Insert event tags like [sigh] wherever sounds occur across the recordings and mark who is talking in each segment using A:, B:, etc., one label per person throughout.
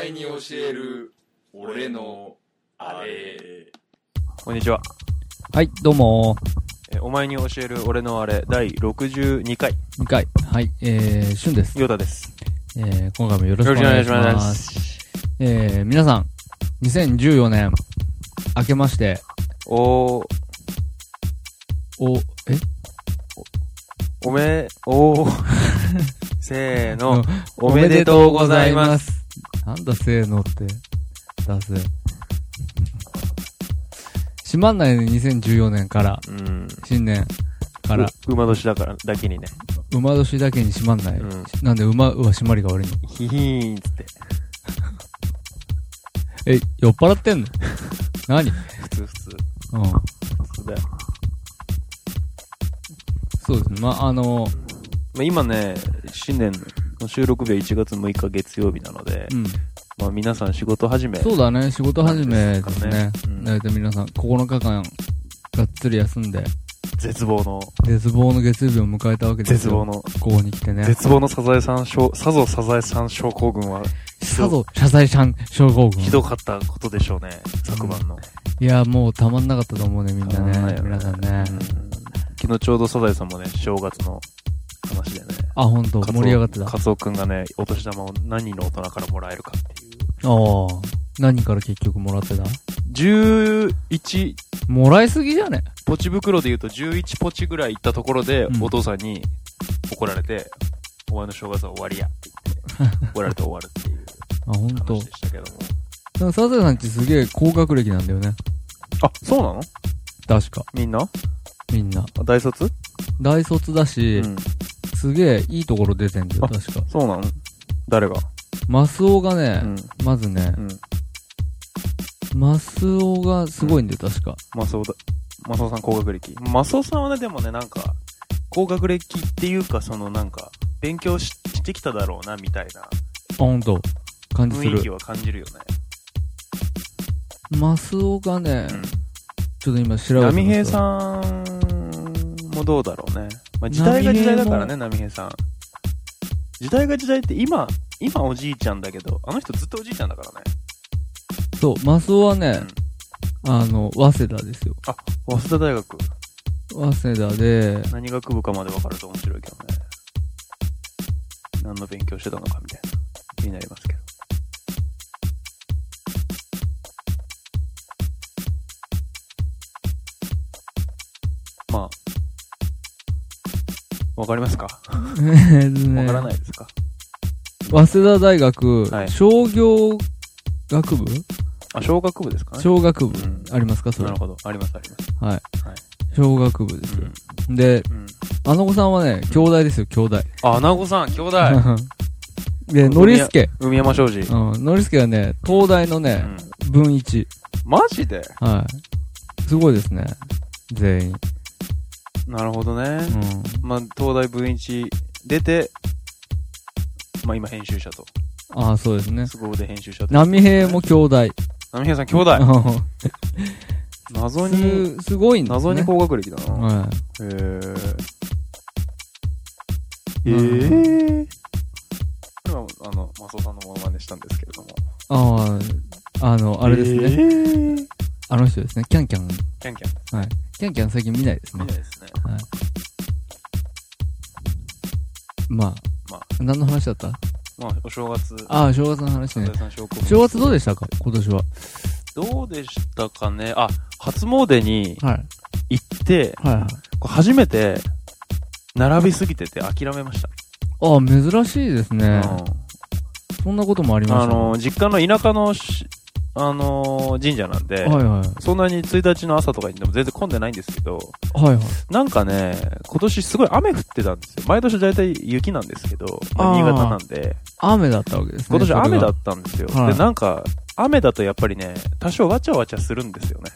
A: える俺のあれ
B: こんにちは。
C: はい、どうも
B: えーお前に教える俺のあれ、第62回、
C: ー、2回。はい、えー、しゅんです。
B: ヨタです。
C: えー、今回もよろしくお願いし
B: よろしくお願いし
C: ま。
B: ます
C: えー、皆さん、2014年、明けまして、
B: おー、
C: お、え
B: おめ、
C: [laughs]
B: おー、せーの、
C: お
B: おめでとうございます。
C: す。なんだ、せーのって、出せ。閉まんないね、2014年から、
B: うん。
C: 新年から、
B: う馬年だから、だけにね。
C: 馬年だけに閉まんない。
B: うん
C: なんで、馬は締まりが悪いの。
B: ヒヒーンっつって。
C: え、酔っ払ってんの何うん。
B: 普通普通。普通だよ。
C: そうですね。まあ、あの、
B: まあ、今ね、新年の収録日は1月6日月曜日なので、
C: うん。
B: まあ皆さん仕事始め。
C: そうだね、仕事始めです
B: な
C: ね
B: んですかねうん。
C: 大体、皆さん、9日間、がっつり休んで、
B: 絶望の、
C: 絶望の月曜日を迎えたわけですよ。
B: 絶望。の、
C: ここに来てね。
B: 絶望のサザエさん症、さぞサザエさん症候群は
C: さぞ、謝罪さん、症候群。
B: ひどかったことでしょうね、昨晩の。
C: いや、もうたまんなかったと思うね、みんな
B: たまんない
C: ね。
B: よね
C: 皆さんね。
B: 昨日ちょうどサザエさんもね、正月の話でね。
C: あ、ほんと、
B: カツオ
C: 盛り上がってた。あ
B: カツオくんがね、お年玉を何人の大人からもらえるかっていう。
C: あ。何から結局もらってた
B: 11、
C: もらいすぎじゃね
B: ポチ袋で言うと11ポチぐらい行ったところで、
C: うん
B: お父さんに怒られて、お前の正月は終わりやって言って、怒られて終わるっていう
C: あ、ほんと
B: 話。でしたけども。
C: でもサザエさんちすげえ高学歴なんだよね。
B: あ、そうなの
C: 確か。
B: みんな
C: みんな。
B: 大卒
C: 大卒だ
B: う
C: し、
B: ん。
C: すげえいいところ出てんだよ、
B: あ
C: 確か。
B: そうなの誰が
C: マスオがね、
B: うん。
C: まずね
B: う、ん。
C: マスオがすごいんだよ、確か。
B: マスオだ。マスオさん高学歴。マスオさんはね、でもね、なんか、高学歴っていうか、そのなんか、勉強ししてきただろうな、みたいな
C: あ、ほんと。感じす
B: 雰囲気
C: る。
B: は感じるよね。
C: マスオがね、ちょっと今調べて
B: 波平
C: ん。
B: さんもどうだろうね。まあ、時代が時代だからね、波平さん。時代が時代って今、今おじいちゃんだけど、あの人ずっとおじいちゃんだからね。
C: そう、マスオはね、あの、早稲田ですよ。
B: 早稲田大学、
C: 早稲田で、
B: 何学部かまで分かると面白いけどね。何の勉強してたのかみたいな、気になりますけど。まあ、わかりますか
C: えっと
B: [laughs] わ
C: ね
B: からないですか、
C: [laughs] 早稲田大学、
B: はい
C: 商業学部
B: あ、小学部ですかね
C: 商学部、
B: うん
C: ありますかそ
B: な
C: れ
B: る。ほど。ありますあります。
C: はい。
B: は
C: 小学部ですよ。
B: う
C: で、
B: ん。うん。
C: あの子さんはね、兄弟ですよ、兄弟。
B: あ、アナゴさん、兄弟
C: [laughs] で、のりすけ。
B: 海山商事。う
C: うん、のりすけはね、東大のね、
B: ん。
C: 文一。
B: マジで
C: はい。すごいですね。全員。
B: なるほどね。
C: うん。
B: まあ、東大文一出て、まあ今編集者と。
C: ああ、そうですね。
B: すご腕編集者と。
C: 波平も兄弟。
B: 波平さん兄弟。謎に、
C: す、すごいんですね。
B: 謎に高学歴だな。
C: は
B: へーえ
C: い。うん
B: ー。今、あの、マスオさんのモノマネしたんですけれども。
C: ああ、あの、あれですね。
B: えー
C: あの人ですね。キャンキャン。
B: キャンキャン。
C: キャンキャン最近見ないです
B: 見な
C: ね
B: い。ですね。
C: はい。まあ。
B: まあ
C: 何の話だった
B: まあ、お正月。
C: ああ、正月の話
B: サ
C: ね
B: ザエ。さん証拠
C: 正月どうでしたか今年は。
B: どうでしたかねあ、初詣に
C: はい。
B: 行って、
C: はいはい。
B: これ初めて、並びすぎてて諦めました。
C: ああ、珍しいですね。
B: う
C: そんなこともあり
B: ん
C: ま
B: あ
C: したね。
B: の、実家の田舎のし、あのー神社なんで、
C: はいはい。
B: そんなに1日の朝とかにでも全然混んでないんですけど、
C: はいはい。
B: なんかね、今年すごい雨降ってたんですよ。毎年大体雪なんですけど、まあ
C: あー
B: 新潟なんで、
C: 雨だったわけですね。
B: 今年雨だ
C: っ
B: ったんですよ。
C: はい
B: で、なんか、雨だとやっぱりね、多少わちゃわちゃするんですよね。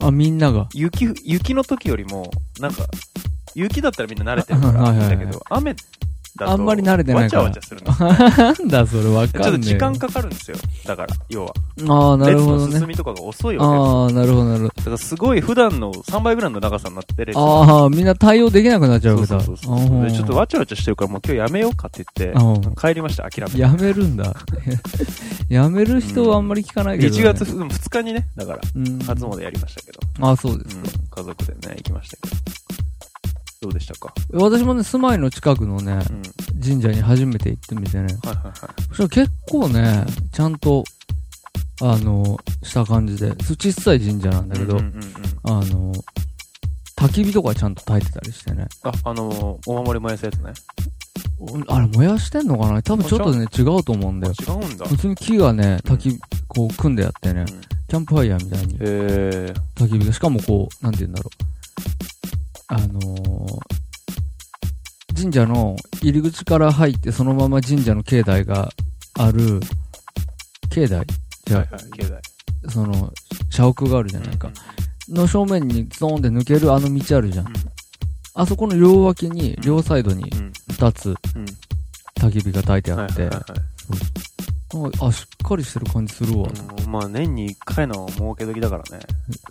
C: あ、みんなが。 [laughs]
B: 雪、雪の時よりも、なんか、雪だったらみんな慣れてるから、
C: はいはいはい
B: だけど、雨だと
C: あんまり慣れてないから
B: わちゃわちゃするんです
C: なんだそれわかん
B: ちょっと
C: ねえ。
B: 時間かかるんですよ。だから、要は。
C: ああ、なるほ
B: 列
C: ど
B: の
C: ね
B: 進。みとかが遅いわ
C: ああ、なるほど、なるほど
B: けです。だからすごい普段の3倍ぐらいの長さになって列が
C: ああ、みんな対応できなくなっちゃう
B: そ
C: わ
B: う
C: け
B: そ
C: だ。
B: うそうそう。でちょっと
C: あ
B: わちゃわちゃしてるからもう今日やめようかって言
C: あ
B: って、帰りました、諦めて。
C: やめるんだ。 [laughs] やめる人はあんまり聞かないけど、ね。
B: 1月2日にね、だから、
C: うん。
B: 初詣やりましたけど、
C: あそうです
B: うん
C: か。
B: 家族でね、行きましたけど。どうでしたか
C: 私もね、住まいの近くのね、
B: うん。はい
C: 神社に初めて行ってみてね。
B: はいは
C: そしたら結構ね、ちゃんと、あの、した感じで。そう小さい神社なん
B: い。
C: だけど、
B: うんうんうんうん
C: あの、焚き火とかちゃんと焚いてたりしてね。
B: あ、あのー、お守り燃やすやつね。
C: あれ燃やしてんのかな多分ちょっとね、違うと思うんだよ。
B: 違うんだ。
C: 普通に木がね、焚き、こう組んでやってね、
B: うん
C: キャンプファイヤーみたいに
B: えー、
C: 焚き火が、しかもこう、なんて言うんだろう。あのー、神社の入り口から入って、そのまま神社の境内がある、境内じゃ
B: はいはい、経済。
C: あ、その、社屋があるじゃないか。の正面にゾーンって抜けるあの道あるじゃん。
B: うん
C: あそこの両脇に、両サイドに
B: うん。
C: 2つ
B: うん。
C: 焚き火が焚いてあ
B: はい
C: っ
B: はい
C: て、
B: はい。
C: ああ、しっかりしてる感じするわ。
B: うんまあ年に1回の儲け時だからね。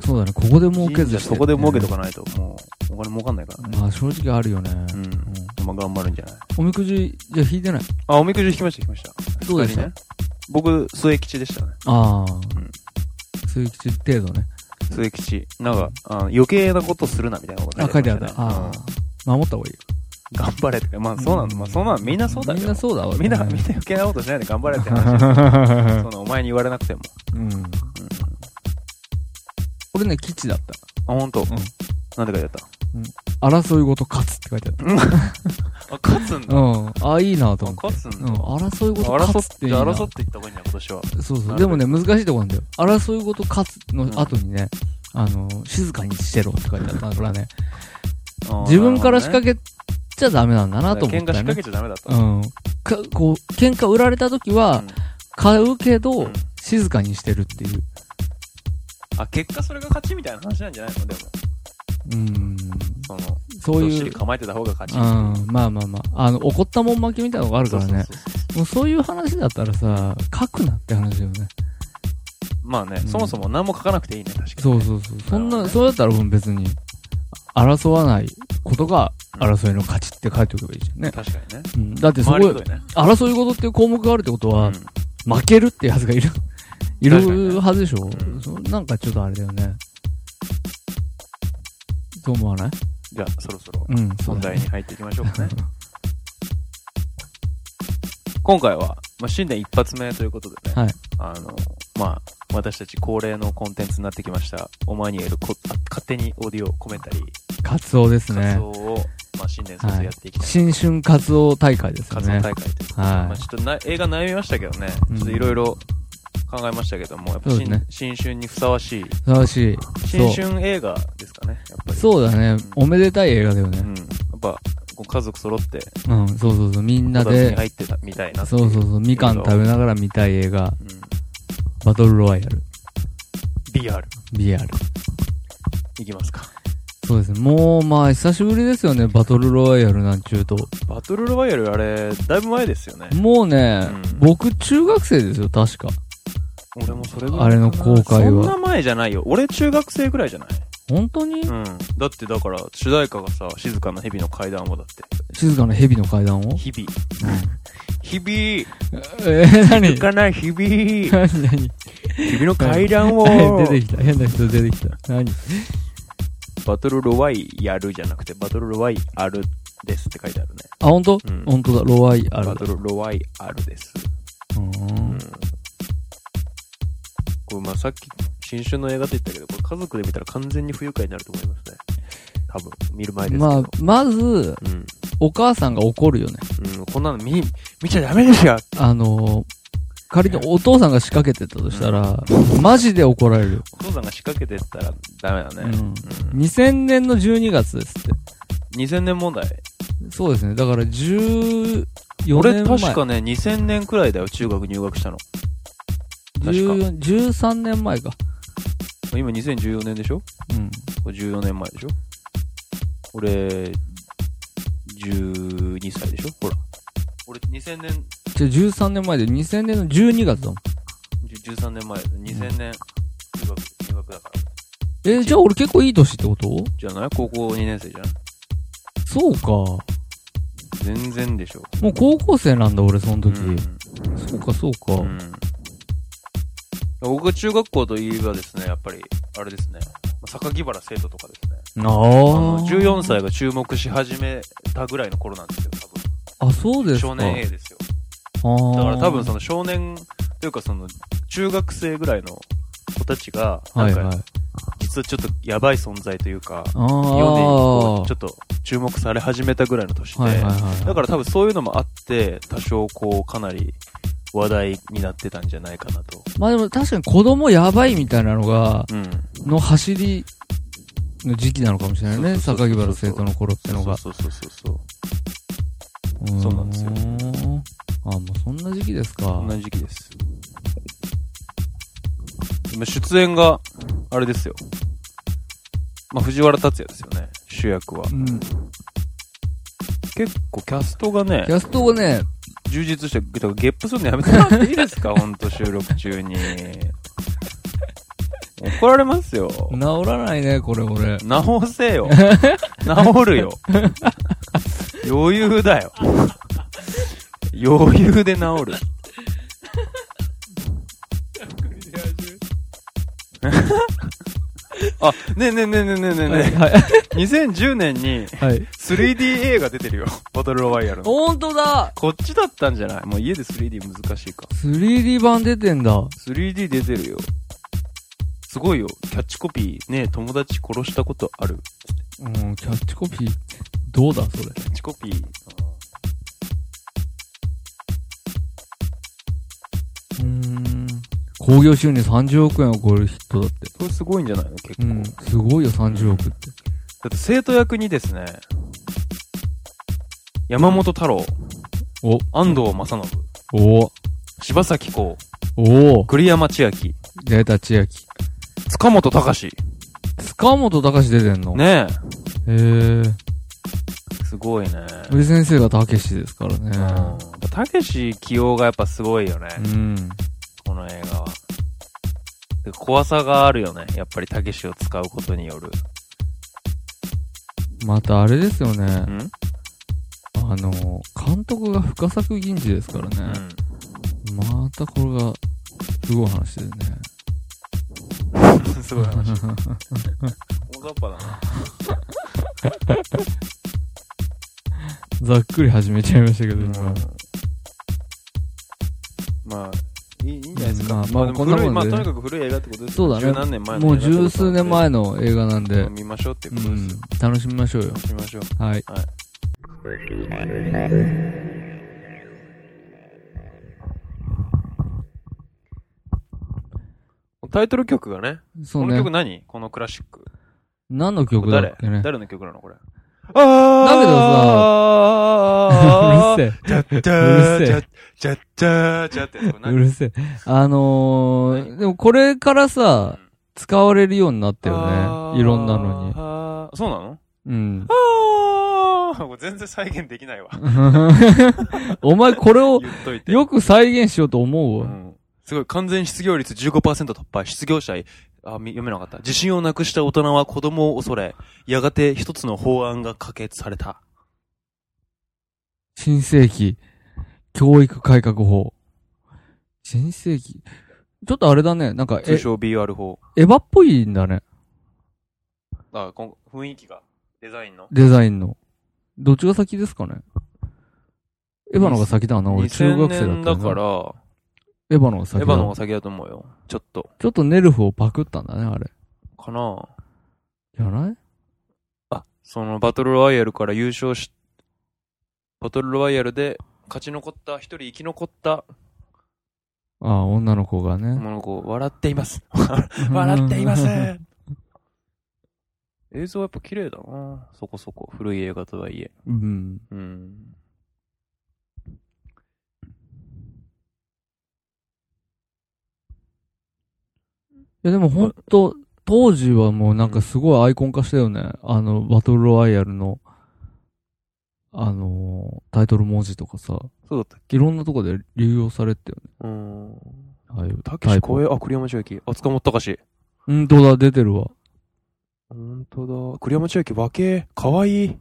C: そうだね、ここで儲けずしてるね、
B: そこで儲けとかないと、もう、お金儲かんないからね。
C: まあ正直あるよね。
B: うん。
C: うん
B: まあ頑張るんじゃない
C: おみくじ、じゃあ引いてない。
B: あ、おみくじ引きました、引きました。
C: どうでした
B: 二人ね僕、末吉でしたね。
C: ああ、
B: ん
C: そういう吉程度ね。
B: 末吉。なんか、あの余計なことするな、みたいなこと
C: あ、書いてあった。
B: ましたね
C: あ
B: うん
C: あ、守った方がいいよ。
B: 頑張れって。まあ、そうなんだ。まあ、そんなん、みんなそうだよ。
C: みんなそうだわ。
B: みんな、みんな余計なこと
C: [laughs]
B: しないで頑張れって話です。そんなお前に言われなくても。
C: うん。
B: うん
C: 俺ね、吉だった。
B: あ、ほんと。
C: ん
B: なんて書いてあっ
C: 争いごと勝つって書いてあった
B: あ、勝つん
C: た。
B: だ。
C: うん。ああ、いいなと
B: あ
C: 思って。
B: 勝つん
C: うん、
B: だ。
C: 争いごと
B: 争
C: 勝つっ
B: ってて、
C: いいな。
B: 争っていった方がいいんだ、今年は。
C: そうそ
B: な
C: う。
B: る
C: で
B: ほ
C: も
B: ど
C: ね、難しいとこなんだよ。争いごと勝つの後にね、あの、静かにしてろって書いてあったからね、
B: あー
C: 自分から仕
B: なる
C: 掛けちゃダメなんだなと
B: ほどね
C: 思っ
B: 喧嘩
C: た
B: 仕
C: よね
B: 掛け。ちゃダメだった。
C: うん。か、こう、喧嘩売られた時
B: う
C: は
B: ん、
C: 買うけど、
B: うん
C: 静かにしてるっていう。
B: あ、結果それが勝ちみたいな話なんじゃないのでも、
C: うん。
B: その、
C: そう
B: どっし
C: い
B: り
C: う、
B: 構えてた方が勝ち
C: うん。まあまあまあ。あの、怒ったもん負けみたいなのがある
B: そ
C: か
B: う
C: ら
B: そう
C: ね。
B: そう
C: もうそういう話だったらさ、書くなって話だよね。
B: まあね、
C: うん
B: そもそも何も書かなくていいね、確かに。
C: そうそうそう。そん
B: なるほど
C: な、
B: ね
C: そうだったら別に、争わないことが争いの勝ちって書いておけばいいじゃんね。
B: 確かにね。
C: うん。だってすご
B: 周
C: い
B: り、くどいね。
C: 争い事っていう項目があるってことは、
B: うん
C: 負けるってやつがい
B: [laughs]
C: る、い
B: 確かに
C: る
B: ね
C: はずでしょ、
B: うん
C: そなんかちょっとあれだよね。と思わない
B: じゃあ、そろそろ
C: うん、そう
B: 本
C: だ
B: 題
C: ね。
B: に入っていきましょうかね。今回は、まあ、新年一発目ということでね、
C: はい
B: あの、まあ、私たち恒例のコンテンツになってきました、オマニエルこあ勝手にオーディオコメンタリー、
C: カツオです
B: 活
C: ね。
B: 動を、まあ、新年早々やっていきたい。
C: 新春カツオ大会ですよ
B: 活動大
C: ね。
B: 会ということで、ま
C: は
B: あ、ちょっとな映画悩みましたけどね、
C: うん
B: ちょっといろいろ考えましたけども、やっぱ
C: そう
B: 新,、
C: ですね
B: 新春にふさわしい、
C: い。素晴らしい。
B: 新春映画ですかね、やっぱり。
C: そうだね。
B: うん
C: おめでたい映画だよ
B: う
C: ね。
B: ん。やっぱ、ご家族揃って、
C: うん、そうそうそう。みんな
B: こたつに
C: で、
B: 入ってたみたいなってい
C: そうそうそう。みかん食べながら見たい映画、
B: うん。
C: バトルロワイヤル、
B: BR、
C: BR。
B: いきますか。
C: そうですね。もう、まあ、久しぶりですよね。バトルロワイヤルなんちゅうと。
B: バトルロワイヤル、あれ、だいぶ前ですよね。
C: もうね、
B: うん
C: 僕、中学生ですよ、確か。
B: 俺もそれぐらい。
C: あれの公開
B: そん
C: は。
B: な前じゃないよ。俺中学生ぐらいじゃない
C: 本当に
B: うん。だってだから、主題歌がさ、静かな蛇の階段をだって。
C: 静かな蛇の階段を
B: 日々。日々。
C: えー、何
B: 静かな日々。
C: 何何
B: 蛇の階段を。
C: 出てきた。変な人出てきた。何
B: バトルロワイヤルじゃなくて、バトルロワイアルですって書いてあるね。
C: あ、本当、
B: うん
C: 本当だ。ロワイアルだ
B: バトルロワイアルです。
C: うー
B: うん
C: ん。
B: これまあさっき新春の映画って言ったけど、これ家族で見たら完全に不愉快になると思いますね。多分、見る前ですけど。
C: まあ、まず、
B: うん。
C: お母さんが怒るよね。
B: うん、こんなの見、見ちゃダメですよ
C: あのー、仮にお父さんが仕掛けてたとしたら、マジで怒られるよ。
B: お父さんが仕掛けてったらダメだね。
C: うん2000年の12月ですって。
B: 2000年問題。
C: そうですね。だから14年前。
B: 俺確かね、2000年くらいだよ、中学入学したの。確か
C: 14 13年前か。
B: 今2014年でしょ
C: うん。
B: これ14年前でしょ俺、12歳でしょほら。 2000年、
C: じゃあ13年前で、2000年の12月だもん。
B: 13年前、2000年、中学、入学だから。
C: えーじゃあ俺結構いい年ってこと
B: じゃない高校2年生じゃん
C: そうか。も
B: 全然でしょ。
C: う高校生なんだ、俺、その時。
B: うん
C: そうか、そうか。
B: うん僕が中学校といえばですね、やっぱり、あれですね、榊原生徒とかですね。
C: あ
B: あ
C: あ。
B: の、14。歳が注目し始めたぐらいの頃なんですよ、多分。
C: あ、そうですか。
B: 少年 A ですよ。
C: あー
B: だから多分その少年、というかその、中学生ぐらいの子たちが、な
C: は
B: ん
C: い
B: か
C: はい。
B: 実はちょっとやばい存在というか、
C: ああ。
B: 世にこうちょっと注目され始めたぐらいの年で、
C: はいはいはい。
B: だから多分そういうのもあって、多少こうかなり話題になってたんじゃないかなと。
C: まあでも確かに子供やばいみたいなのが、
B: うん。
C: の走りの時期なのかもしれないね。
B: そうそうそう
C: 榊
B: そう
C: 原生徒の頃ってのが。
B: そうそうそうそう。
C: ー
B: そうなんですよ
C: あ、もうそんな時期ですか
B: そん。な時期です。今出演が、あれですよ。まあ藤原竜也ですよね、主役は
C: う。ん。キ
B: 結構キャストがね、
C: ャストがね、
B: 充実して、だからゲップするのやめてもらっていいです
C: [laughs]
B: かほんと収録中に。怒られますよ。
C: 治らないね、これ俺。
B: 直せよ。治るよ。余裕だよ。余裕で治る。あ、ねえねえねえねえねえねえ
C: はい
B: ね
C: はい。
B: え。2010年に
C: はい。
B: 3DA が出てるよ。バトルロワイヤルの。
C: ほんとだ
B: こっちだったんじゃないもう家で 3D 難しいか。
C: !3D 版出てんだ。
B: 3D 出てるよ。すごいよ。キャッチコピー、ねえ友達殺したことある。
C: うん、キャッチコピー、どうだ、それ。
B: キャッチコピー。
C: うーん。興行収入30億円を超えるヒットだって。
B: これすごいんじゃないの結構、
C: う
B: だ
C: ん、すごいよ、30億って。
B: って生徒役にですね、山本太郎、
C: お、
B: 安藤正信、
C: お、
B: 柴咲コウ、
C: おー、
B: 栗山千明、
C: 出た千秋。
B: 塚本隆
C: 塚本隆出てんの
B: ね
C: へー。
B: え、すごいね。
C: 森先生がたけしですから
B: うん
C: ね。
B: たけし起用がやっぱすごいよね、
C: うん。
B: この映画は。で怖さがあるよね。やっぱりたけしを使うことによる。
C: またあれですよね
B: う。ん、うん、
C: あの、監督が深作銀次ですからね。またこれが、すごい話ですね。
B: [laughs] すごい話。大雑把だな。
C: ざっくり始めちゃいましたけど、今。
B: まあ、いいいいんじゃないですか。
C: ま
B: ま
C: あ
B: あ、
C: まあ
B: でも
C: こん
B: 古
C: なもん
B: い
C: で
B: まあ、とにかく古い映画ってことです
C: そうだね
B: 十何年前の
C: もう
B: 映画ってことなんで
C: 十数年前の映画なんで、
B: 見ましょうっていう
C: う
B: ことです
C: ん
B: よ。、
C: 楽しみましょうよ。
B: 見ましょう。
C: はい。
B: はい。タイトル曲がね。
C: そう
B: この
C: ね
B: 曲。何このクラシック。
C: 何の曲だ
B: 誰
C: っけね。
B: 誰の曲なのこれ。あ [laughs]
C: [laughs] う
B: ー
C: る
B: せえ。じゃっち
C: うるせえ
B: ゃーじゃっちゃーじゃっちゃーじゃってやつ。これ
C: せえ。う
B: 何
C: るせえ。あのー、でもこれからさ、使われるようになったよね。いろんなのに。
B: に。そうなの [laughs]
C: うん。
B: あーこれ全然再現でき
C: [laughs]
B: ないわ。
C: お前これを
B: 言っといて。
C: よく再現しようと思う
B: う
C: わ。
B: んすごい、完全失業率15%突破、失業者、あ、み読めなかった。自信をなくした大人は子供を恐れ、やがて一つの法案が可決された。
C: 新世紀、教育改革法。新世紀。ちょっとあれだね。なんか、
B: 通
C: え
B: 称 BR 法。
C: エヴァっぽいんだね。
B: あ、こん雰囲気が、デザインの。
C: デザインの。どっちが先ですかねエヴァの方が先だな、俺中学生だったよ
B: 2000年だ
C: な
B: から、
C: エヴァの方が
B: エ
C: 先
B: ヴァ
C: だ
B: の方が先だと思うよ。ちょっと。
C: ちょっとネルフをパクったんだね、あれ。
B: かな
C: じゃない
B: あ、そのバトルロワイヤルから優勝し、バトルロワイヤルで勝ち残った、一人生き残った、
C: ああ、女の子がね。
B: もの子、笑っています。笑ってい
C: [laughs]
B: ます映像はやっぱ綺麗だなそこそこ。古い映画とはいえ。
C: うん。
B: うん。
C: いやでもほんと、当時はもうなんかすごいアイコン化したよね。あの、バトルロワイヤルのあのータイトル文字とかさ、
B: そうだったっ
C: いろんなとこで流用されてたよね。
B: けうん。
C: ああいう
B: たけ
C: タ
B: し
C: イプ。
B: 声、あ、栗山千明。あ、塚本たかし。
C: うん、どうだ、出てるわ。
B: 本当だ。栗山千明、和系、かわいい。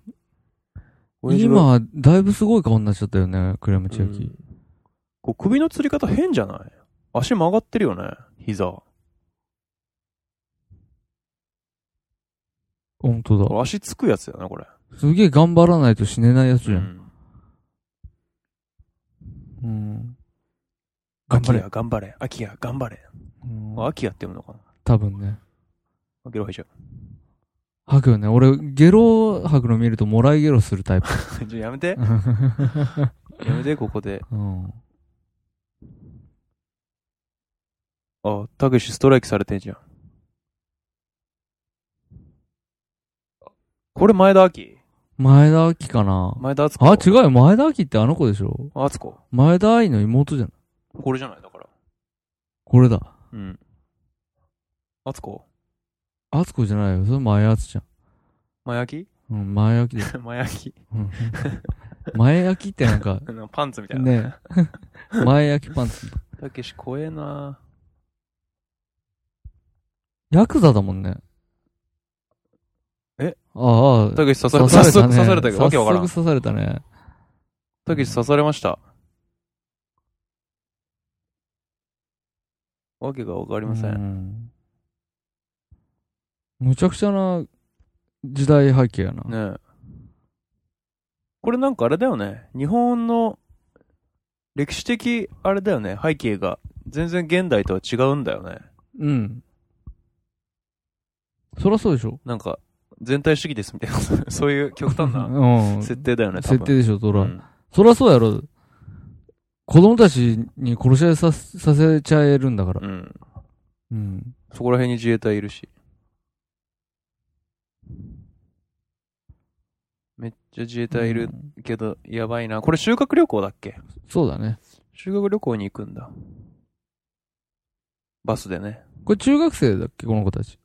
B: 親父が、
C: 今、だいぶすごい顔になっちゃったよね、栗山千
B: う
C: 明。
B: んこう首の吊り方変じゃない足曲がってるよね、膝。
C: 本当
B: これ足つくやつだよね、これ。
C: だ。すげえ頑張らないと死ねないやつじゃ。
B: うんん
C: うん。
B: 頑張れや、頑張れ。アキヤ、頑張れ。
C: うん
B: あ、アキヤって読むのかな
C: 多分ね。
B: あゲロ吐いちゃ
C: 吐くよね。俺、ゲロ吐くの見るともらいゲロするタイプ。
B: う。じゃあやめて。
C: う
B: やめて、ここで。
C: ん。
B: あ、たけしストライキされてんじゃん。これ前田明
C: 前田明かな
B: 前田敦子。
C: あ、違うよ。前田明ってあの子でしょ
B: う。敦子。
C: 前田愛の妹じゃない
B: これじゃないだから。
C: これだ。
B: うん。敦子
C: 敦子じゃないよ。それ前敦じゃ
B: 前 [laughs] 明
C: ん。うん、前明だよ。
B: 前明 [laughs]
C: うん、前明ってなんか、
B: あのパンツみたいな。
C: ね [laughs] 前明パンツ。
B: たけし怖えな
C: ヤクザだもんね。
B: え
C: ああ、
B: たけし刺され、
C: 刺
B: 早
C: さ
B: 速刺され
C: れたね。
B: たけど、わけわから
C: 早
B: ん。
C: 速刺されたね。
B: たけし刺されました。わけがわかりませ。
C: うんん。むちゃくちゃな時代背景やな。
B: ねえ。これなんかあれだよね。日本の歴史的あれだよね。背景が全然現代とは違うんだよね。
C: うん。そらそうでしょ。
B: なんか全体主義ですみたいな、 [laughs] そういう極端な
C: うん。
B: 設定だよね、多分。
C: 設定でしょ、そら。
B: うん
C: そらそうやろ。子供たちに殺し合いさせさせちゃえるんだから。
B: うん。
C: うん。
B: そこら辺に自衛隊いるし。めっちゃ自衛隊いる
C: うん
B: けど、やばいな。これ修学旅行だっけ
C: そうだね。
B: 修学旅行に行くんだ。バスでね。
C: これ中学生だっけ、この子たち。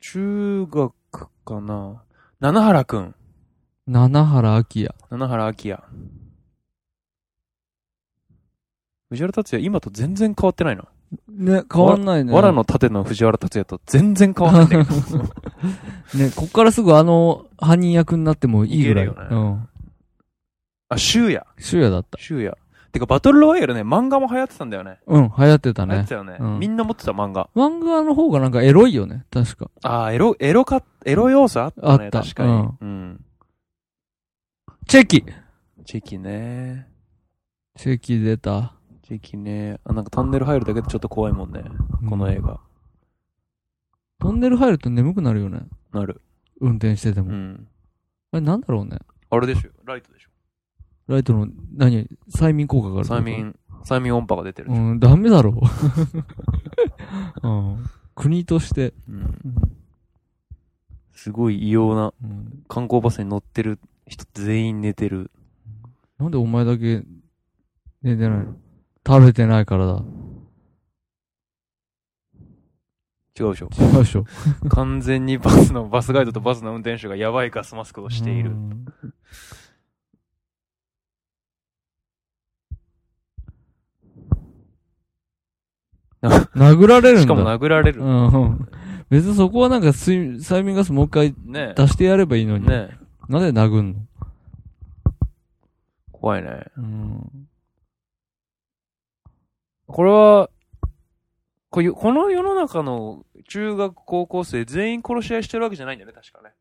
B: 中学かな七原くん。
C: 七原明也。
B: 七原明也。藤原達也、今と全然変わってないな。
C: ね、変わんないね。
B: 藁の盾の藤原達也と全然変わ [laughs] んないんだけど。
C: [laughs] ね、こっからすぐあの、犯人役になってもいいぐらい。
B: いけるよね
C: うん。
B: あ、修也。
C: 修也だった。
B: 修也。てか、バトルロワイヤルね、漫画も流行ってたんだよね。
C: うん、流行ってた
B: 流行っ
C: ね
B: て。たよね。
C: うん
B: みんな持ってた漫画。
C: 漫画の方がなんかエロいよね、確か。
B: ああ、エロ、エロか、エロ要素あったね、
C: あった
B: 確かに。
C: うん
B: うん。
C: チェキ
B: チェキね。
C: チェキ出た。
B: チェキね。あ、なんかトンネル入るだけでちょっと怖いもんね。この映画。
C: トンネル入ると眠くなるよね。
B: なる。
C: 運転してて
B: う
C: も。
B: ん。
C: あれなんだろうね。
B: あれでしょライトでしょ
C: ライトの、何催眠効果がある。
B: 催。眠、催眠音波が出てるで
C: う
B: しょ
C: ん、ダメだろう。 [laughs] うん。国として。
B: うん。すごい異様な
C: うん。
B: 観光バスに乗ってる人全員寝てる。
C: なんでお前だけ寝てないの食べてないからだ。
B: 違うでしょ
C: 違うでしょ。
B: 完全にバスの、バスガイドとバスの運転手がやばいガスマスクをしている
C: う。ん。殴られるんだ。
B: しかも殴られる。
C: うん。別にそこはなんか睡催眠ガスもう一回
B: ねえ。
C: 出してやればいいのに。
B: ねえ。
C: なんで殴んの
B: 怖いね。
C: うん。
B: これは、こよこの世の中の中学高校生全員殺し合いしてるわけじゃないんだよね、確かね。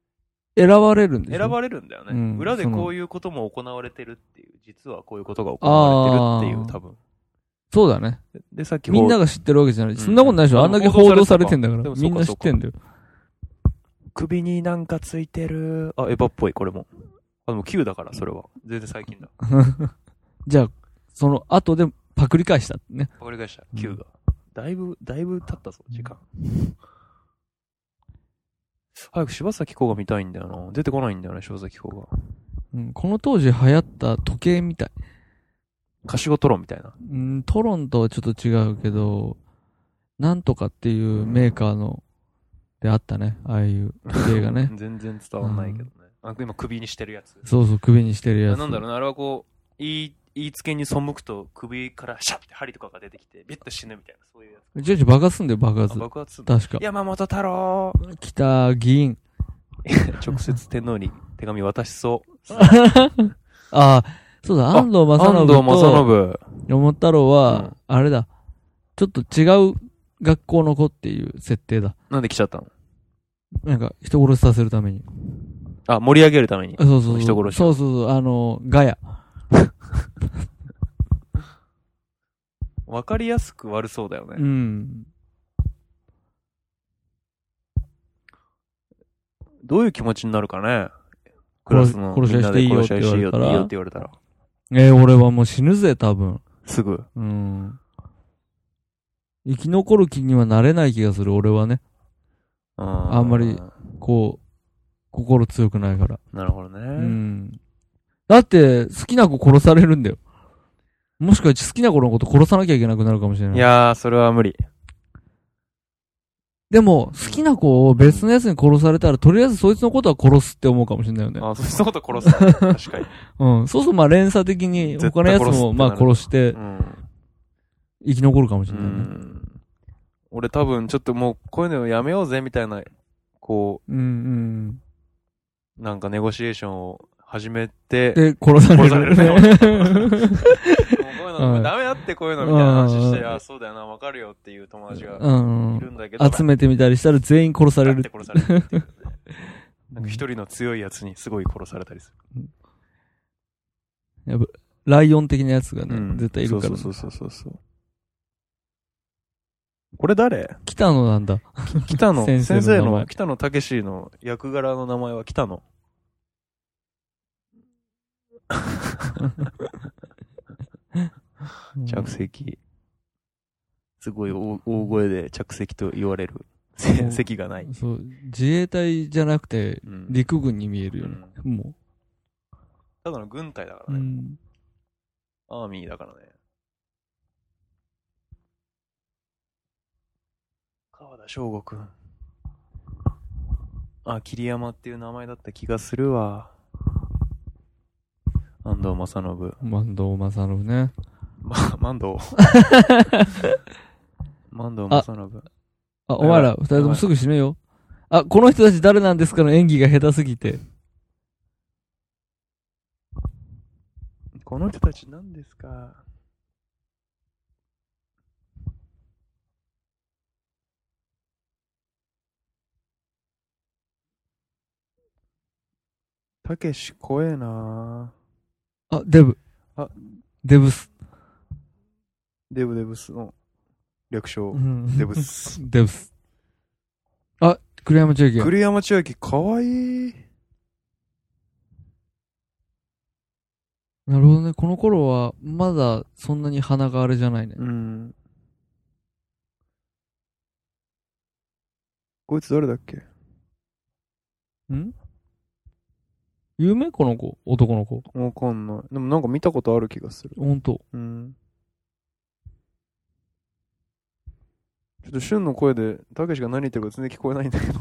C: 選ばれるんでしょ
B: 選ばれるんだよね。
C: うん
B: 裏で
C: その
B: こういうことも行われてるっていう、実はこういうことが行われてるっていう、
C: あー
B: 多分。
C: そうだね。
B: で、さっき
C: みんな
B: が
C: が知ってるわけじゃない。
B: うん
C: そんなことないでしょ。あんだけ報道されてんだから。
B: でもそ
C: み
B: うんか
C: な
B: そう
C: 知っ
B: か
C: てんだよ。
B: 首になんかついてる。あ、エヴァっぽい、これも。あ、でも9だから、それは。全然最近だ。
C: じゃあ、その後でパクリ返したってね。
B: わかり返した、
C: うん
B: 9が。だいぶ、だいぶ経ったぞ、時間。早く柴咲コウが見たいんだよな。出てこないんだよね、柴咲コウが。
C: うん。この当時流行った時計みたい。
B: カシゴトロンみたいな。。
C: うん、トロンとはちょっと違うけど、なんとかっていうメーカーの、であったね。ああいう時計がね
B: 全然伝わんないけどね。あ今首にしてるやつ。
C: そうそう、首にしてるやつ。
B: なんだろうな、あれはこう、言い、言いつけに背くと首からシャッて針とかが出てきて、ビッと死ぬみたいな、そういうやつ。
C: ジョージ爆発すんだよ、爆
B: あ
C: 発。
B: 爆発するの
C: 確か。
B: 山本太郎
C: 来た、議員。
B: 直接天皇に手紙渡しそう。
C: ああ、そうだ、
B: あ
C: 安藤正信
B: 安
C: と
B: 藤正
C: 山本太郎
B: う
C: は
B: ん、
C: あれだ、ちょっと違う学校の子っていう設定だ。
B: 信。なんで来ちゃったの
C: なんか、人殺しさせるために。
B: あ、盛り上げるために
C: あ。そうそうそう。
B: 人殺し
C: そうそうそう、あの、ガヤ。
B: わかりやすく悪そうだよね。
C: うん。
B: どういう気持ちになるかねクラスの
C: 殺し
B: みんなで
C: 殺
B: 殺
C: し
B: し
C: 合
B: 合
C: い
B: い
C: し
B: してて
C: い
B: い
C: い
B: いよ
C: よっ
B: って
C: 言われたら
B: て言われたら。
C: えー、俺はもう死ぬぜ、多分。
B: すぐ。
C: うん。生き残る気にはなれない気がする、俺はね。
B: あ
C: あんまり。こう、心強くないから。
B: なるほどね。
C: うん。だって、好きな子殺されるんだよ。もしくは好きな子のこと殺さなきゃいけなくなるかもしれない。
B: いやー、それは無理。
C: でも、好きな子を別のやつに殺されたら、とりあえずそいつのことは殺すって思うかもしれないよね。
B: あ、そういうこと殺
C: [laughs]
B: すね。確かに。
C: うん。そうすると、まあ連鎖的に
B: 絶
C: 他
B: 対
C: のやつ
B: 殺すってな
C: も、
B: る
C: まあ殺して
B: うん。
C: 生き残るかもし
B: う
C: れないね。
B: ん。俺多分ちょっともうこういうのやめようぜみたいな、こ
C: うんうん。
B: う、なんかネゴシエーションを始めて、もう
C: で、殺される。
B: 殺される
C: [laughs] う
B: こういう
C: はい
B: のダメだってこういうのみたいな話し
C: う
B: て、
C: ん
B: あ、そうだよな、わかるよっていう友達が
C: ん
B: い [laughs] るんだけど、
C: うん。集めてみたりしたら全員殺され
B: ガッ
C: る
B: て。殺されるっていうね。
C: [laughs]
B: なんか一人の強いやつにすごい殺されたりす
C: ライオン的なやつが
B: る。
C: ね、絶対いるからね。
B: そうそうそうそうそう。これ誰
C: 北野なんだ。
B: 北野
C: 先
B: 先
C: 生
B: 生
C: の
B: の
C: 名前
B: 北野武史の役柄の名前は北野着席すごい大大声で着席と言われる
C: うん
B: 席がない、
C: そう。自衛隊じゃなくて、
B: うん
C: 陸軍に見えるよね。も
B: ただの軍隊だか
C: う。
B: ら
C: う
B: ね、
C: ん。
B: アーミーだからね川田翔吾くんあ桐山っていう名前だった気がするわ安藤正信
C: 万藤正信ね。
B: ま、 [laughs] マン
C: [laughs]
B: ドウ。マンドウ正信。
C: あ、お前ら
B: やばい
C: 二人ともすぐ死ぬよ。あ、この人たち誰なんですかの演技が下手すぎて。
B: この人たち何ですかたけし怖えな
C: あ、デブ。
B: あ、
C: デブス。
B: デブデブスの略称
C: う。ん
B: デブ。ス。
C: [laughs] デブス。あ、栗山千明。
B: 栗山千明かわいい。
C: なるほどね。この頃は、まだそんなに鼻があれじゃないね。
B: うん。こいつ誰だっけ
C: ん有名この子。男の子。
B: わかんない。でもなんか見たことある気がする。
C: ほんと。
B: うん。ちょっと旬の声で、たけしが何言ってるか全然聞こえないんだけど。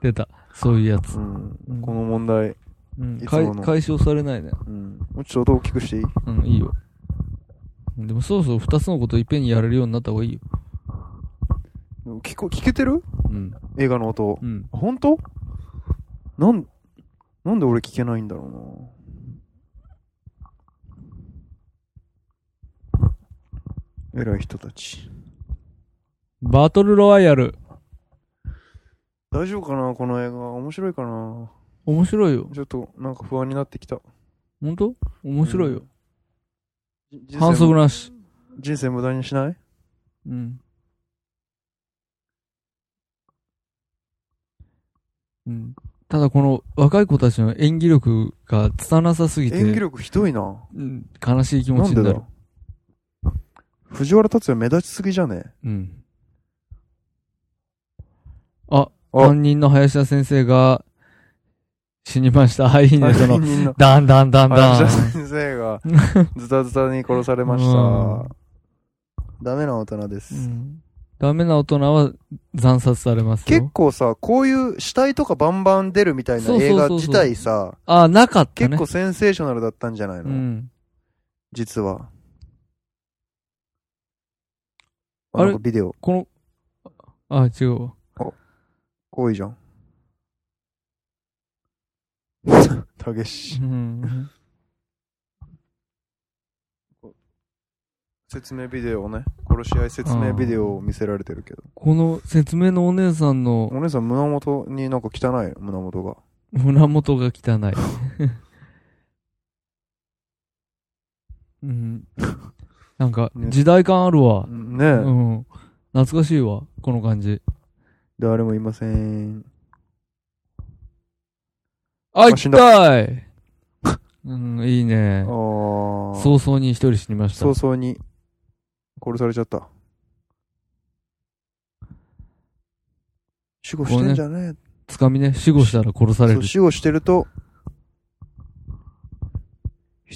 C: 出た。そういうやつ。
B: うん。この問題。
C: うん。
B: いつ
C: 解
B: もの
C: 解消されないね。
B: うん。もうちょっと大きくしていい
C: うん、いいよ。でもそろそろ二つのこといっぺんにやれるようになった方がいいよ。
B: 聞こ、聞けてる
C: うん。
B: 映画の音。
C: うん。
B: 本当なん、なんで俺聞けないんだろうな。偉い人たち。
C: バトルロワイヤル。
B: 大丈夫かなこの映画。面白いかな
C: 面白いよ。
B: ちょっと、なんか不安になってきた。
C: ほんと面白いよ。
B: じ人生
C: 反則なし。
B: 人生無駄にしない
C: うん。うん。ただこの若い子たちの演技力が拙なさすぎて、
B: 演技力ひどいな。
C: うん悲しい気持
B: な
C: ち
B: んで
C: にな
B: だ
C: る。
B: ろう藤原達也目立ちすぎじゃね
C: うん。あ、
B: あ
C: 担任の林田先生が死にました。いい
B: え
C: ね、その、
B: みんな。
C: だんだんだんだ
B: 林田
C: ん。
B: 先生がズタズタに殺されまし
C: うん
B: た。ダメな大人で
C: う
B: す。
C: んダメな大人は惨殺されますよ。
B: 結構さ、こういう死体とかバンバン出るみたいな
C: そうそう
B: 映
C: そうそう
B: 画自体さ、
C: ああ、なかったね。
B: 結構センセーショナルだったんじゃないの、
C: うん。
B: 実は。
C: あ
B: あ
C: れ
B: れビデオ、
C: この、あ、違うわ。
B: 多いじゃん。
C: [laughs]
B: たけし
C: う。ん。
B: 説明ビデオをね、殺し合い説明ビデオを見せられてるけど。
C: この説明のお姉さんの
B: お姉さん胸元になんか汚い胸元が。
C: 胸元が汚
B: [laughs]
C: い。うん。なんか、
B: ね
C: 時代感あるわ。
B: ねえ、
C: うん。懐かしいわ、この感じ。
B: 誰もいません。
C: あ、
B: あ
C: 行きたい [laughs] うん、いいね
B: あ。あ。
C: 早々に一人死にました
B: 早。々に殺されちゃった。死後してんじゃね
C: つかみね、死後したら殺さ
B: え。
C: れ
B: そ
C: る
B: う。死後してると、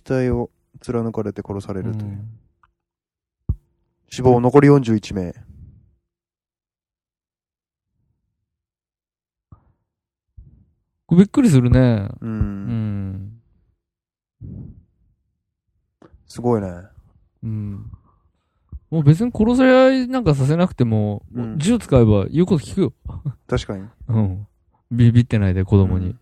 B: 額を貫かれて殺されるという。
C: うん
B: 死亡残り41名。
C: びっくりするね。
B: う。
C: うんん。
B: すごいね。
C: うん。もう別に殺せ合いなんかさせなくても、
B: うん
C: もう銃使えば言うこと聞くよ。
B: 確かに。
C: うん。ビビってないで、子供に。
B: うん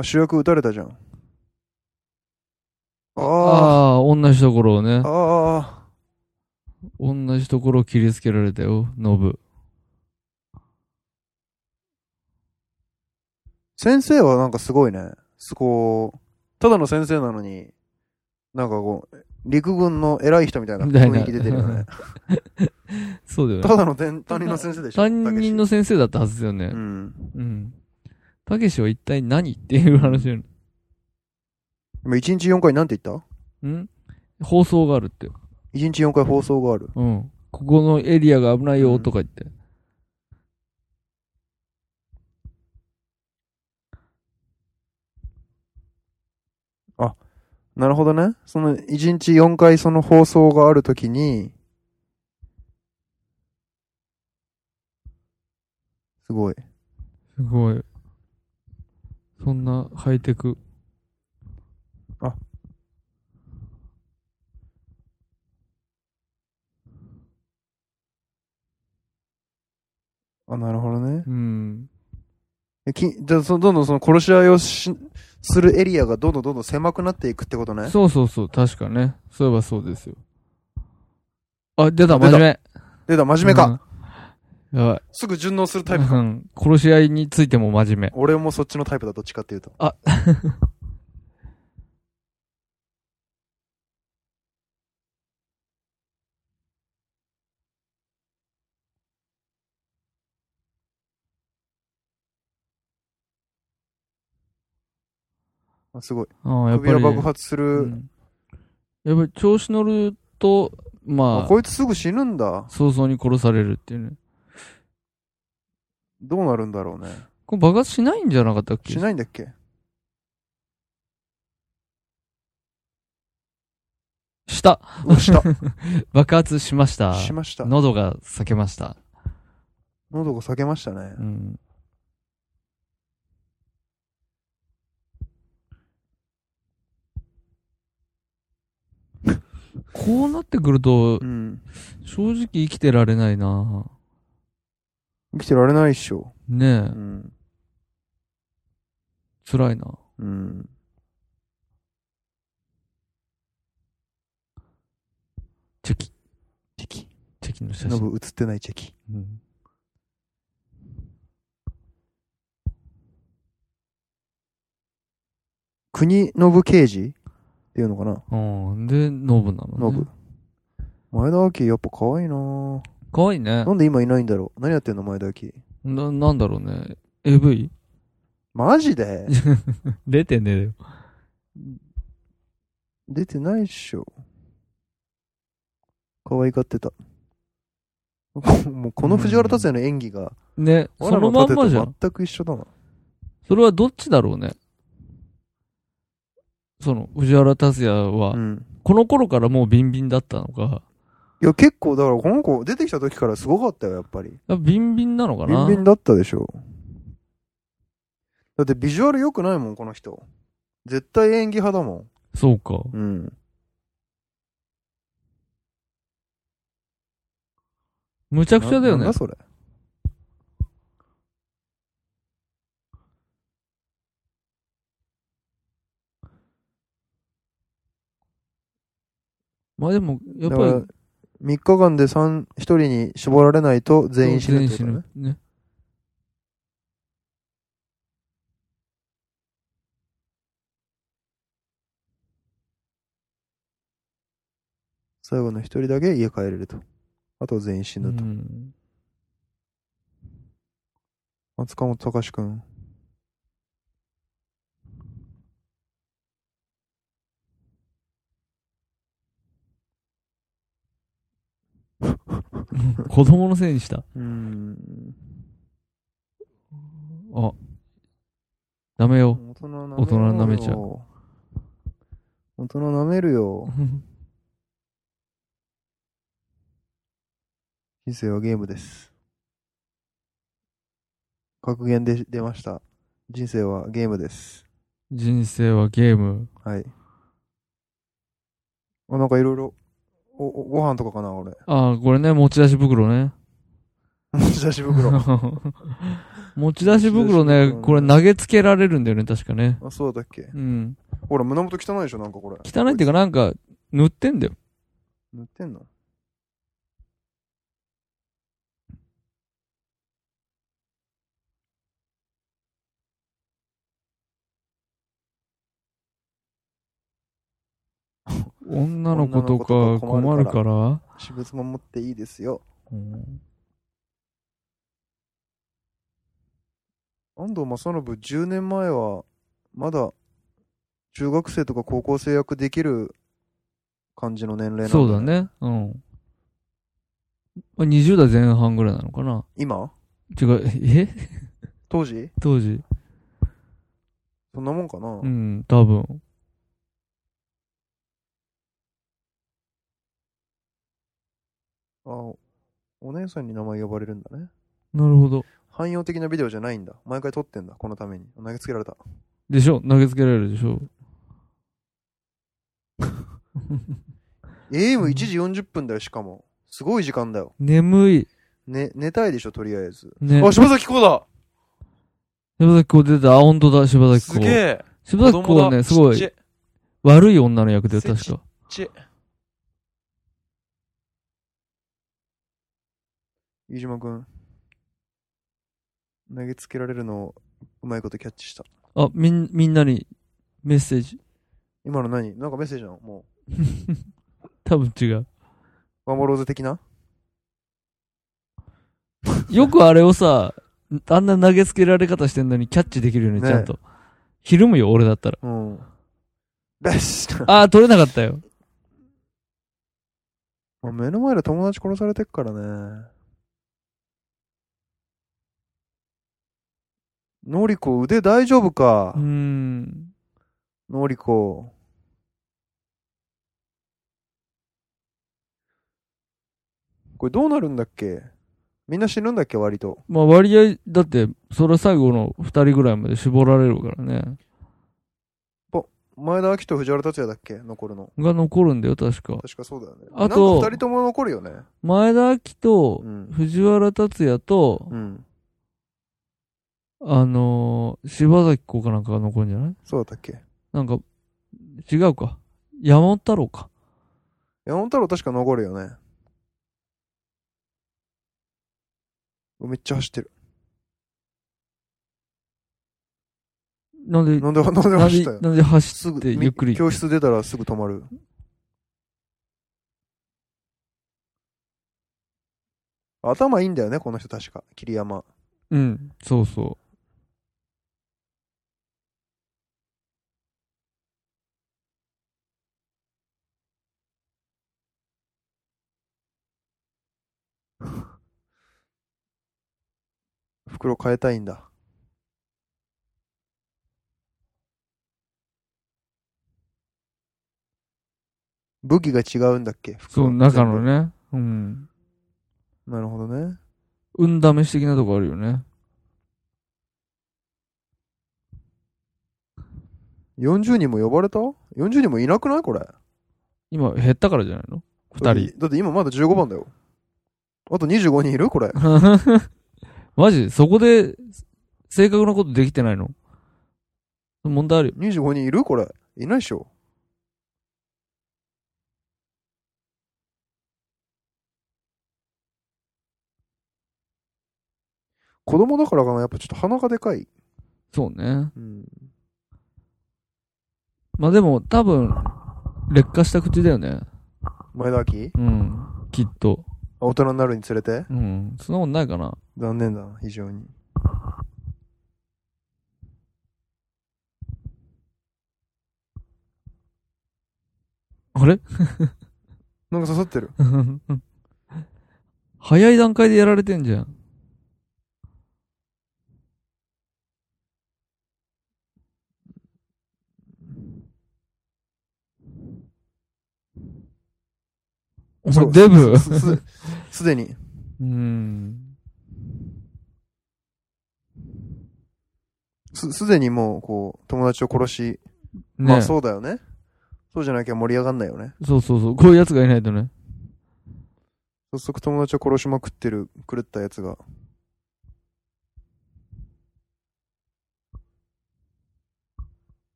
B: あ、主役撃たれたじゃん。あ
C: ああ、同じところをね
B: あ。。ああ。
C: 同じところを切りつけられたよ、ノブ。
B: 先生はなんかすごいね。すこう、ただの先生なのに、なんかこう、陸軍の偉い人みたいな雰囲気出てるよね。
C: そうだよね。
B: ただの担担任の先生でしょ
C: 担任の
B: た
C: 先生だったはずだよ
B: けしうん。
C: ね。うん。たけしは一体何っていう話よね。
B: 今1日4回なんて言った
C: ん放送があるって。
B: ?1 日4回放送がある。
C: うん。ここのエリアが危ないよとか言って。
B: なるほどね。その1日4回その放送があるときに、すごい。
C: すごい。そんなハイテク。
B: あ、なるほどね。
C: うん。
B: えきじゃあそのどんどんその殺し合いをしするエリアがどんどんどんどん狭くなっていくってことね。
C: そうそうそう、確かね。そういえばそうですよ。あ、出た、
B: 出
C: 真
B: た
C: 面目。
B: でだ、真面目か。
C: うん。やばい。
B: すぐ順応するタイプか。
C: うん。殺し合いについても真面目。
B: 俺もそっちのタイプだ、どっちかっていうと。
C: あ、
B: [laughs] あすごい。
C: ああ、やっぱり。
B: 首を爆発す
C: う
B: る。
C: んやっぱり調子乗ると、
B: あ
C: まあ、
B: こいつすぐ死ぬんだ。
C: 早々に殺されるっていうね。
B: どうなるんだろうね。
C: これ爆発しないんじゃなかったっけ
B: しないんだっ
C: [laughs]
B: け
C: した。
B: うわした。
C: 爆発しました。
B: しました。
C: 喉が裂けました。
B: 喉が裂けましたね
C: う。ん。こうなってくると
B: う、ん。
C: 正直生きてられないな
B: 生きてられないっしょ。
C: ね
B: う
C: え、
B: ん。
C: 辛いな。
B: うん。
C: チェキ。チェキ。チェキの写
B: ノ
C: 真。
B: ブ映ってないチェキ。
C: うん
B: 国ノブ刑事っていうのかな
C: うん。で、ノブなのね。
B: ノブ。前田明やっぱ可愛いなぁ
C: かわいいね
B: な。んで今いないんだろう何やってんの前田明。
C: な、なんだろうね。AV?
B: マジ
C: [laughs]
B: で
C: 出てねえよ。
B: 出てないっしょ。可愛がってた。もうこの藤原達也の演技が、
C: ね、
B: わ
C: そ
B: ら
C: のまん
B: 盾と
C: まじゃん。
B: 全く一緒だな。
C: それはどっちだろうね。その、藤原達也は
B: うん。
C: この頃からもうビンビンだったのか、
B: いや、結構、だからこの子出てきた時からすごかったよ、やっぱり。
C: やっぱビンビンなのか
B: ビ
C: な
B: ンビンだったでしょ。だってビジュアル良くないもん、この人。絶対演技派だも
C: そうか。
B: ん。うん。
C: むちゃくちゃだよ
B: な
C: ね
B: なんだ。それ。
C: まあでも、や
B: だ
C: っ
B: か
C: ぱ
B: ら、
C: り
B: 3日間で3、1人に絞られないと全員死ぬってこと
C: 全
B: ね
C: 員。死ぬね。
B: 最後の1人だけ家帰れると。あとは全員死ぬと。
C: うん
B: 松川本隆くん。
C: 子供のせいにした。
B: うん。
C: あ、ダメよ。
B: 大人な
C: 大人舐めちゃ
B: う。大人舐めるよ。人生はゲームです。格言で出ました。人生はゲームです。
C: 人生はゲーム。
B: はい。あ、なんかいろいろ、お、おご飯とかかな、
C: [laughs]
B: 俺。 [laughs]
C: ああ、これね、持ち出し袋ね。
B: 持ち出し袋。
C: 持ち出し袋
B: 持ち出し袋
C: ね
B: ね、
C: これ投げつけられるんだよね、確かね。
B: あ、そうだっけ。
C: うん。
B: ほら、胸元汚いでしょ、なんかこれ。
C: 汚いっていうか、なんか、塗ってんだよ。
B: 塗ってんの
C: 女の子とか
B: 女の子とか
C: 困
B: 困
C: る
B: る
C: か。
B: から私物も持っていいですよ。
C: うん
B: 安藤正信、10年前は、まだ、中学生とか高校生役できる感じの年齢なん
C: そうだ。ね。うん。まあ20代前半ぐらいなのかな。
B: 今
C: 違う、え [laughs]
B: 当時
C: 当時。
B: そんなもんかな、
C: うん、多分。
B: あお、お姉さんに名前呼ばれるんだね。
C: なるほど。
B: 汎用的なビデオじゃないんだ。毎回撮ってんだ、このために。投げつけられた。
C: でしょ投げつけられるでしょ
B: AM1 時40分だよ、しかも。すごい時間だよ。
C: 眠い。
B: ね、寝たいでしょ、とりあえず。
C: ね。
B: あ、柴咲コウだ
C: 柴崎こう出てた。あ、本当だ、柴崎こ
A: すげ
C: う。
A: え
C: 柴崎こうね、すご
A: ちっ
C: い、悪い女の役だよ、
A: せち
C: 確か。
A: ちゃいちっちゃい
B: 飯島くん。投げつけられるのを、うまいことキャッチした。
C: あ、みん、みんなにメッセージ。
B: 今の何なんかメッセージなのも
C: 多分違う。
B: う、ワンボローズ的な
C: よくあれをさ、あんな投げつけられ方してんのにキャッチできるよね、
B: ね
C: ちゃんと。ひるむよ、俺だったら。
B: うん。らしいな
C: あー、取れなかったよ。
B: [laughs] まあ目の前で友達殺されてっからね。ノリコ、腕大丈夫か
C: うーん。
B: ノリコ。これどうなるんだっけみんな死ぬんだっけ割と。
C: まあ割合、だって、それは最後の二人ぐらいまで絞られるからね。
B: 前田明と藤原達也だっけ残るの。
C: が残るんだよ、確か。
B: 確かそうだよね。
C: あと
B: なんか二人とも残るよね。
C: 前田明と
B: う、ん。
C: 藤原達也と
B: う、ん。
C: あのー、柴崎子かなんかが残るんじゃない
B: そうだったっけ
C: なんか、違うか。山本太郎か。
B: 山本太郎確か残るよね。めっちゃ走ってる。
C: なんで、
B: なんで、なんで
C: なん
B: 走っ
C: で
B: たよ、。
C: なんで走
B: す
C: っ
B: ぐ、
C: てゆっくり。
B: 教室出たらすぐ止まる。頭いいんだよね、この人確か。桐山。
C: うん、そうそ
B: 袋変えたいんだ。武器が違うんだっけ服
C: そう、中の
B: 全
C: ね。うん。
B: 部なるほどね。
C: 運試し的なとこあるよね。
B: 40人も呼ばれた ?40 人もいなくないこれ。
C: 今、減ったからじゃないの二人。
B: だって今まだ15番だよ。あと25人いるこれ。
C: [laughs] マジそこで、正確なことできてないの問題あるよ。
B: 25人いるこれ。いないでしょ。子供だからかなやっぱちょっと鼻がでかい。
C: そうね。
B: うん。
C: まあでも、多分、劣化した口だよね。
B: 前田明
C: うん。きっと。
B: あ大人になるにつれて
C: うん。そんなことないかな。
B: 残念だな、非常に。
C: あれ
B: なんか刺さって
C: [laughs]
B: る。
C: 早い段階でやられてんじゃん。お
B: そ
C: 前
B: う
C: デブ
B: すすすすでに。
C: うん。
B: す、すでにもう、こう、友達を殺し、
C: ね
B: まあ
C: そう
B: そうだよね。そうじゃなきゃ盛り上がんないよね。
C: そうそうこういうやつがいないとね。
B: 早速友達を殺しまくってる、狂ったやつが。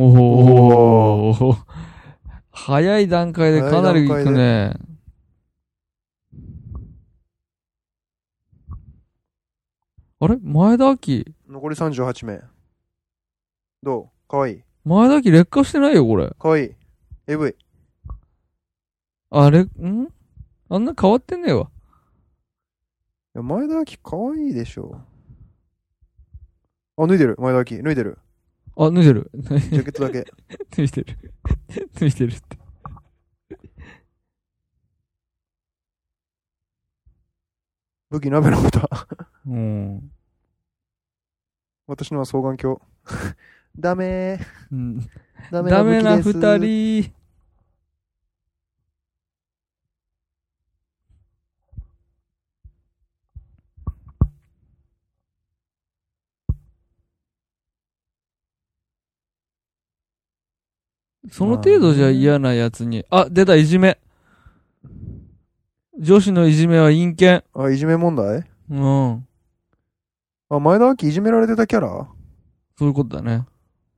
C: おお。早い段階でかなりいくね。あれ前田明。
B: 残り38名。どうかわいい。
C: 前田明劣化してないよ、これ。
B: かわいい。AV。
C: あれ、んあんな変わってねえわ。
B: いや前田明かわいいでしょ。あ、脱いでる。前田明。脱いでる。
C: あ、脱いでる。 [laughs]
B: ジャケットだけ。
C: 脱いでる。脱いでるって。
B: 武器鍋の蓋。
C: うん。
B: 私のは双眼鏡。 [laughs] ダメー。
C: うん
B: ダメな武
C: ダメ
B: 器
C: な
B: です
C: 二。人。その程度じゃ嫌なやつに。あ、出た、いじめ。女子のいじめは陰険。
B: あ、いじめ問題
C: うん。
B: あ、前田明いじめられてたキャラ
C: そういうことだね。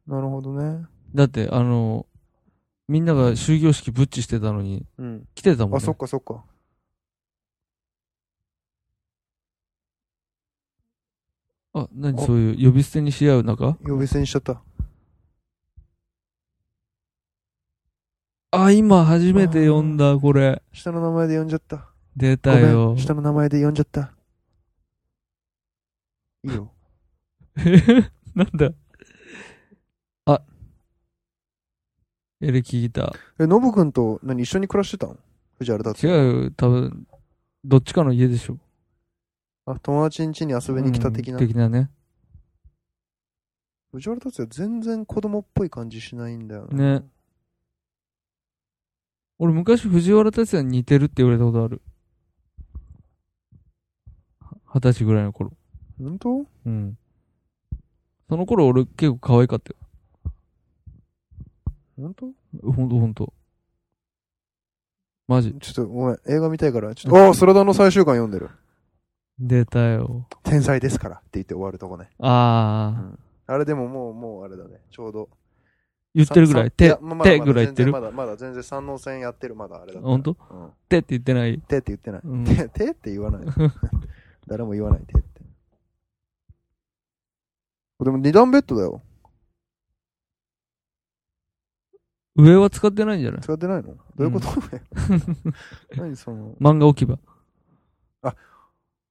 B: なるほどね。
C: だって、あの、みんなが終業式ブッチしてたのに、
B: うん。
C: 来てたもんね。
B: あ、そっかそっか。
C: あ、何そういう呼び捨てにし合う中
B: 呼び捨てにしちゃった。
C: あ、今初めて読んだ、これ。
B: 下の名前で呼んじゃった。
C: 出
B: ご
C: た
B: め
C: よ
B: ん。下の名前で呼んじゃった。いいよ。
C: えなんだあ。エレキギタ
B: え、ノブくんと何一緒に暮らしてたの藤原だっ
C: ー。
B: て。
C: 違うよ、多分、どっちかの家でしょ。
B: あ、友達ん家に遊びに来た的な。
C: うん的なね。
B: 藤原達也全然子供っぽい感じしないんだよな。
C: ね。俺昔藤原達也に似てるって言われたことある。二十歳ぐらいの頃。
B: 本当
C: うん。その頃俺結構可愛かったよ
B: 本当
C: ほんとほんと。マジ。
B: ちょっとごめん。映画見たいから。ちょっと、ああ、サラダの最終巻読んでる。
C: 出たよ。
B: 天才ですからって言って終わるとこね。
C: ああ、
B: あれでももう、もうあれだね。ちょうど。
C: 言ってるぐらい。
B: さん
C: 手
B: や、まあまだ
C: 手ぐらい言ってる
B: ま。だまだ全然三能戦やってる、まだあれだから。
C: ほんと
B: うん
C: 手って言ってない。
B: 手って言ってない。
C: うん
B: 手手って言わない。
C: [laughs]
B: 誰も言わない手って。でも二段ベッドだよ。
C: 上は使ってないんじゃない
B: 使ってないのどういうこと、 [laughs] 何その、
C: 漫画置き場。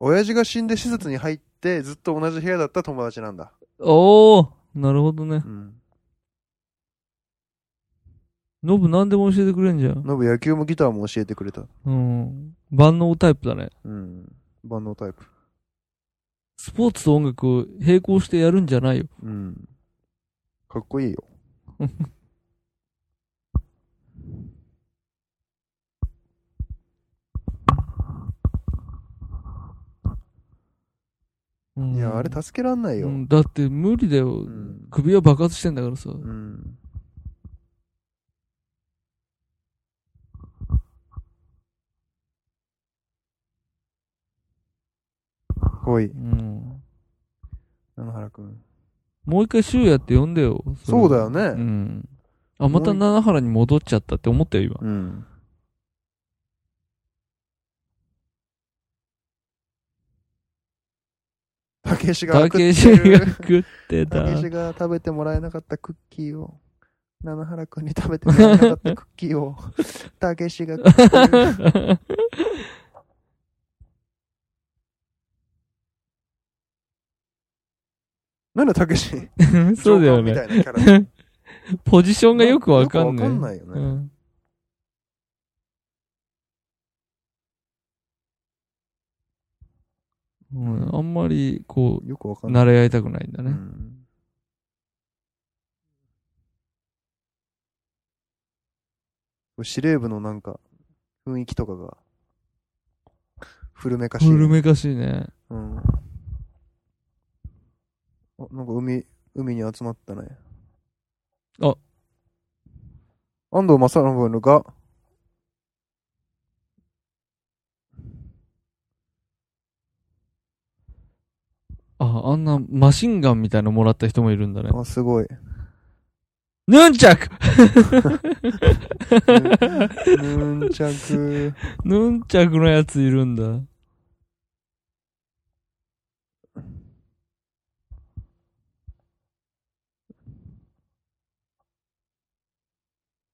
B: 親父が死んで施設に入ってずっと同じ部屋だった友達なんだ。
C: おおなるほどね
B: う。ん。
C: ノブ何でも教えてくれんじゃん。
B: ノブ野球もギターも教えてくれた。
C: うん。万能タイプだね。
B: うん。万能タイプ。
C: スポーツと音楽を並行してやるんじゃないよ。
B: うん。かっこいいよ。
C: うん
B: いや、あれ助けらんないよ。
C: う
B: うん
C: んだって無理だよ。首は爆発してんだからさ。
B: うん来い、
C: うん。
B: 野々原くん。
C: もう一回柊也って呼んでよ。れ
B: そうだよね
C: うん。あ、また七原に戻っちゃったって思ったよ、今。
B: うん。たけしが
C: た
B: 食って
C: け
B: る
C: しが食ってた
B: た。けしが食べてもらえなかったクッキーを、七原くんに食べてもらえなかったクッキー
C: [laughs]
B: を、たけしが食ってる。なんだたけし
C: [laughs] そうだよ
B: 長官み
C: ね。
B: たいなキャラ。
C: ポジションがよくわかんな
B: よくわ
C: い。
B: かんないよね
C: うんうん、あんまり、こ
B: よくわか
C: う、
B: んない。
C: 慣れ合いたくないんだ
B: う
C: ね。
B: ん司令部のなんか、雰囲気とかが、古めかしい。
C: 古めかしいね。
B: うん。あ、なんか海、海に集まったね。
C: あ。
B: 安藤正信が、
C: あ、あんなマシンガンみたいなのもらった人もいるんだね。
B: あ、すごい。
C: ヌンチャク [laughs]
B: ヌンチャク。
C: ヌンチャクのやついるんだ。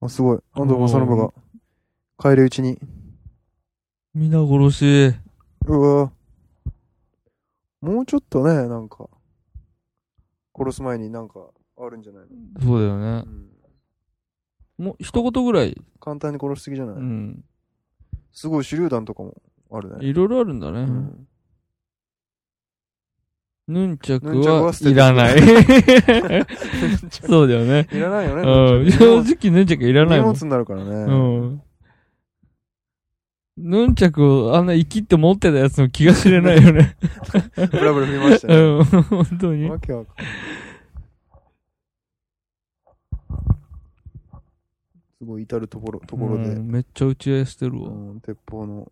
B: あ、すごい。安藤正信が、帰り討ちに。
C: 皆殺し。
B: うわもうちょっとね、なんか、殺す前になんかあるんじゃないの、
C: そうだよね
B: う。ん、
C: もう一言ぐらい。
B: 簡単に殺しすぎじゃない、
C: うん。
B: すごい手榴弾とかもあるね。
C: いろいろあるんだね。
B: うん
C: ヌンチャク
B: ヌンチャクは捨てて
C: はいらない。
B: [laughs]
C: そうだよね。
B: [laughs] いらないよね。 [laughs]
C: うん。正直ヌンチャクいらな
B: 荷
C: いもん
B: 物。になるからね。
C: うん。ヌンチャクをあんな生きって持ってたやつの気が知れな
B: [laughs]
C: いよね。
B: ブラブラ振りました
C: う
B: ね。
C: ん。本当に。
B: わけわかんない。すごい至るところ、ところで、
C: う
B: うん
C: んめっちゃ打ち合いしてるわ。
B: 鉄砲の。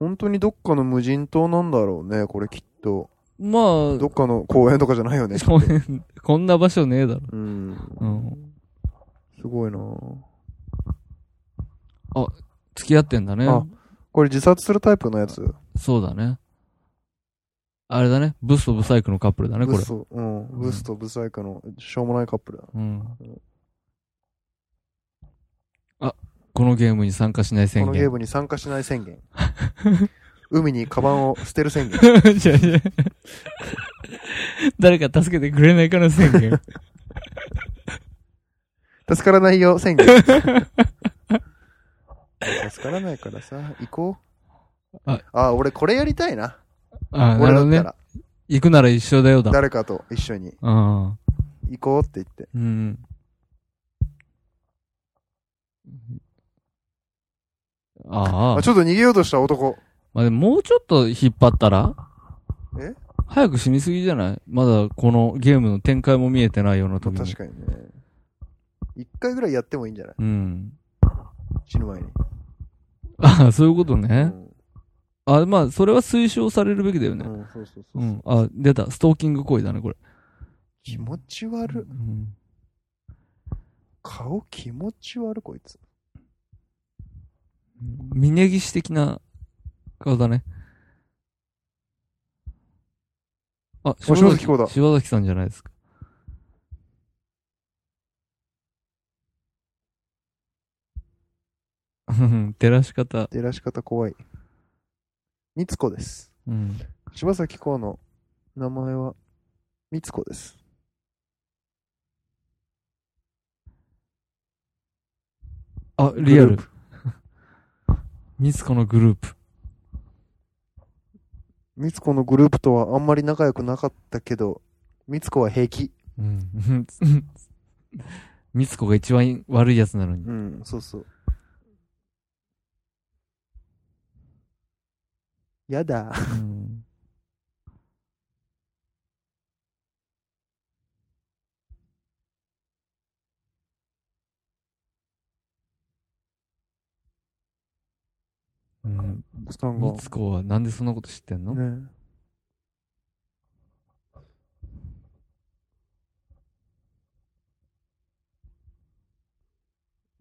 B: 本当にどっかの無人島なんだろうね、これきっと。
C: ま
B: どっかの公園とかじゃないよね。
C: あ、こんこんな場所ねえだろ。
B: うん。
C: うん。
B: すごいなぁ
C: 付き合ってんだね。
B: あこれ自殺するタイプのやつ。
C: そうだね。あれだね。ブスとブサイクのカップルだね、こ
B: ブ
C: れ
B: ス。と、うん。ブスとブサイクの、しょうもないカップルだ。
C: うん。あ、このゲームに参加しない
B: こ
C: 宣
B: のゲ
C: 言
B: ー。ムに参加しない宣言。 [laughs] 海にカバンを捨てる宣言。
C: [laughs] 違う違う誰か助けてくれないかの宣
B: [laughs]
C: 言。
B: 助からないよ宣言。助からないからさ、行こう。
C: あ
B: あ、俺これやりたいな。
C: あな
B: 俺
C: る
B: だ
C: ほど
B: った
C: ね。
B: ら、
C: 行くなら一緒だよだ。
B: 誰かと一緒に
C: うん。
B: 行こうって言って。
C: うん。あ
B: あ、
C: あ
B: ち。ょっと逃げようとした男。
C: まあ、でももうちょっと引っ張ったら
B: え
C: 早く死にすぎじゃないまだこのゲームの展開も見えてないような時に。
B: 確かにね。一回ぐらいやってもいいんじゃない
C: うん。 [laughs]
B: 死ぬ前に。
C: ああ、そういうこと
B: う
C: ね。
B: ん
C: あ、まあ、それは推奨されるべきだよね。
B: うん、そうそうそうう。
C: ん。あ、出た。ストーキング行為だね、これ。
B: 気持ち悪っ。
C: うん。
B: 顔気持ち悪いこいつ。
C: 峯岸的な顔だね。
B: お
C: あ、柴
B: 柴咲コウだ
C: 柴崎さんじゃないですか。 [laughs] うん照らし方。
B: 照らし方怖い。みつこです。
C: うん。
B: 柴咲コウの名前はみつこです。
C: あ、リア
B: グル
C: ル。 [laughs] ミツコのグループ。
B: みつこのグループとはあんまり仲良くなかったけど、みつこは平気。
C: うん。 [laughs] ミツコが一番悪いやつなのに
B: う。ん、そうそう。
D: やだ。
C: うんうん、
D: スタン
C: み
D: ゴ
C: つこはなんでそんなこと知ってんの、
D: ね。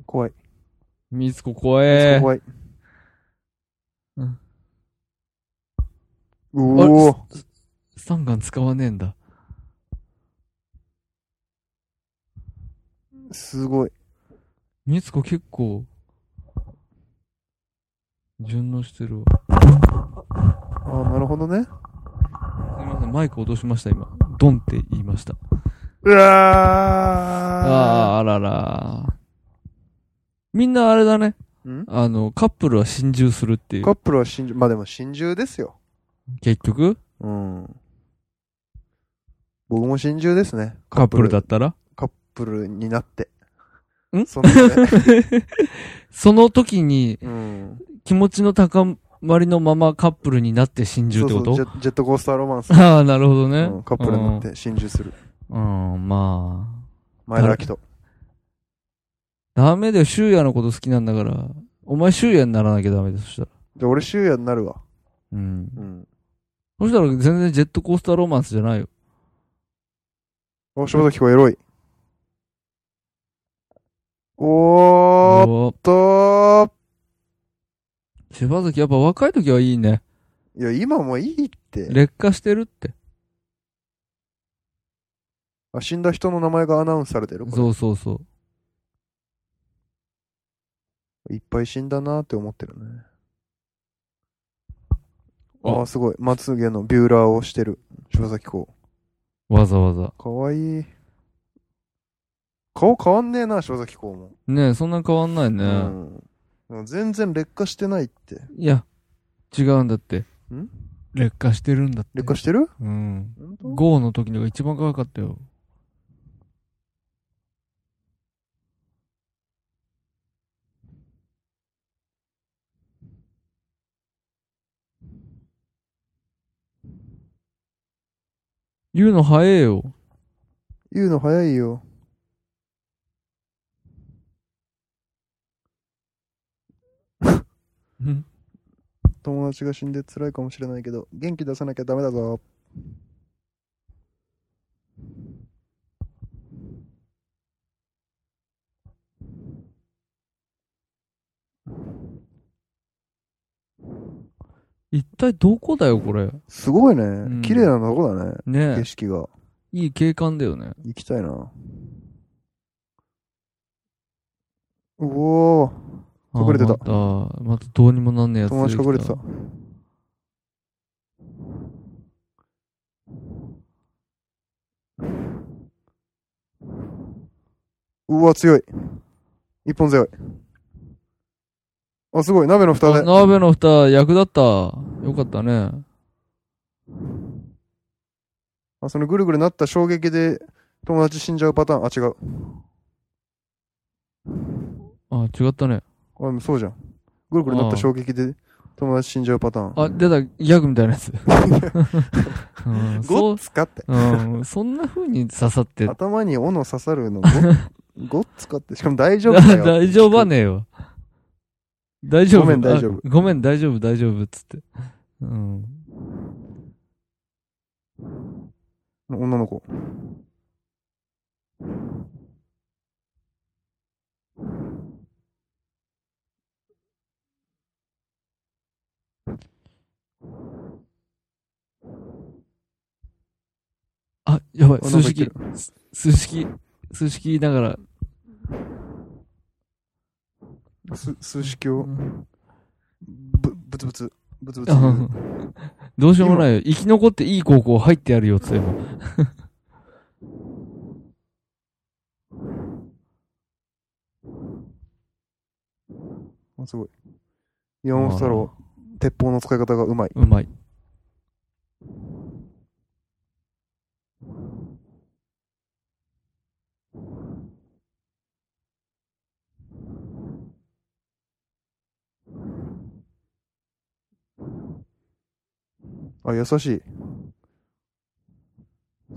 D: 怖い。
C: みつこ怖え
D: 怖い。
C: うん
D: うおー
C: スタンガン使わねえんだ。
D: すごい。
C: みつこ結構、順応してるわ。
D: ああ、なるほどね。
C: すみません、マイク落としました、今。ドンって言いました。
D: うわ
C: あー
D: あ
C: あらら。みんなあれだね。
D: ん
C: あの、カップルは心中するってい
D: カッ
C: う。
D: プルは真珠、まあでも真珠ですよ。
C: 結局、
D: うん。僕も真珠ですね。
C: カップルだったら
D: カップルになって。
C: ん
D: そんなね。
C: [laughs] その時に
D: うん。
C: 気持ちの高まりのままカップルになって心中ってこと
D: ジェジェットコースターロマンス。
C: ああ、なるほどね。
D: うんカップルになって真珠する。
C: うん。うん、ま
D: 前田明人。
C: あ。ダメだよ、修也のこと好きなんだから。お前修也にならなきゃダメだよ、そしたら。
D: で、俺、修也になるわ。
C: うん。
D: うん。
C: そしたら全然ジェットコースターロマンスじゃないよ。
D: お、柴崎子エロい。おーっ
C: おー
D: と
C: 柴崎やっぱ若い時はいいね。
D: いや、今もういいって。
C: 劣化してるって。
D: あ死んだ人の名前がアナウンスされてるこ
C: そうそうそう。
D: れいっぱい死んだなって思ってるね。
C: あ
D: ああ、すごい。まつげのビューラーをしてる。柴崎子。
C: わざわざ。
D: かわいい。顔変わんねえな、柴崎子も。
C: ねえ、そんな変わんないうね。
D: ん。でも全然劣化してないって。
C: いや、違うんだって。
D: ん
C: 劣化してるんだって。
D: 劣化してる
C: うん。
D: 本当
C: ゴーの時のが一番可愛かったよ。言うの早えよ。
D: 言うの早いよ。友達が死んで辛いかもしれないけど、元気出さなきゃダメだぞ。
C: 一体どこだよ、これ。
D: すごいね。
C: ん
D: 綺麗なとこだね。
C: ね
D: 景色が。
C: え、いい景観だよね。
D: 行きたいな。うおー。隠れてた
C: あーまた、またどうにもなんねえやつ
D: 友達隠れてた。うわ、強い。一本強い。あ、すごい。鍋の蓋
C: あ
D: で。
C: 鍋の蓋、役立った。よかったね。
D: あ、そのぐるぐるなった衝撃で友達死んじゃうパターン。あ、違う。
C: あ、違ったね。
D: あ、でもそうじゃん。ぐるぐるなった衝撃で友達死んじゃうパターン。
C: あ、出た、ギャグみたいなや
D: [laughs]
C: つ。うん、
D: ご
C: そ
D: っ
C: う、
D: つかって。
C: うん、そんな風に刺さって。
D: 頭に斧刺さ
C: [laughs]
D: るのごごっつかって。しかも大丈夫だよ。
C: 大丈夫はねえわ。大丈夫。
D: ごめん大丈
C: あ
D: 夫
C: ごめん、大丈夫、大丈夫、つって。うん。
D: 女の子。
C: あ、やばい、
D: あ
C: 数式、数式、数式言いながら。
D: す数式を
C: うん
D: ぶ、ぶつぶつ、ぶつぶつ
C: あ。うんどうしようもないよ。生き残っていい高校入ってやるよ、つって今。
D: あすごい。山本太郎、鉄砲の使い方がうまい。
C: うまい。
D: あ、優しい。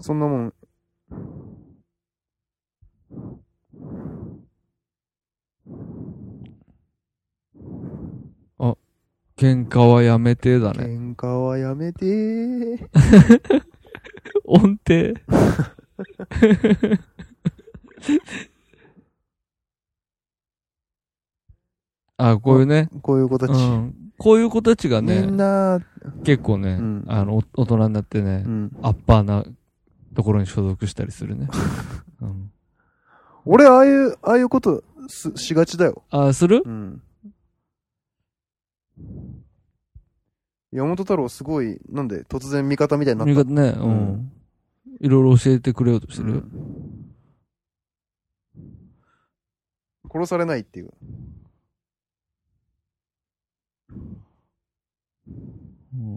D: そんなもん。
C: 喧嘩はやめてだね。
D: 喧嘩はやめてー。
C: 音程。 [laughs] あ、こういうね、
D: こういう子たち。
C: うん。こういう子たちが
D: み
C: ね
D: ん、な、
C: 結構ね、
D: うん
C: あの、お大人になってね、
D: うん。
C: アッパーなところに所属したりす
D: [laughs]
C: るね。うん、
D: 俺、ああいう、ああいうことす、しがちだよ。
C: あ、する
D: うん。山本太郎すごい、なんで突然味方みたいになっ
C: 味
D: た
C: 方ね、うん。いろいろ教えてくれようとしてるよ。
D: うん殺されないっていう。
C: うん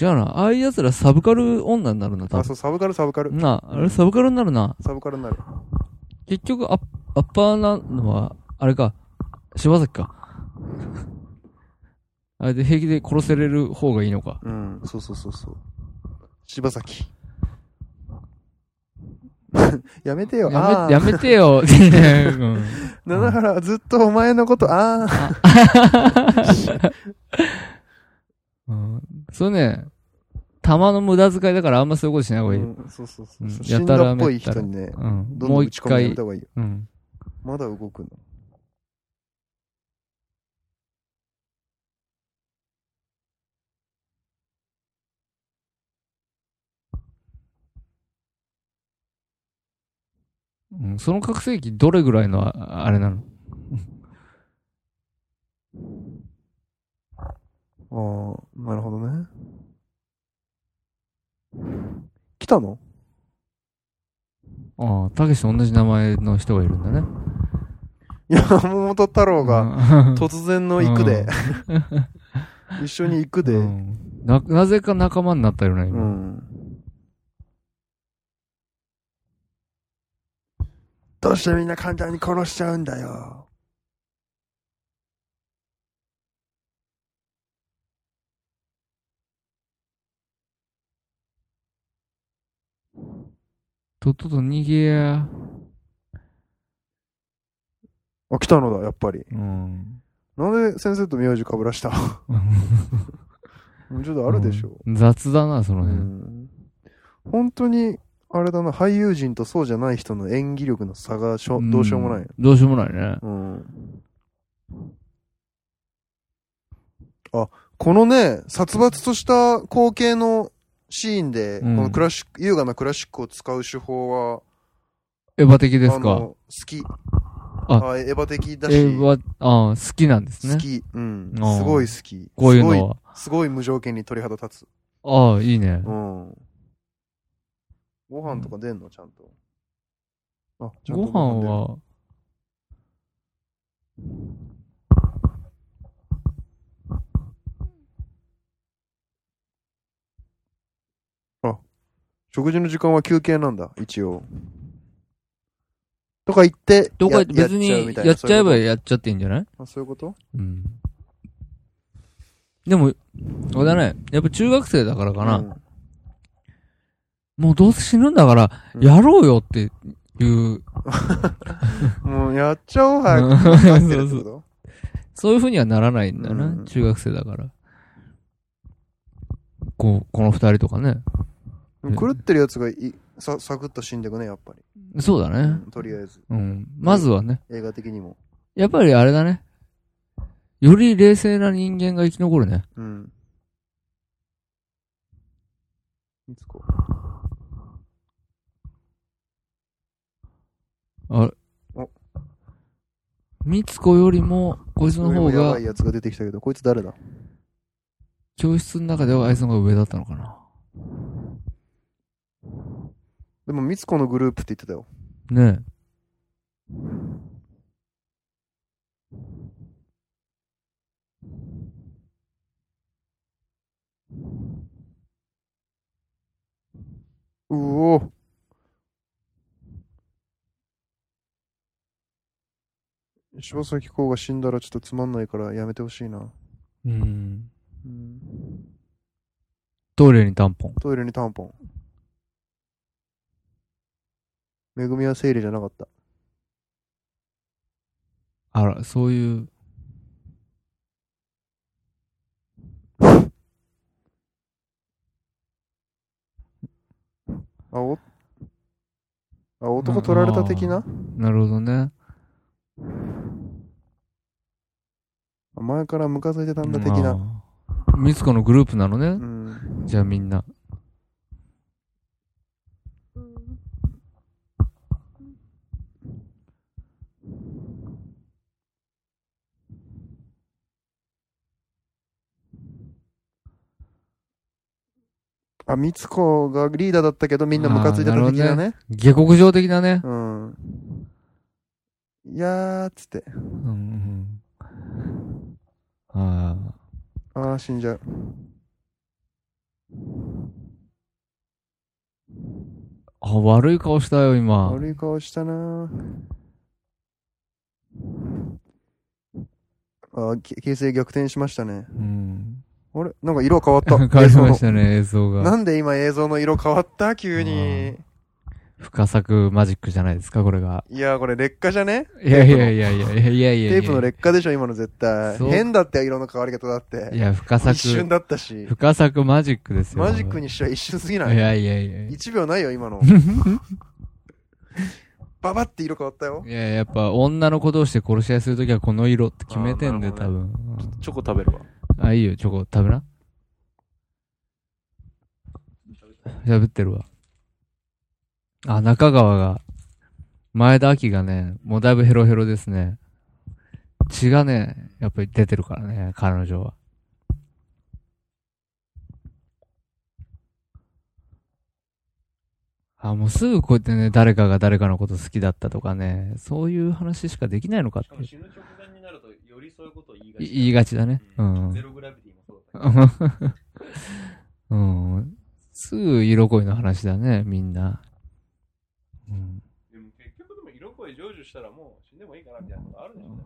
C: 違うな。ああいう奴らサブカル女になるな、多
D: あ、
C: 分。
D: そう、サブカルサブカル。
C: なあ、あれサブカルになるな。
D: サブカルになる。
C: 結局アッ、アッパーなのは、あれか、柴崎か。 [laughs] あれで平気で殺せれる方がいいのか。
D: うん、そうそうそうそう。柴崎。 [laughs] やめてよ、
C: や
D: あ
C: め、や
D: あ。
C: めて
D: [laughs]
C: よ。 [laughs] うん
D: 七原、ずっとお前のこと、ああ。
C: うんそれね、弾の無駄遣いだからあんまそういうことしない方
D: う
C: がいい。
D: んそうそうそうう。
C: ん
D: 死
C: や
D: ん
C: た
D: だ
C: ら
D: っ
C: め
D: ぽい
C: ったら
D: 人にね、
C: うん。
D: どん
C: も
D: どん
C: う
D: 打ち
C: 一
D: 込みやめ
C: 回
D: た。方がいいよ。
C: うん。
D: まだ動くの。
C: うんその覚醒器どれぐらいのああれなの
D: ああ、なるほどね。来たの
C: ああ、たけしと同じ名前の人がいるんだね。
D: 山本太郎が
C: が
D: 突然の行くで、一緒に行くで、うん。
C: な、なぜか仲間になったよね、今。
D: どうしてみんな簡単に殺しちゃうんだよ。
C: とっとと逃げや。
D: あ、来たのだ、やっぱり。
C: うん。
D: なんで先生と名字かぶらした [laughs] ちょっとあるでしょ。
C: うん雑だな、そうの辺。
D: ん本当に、あれだな、俳優陣とそうじゃない人の演技力の差がしょ、どうしようもない
C: ん。どうしようもないね。
D: うん。あ、このね、殺伐とした光景のシーンで、
C: うん
D: このクラシック、優雅なクラシックを使う手法は、
C: エヴァ的です
D: あ
C: か。
D: の、好き。
C: あ
D: あエヴァ的だし、
C: エヴァ、ああ、好きなんですね
D: 好。き。うん。
C: あー
D: すごい好き。
C: こういう
D: す
C: の
D: ごい
C: は。
D: すごい無条件に鳥肌立つ。
C: ああ、いいね
D: う。ん。ご飯とか出んのちゃんと。あ、ちゃん
C: ご
D: と
C: 飯は、
D: 食事の時間は休憩なんだ、一応。とか言って、
C: どこか
D: や
C: 別に
D: やっちゃうみたいな
C: やっちゃえば
D: そういう
C: やっちゃっていいんじゃない
D: ことあそういうこと
C: うん。でも、あれだね。やっぱ中学生だからかな。
D: うん
C: もうどうせ死ぬんだから、
D: うん
C: やろうよっていう、
D: もうやっちゃ
C: [laughs]
D: おう、早
C: うん
D: く。なってるって
C: [laughs]
D: こと
C: そういう風にはならないんだよな、
D: うん
C: 中学生だから。こう、この二人とかね。
D: でも狂ってるやつがいさサクッと死んでくね、やっぱり。
C: そうだ
D: う
C: ね。
D: んとりあえず、
C: うん。まずはね。
D: 映画的にも。
C: やっぱりあれだね。より冷静な人間が生き残るね。
D: うん。いつか。
C: あれ
D: お。
C: みつこよりも、こいつの方
D: やば
C: が
D: い、やつが出てきたけど、こいつ誰だ
C: 教室の中ではあいつの方が上だったのかな。
D: でも、みつこのグループって言ってたよ。
C: ねえ。
D: うおー柴咲コウが死んだらちょっとつまんないからやめてほしいな。
C: うん。
D: うん。
C: トイレにタンポン。
D: トイレにタンポン。めぐみは生理じゃなかった。
C: あら、そういう。
D: あ、お、あ、男取られた的な
C: なるほどね。
D: あ前からムカついてたんだ的な。
C: あー。ミツコのグループなの
D: う
C: ね。
D: ん。
C: じゃあみんな。
D: あ、みつこがリーダーだったけどみんなムカついてた的な
C: あーなるほど
D: ね。
C: 下克上的だね。
D: うん。いやーっつって。
C: うんうん。ああ。
D: あー死んじゃう。
C: あ、悪い顔したよ、今。
D: 悪い顔したなーあー、け形勢逆転しましたね。
C: うん。
D: あれなんか色変わっ
C: [laughs]
D: た。
C: 変わりまし
D: 映
C: たね、映像
D: 像 [laughs] のな
C: が。
D: んで今映像の色変わった急に。
C: 深作マジックじゃないですか、これが。
D: いやーこれ劣化じゃね
C: いやいやいやいやいやいやいや
D: テープの劣化でしょ今の絶対。
C: そう
D: 変だって色の変わり方だって。
C: いや、深
D: 一瞬
C: 作。
D: だったし。
C: 深作マジックですよ。
D: マジックにしては一瞬すぎ
C: い
D: ない。
C: やいやいや。い
D: 1秒ないよ、
C: [laughs]
D: 今の。ババって色変わったよ。
C: や、やっぱ女の子同士で殺し合いするときはこの色って決めてん
B: あ
C: で、
B: ーな
C: 多
B: るほ
C: 分。
B: チョコ食べるわ。
C: あ、いいよ、チョコ、食べな。喋ってるわ。あ、中川が、前田明がね、もうだいぶヘロヘロですね。血がね、やっぱり出てるからね、彼女は。あ、もうすぐこうやってね、誰かが誰かのこと好きだったとかね、そういう話しかできないのかって
B: 死ぬ直前になると、よりそういうことを言い
C: い言いがちだね。うん。
B: ログラビティもそう
C: [laughs] うん。すぐ色恋の話だね、みんな。うん、
B: でも結局でも色恋成就したらもう死んでもいいかなみたいなことあるんだよね。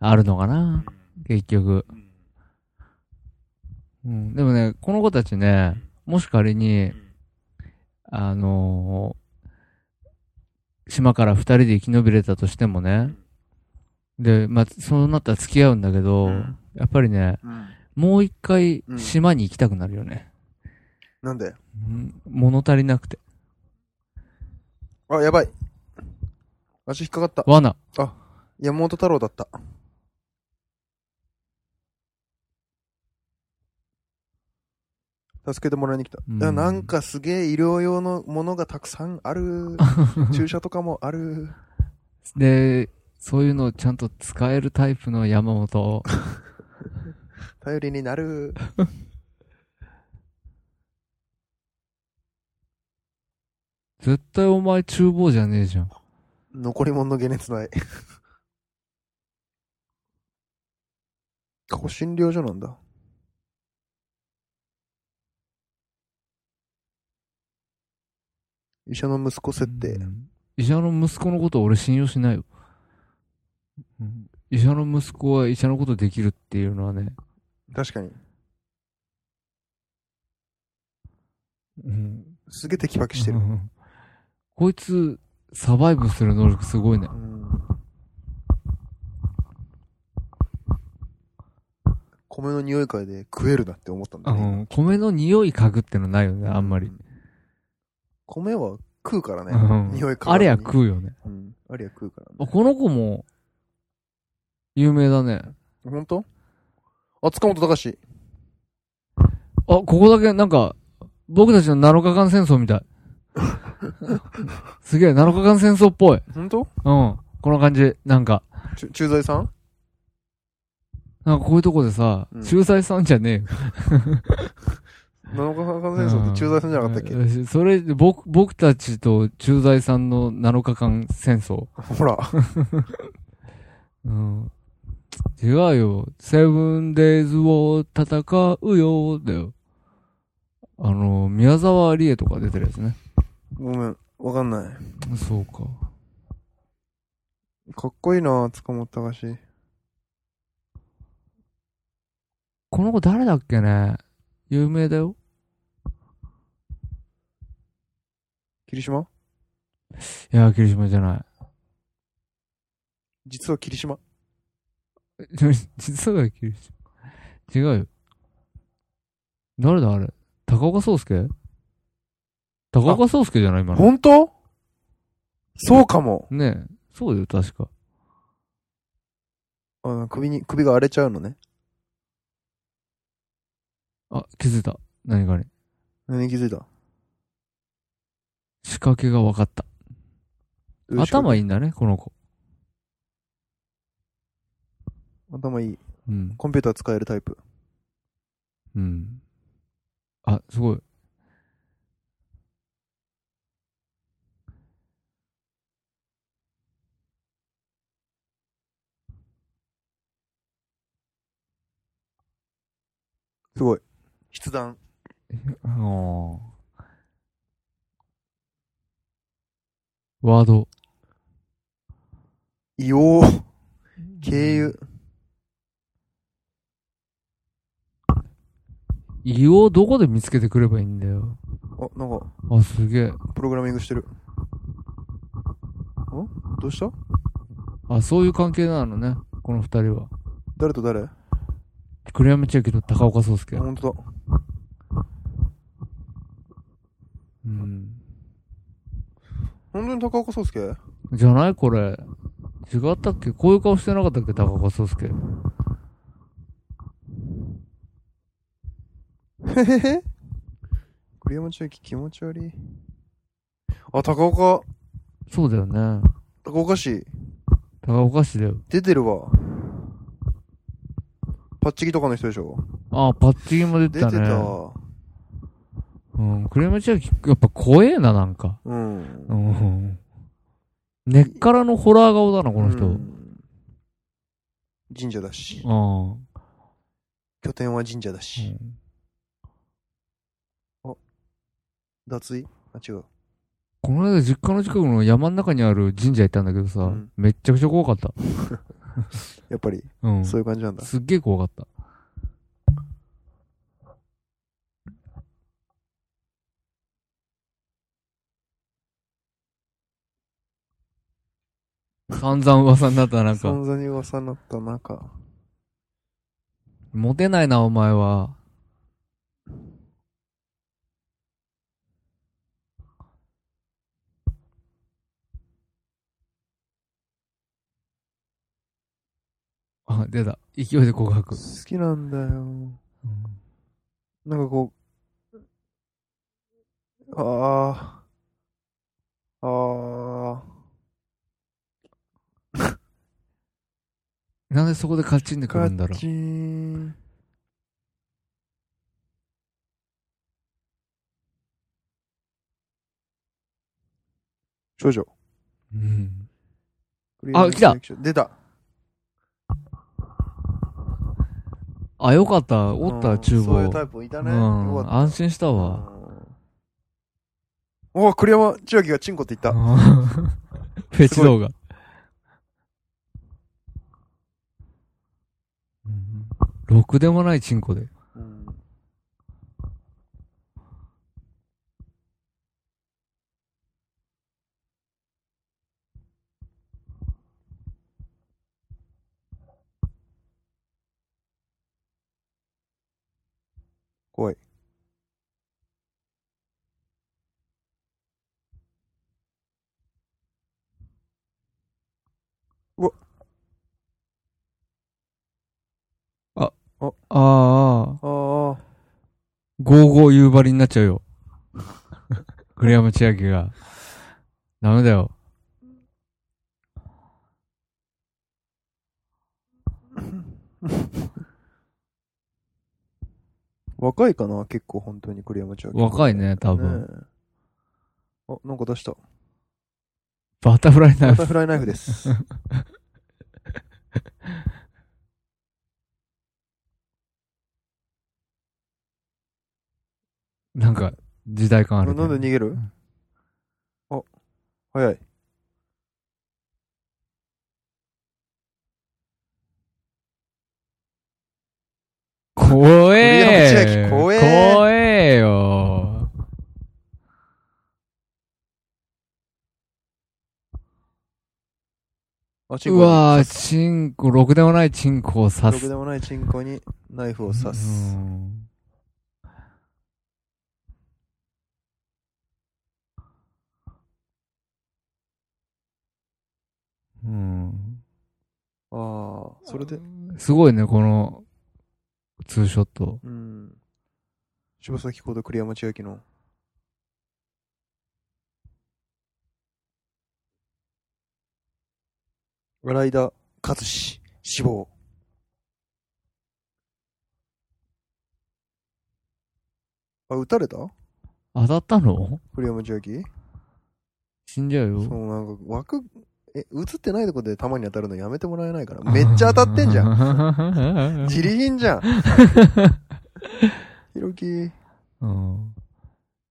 C: あるのかな結局、うん。でもね、この子たちね、もし仮に、あのー島から二人で生き延びれたとしてもね、で、まあ、そうなったら付き合うんだけど、
B: うん
C: やっぱりね、もう一回島に行きたくなるよね。
D: なんで
C: うん物足りなくて。
D: あ、やばい。足引っかかった。
C: 罠。
D: 山本太郎だった。助けてもらいに来た。
C: うん
D: いやなんかすげえ医療用のものがたくさん
C: [laughs]
D: ある。注射とかもある。
C: で、そういうのをちゃんと使えるタイプの山 [laughs] 本。
D: 頼りになる。
C: 絶対お前厨房じゃねえじゃん。
D: 残り物の解
C: [laughs]
D: 熱剤。ここ診療所なんだ。医者の息子設定。
C: うん医者の息子のこと俺信用しないよ。うん医者の息子は医者のことできるっていうのはね、
D: 確かに。
C: うん、
D: すげえテキパキしてる
C: う。んこいつ、サバイブする能力すごいね
D: う。ん。米の匂い嗅いで食えるなって思ったん
C: う
D: だね。
C: ん、米の匂い嗅ぐってのないよね、あんまり。
D: 米は食うからね。
C: うん
D: 匂い嗅ぐ。
C: あれや食うよね。
D: うん。あれや食うからね。
C: あこの子も、有名だね。
D: 本当あ、塚本隆。
C: あ、ここだけ、なんか、僕たちの7日間戦争み
D: [laughs]
C: たい。すげえ、7日間戦争っぽい。うん。
D: 本当
C: この感じ、なんか。
D: ちゅ駐在さん
C: なんかこういうとこでさ、
D: うん
C: 仲裁さんじゃねえよ。
D: 七日間戦争って駐在さんじゃなかったっけ、
C: うんそれ、僕、僕たちと駐在さんの7日間戦争。
D: ほら。
C: うん。違うよ。セブンデイズを戦うよ、だよ。あの、宮沢りえとか出てるやつね。
D: ごめん。わかんない。
C: そうか。
D: かっこいいな塚本隆。
C: この子誰だっけね有名だよ。
D: 霧島
C: いや、霧島じゃな
D: 実は霧島。
C: い。 [laughs] 実は霧島。違うよ。誰だあれ高岡壮介高岡壮介じゃない今の。
D: 本当そうかも。
C: ねえ。そうよ、確か。
D: あの首に、首が荒れちゃうのね。
C: あ、気づいた。何かに。
D: 何に気づいた
C: 仕掛けが分かった。頭いいんだね、この子。
D: 頭いい。
C: うん。
D: コンピューター使えるタイプ。
C: うん。あ、すごい。
D: すごい。筆談。
C: あーワード。
D: いよー。経由。
C: 胃をどこで見つけてくればいいんだよ。
D: あ、なんか、
C: あ、すげえ。
D: プログラミングしてる。んどうした
C: あ、そういう関係なのね。この二人は。
D: 誰と誰あ、
C: 栗山千明と高岡壮介。
D: ほんとだ。
C: うん。
D: 本当に高岡壮介
C: じゃないこれ。違ったっけこういう顔してなかったっけ高岡壮介。
D: へへへ。栗山千明気持ち悪い。あ、高岡、
C: そうだよね。
D: 高岡市、
C: 高岡市だよ。
D: 出てるわ。パッチギとかの人でしょ
C: あ、パッチギも出て
D: 出
C: た
D: て
C: ね。
D: た。
C: うん。栗山千明、やっぱ怖えな、なんか。
D: うん
C: う。ん。根っからのホラー顔だな、この人。
D: うん神社だし。
C: ああ。
D: 拠点は神社だ
C: う
D: し。
C: ん
D: 脱衣あ、違う。
C: この間実家の近くの山の中にある神社行ったんだけどさ、
D: うん
C: めっちゃくちゃ怖かった。
D: やっぱり、
C: うん。
D: そ
C: す
D: ういう感じなんだ。
C: っげえ怖
D: [laughs]
C: かった。散々噂になった、なんか。
D: 散々に噂になった中。
C: モテないな、お前は。あ、出た。勢いで告白
D: 好。きなんだよ。なんかこう、ああ、あ
C: なんでそこでカチンで
D: あ、
C: くるんだろ
D: チーン。少女。
C: う。うん。あ来た
D: 出た
C: あ、よかった。おった、厨
D: うん
C: 房。
D: そういうタイプいたね。
C: うん
D: よかった
C: 安心したわ。
D: うんお栗山千秋がチンコって
C: [laughs]
D: 言った。
C: うんフェチ動画。うんろくでもないチンコで。
D: うん怖い。
C: ああ、
D: ああ。
C: ゴーゴー夕張になっちゃうよ。栗山千明が。ダメだよ。
D: 若いかな結構本当に栗山千秋。
C: 若いね、多
D: 多
C: 分。
D: あ、なんか出した。
C: バタフライナイ
D: バ
C: フ
D: タ。フライナイ
C: [laughs]
D: フです。
C: なんか、時代感ある、
D: なんで逃げるあ、早い。
C: 怖え
D: 栗山千明怖え
C: 怖えよ。
D: あ、チン
C: う
D: コに。
C: わぁ、チンコ、ろくでもないチンコを刺
D: ろく
C: す。
D: でもないチンコにナイフを刺
C: う
D: す。
C: んうん。
D: ああ、それで、
C: すごいね、この、ツーショット。
D: うん。柴咲コウと栗山千明の。笑い田勝志、死亡。あ、撃たれた
C: 当たったの
D: 栗山千明
C: 死んじゃう
D: そ
C: よ。
D: う、なんか枠、え、映ってないとこで弾に当たるのやめてもらえないかな。めっちゃ当たってんじゃん。
C: ん
D: 自利品じゃん。ひろき、ひ
C: [laughs] うん。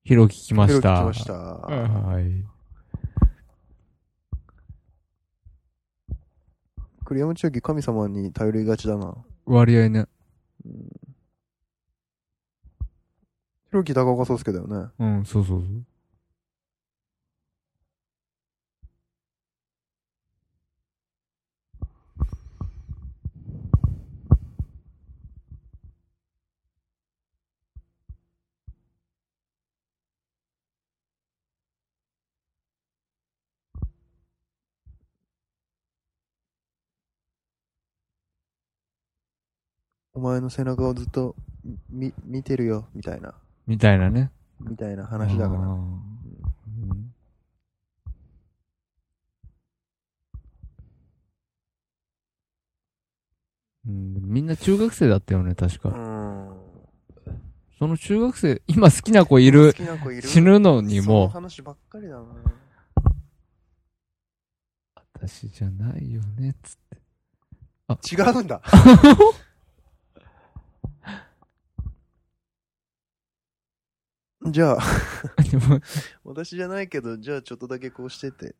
C: ひろき来ま
D: ろき
C: し
D: 来
C: た。
D: ました。
C: はい。
D: 栗山千明神様に頼りがちだな。
C: 割合ね。
D: うんひろき高岡壮介だよね。
C: うん、そうそうそう。
D: お前の背中をずっと見、見てるよ、みたいな、
C: みたいなね。
D: みたいな話だから。
C: うんうん、みんな中学生だったよね、確
D: う
C: か。
D: ん。
C: その中学生、今好きな子いる
D: 好、きな子いる
C: 死ぬのに
D: その
C: も、
D: 話ばっかりだな。
C: 私じゃないよね、つって。
D: 違うんだ。じゃあ、
C: でも
D: 私じゃないけど、じゃあちょっとだけこうしてて。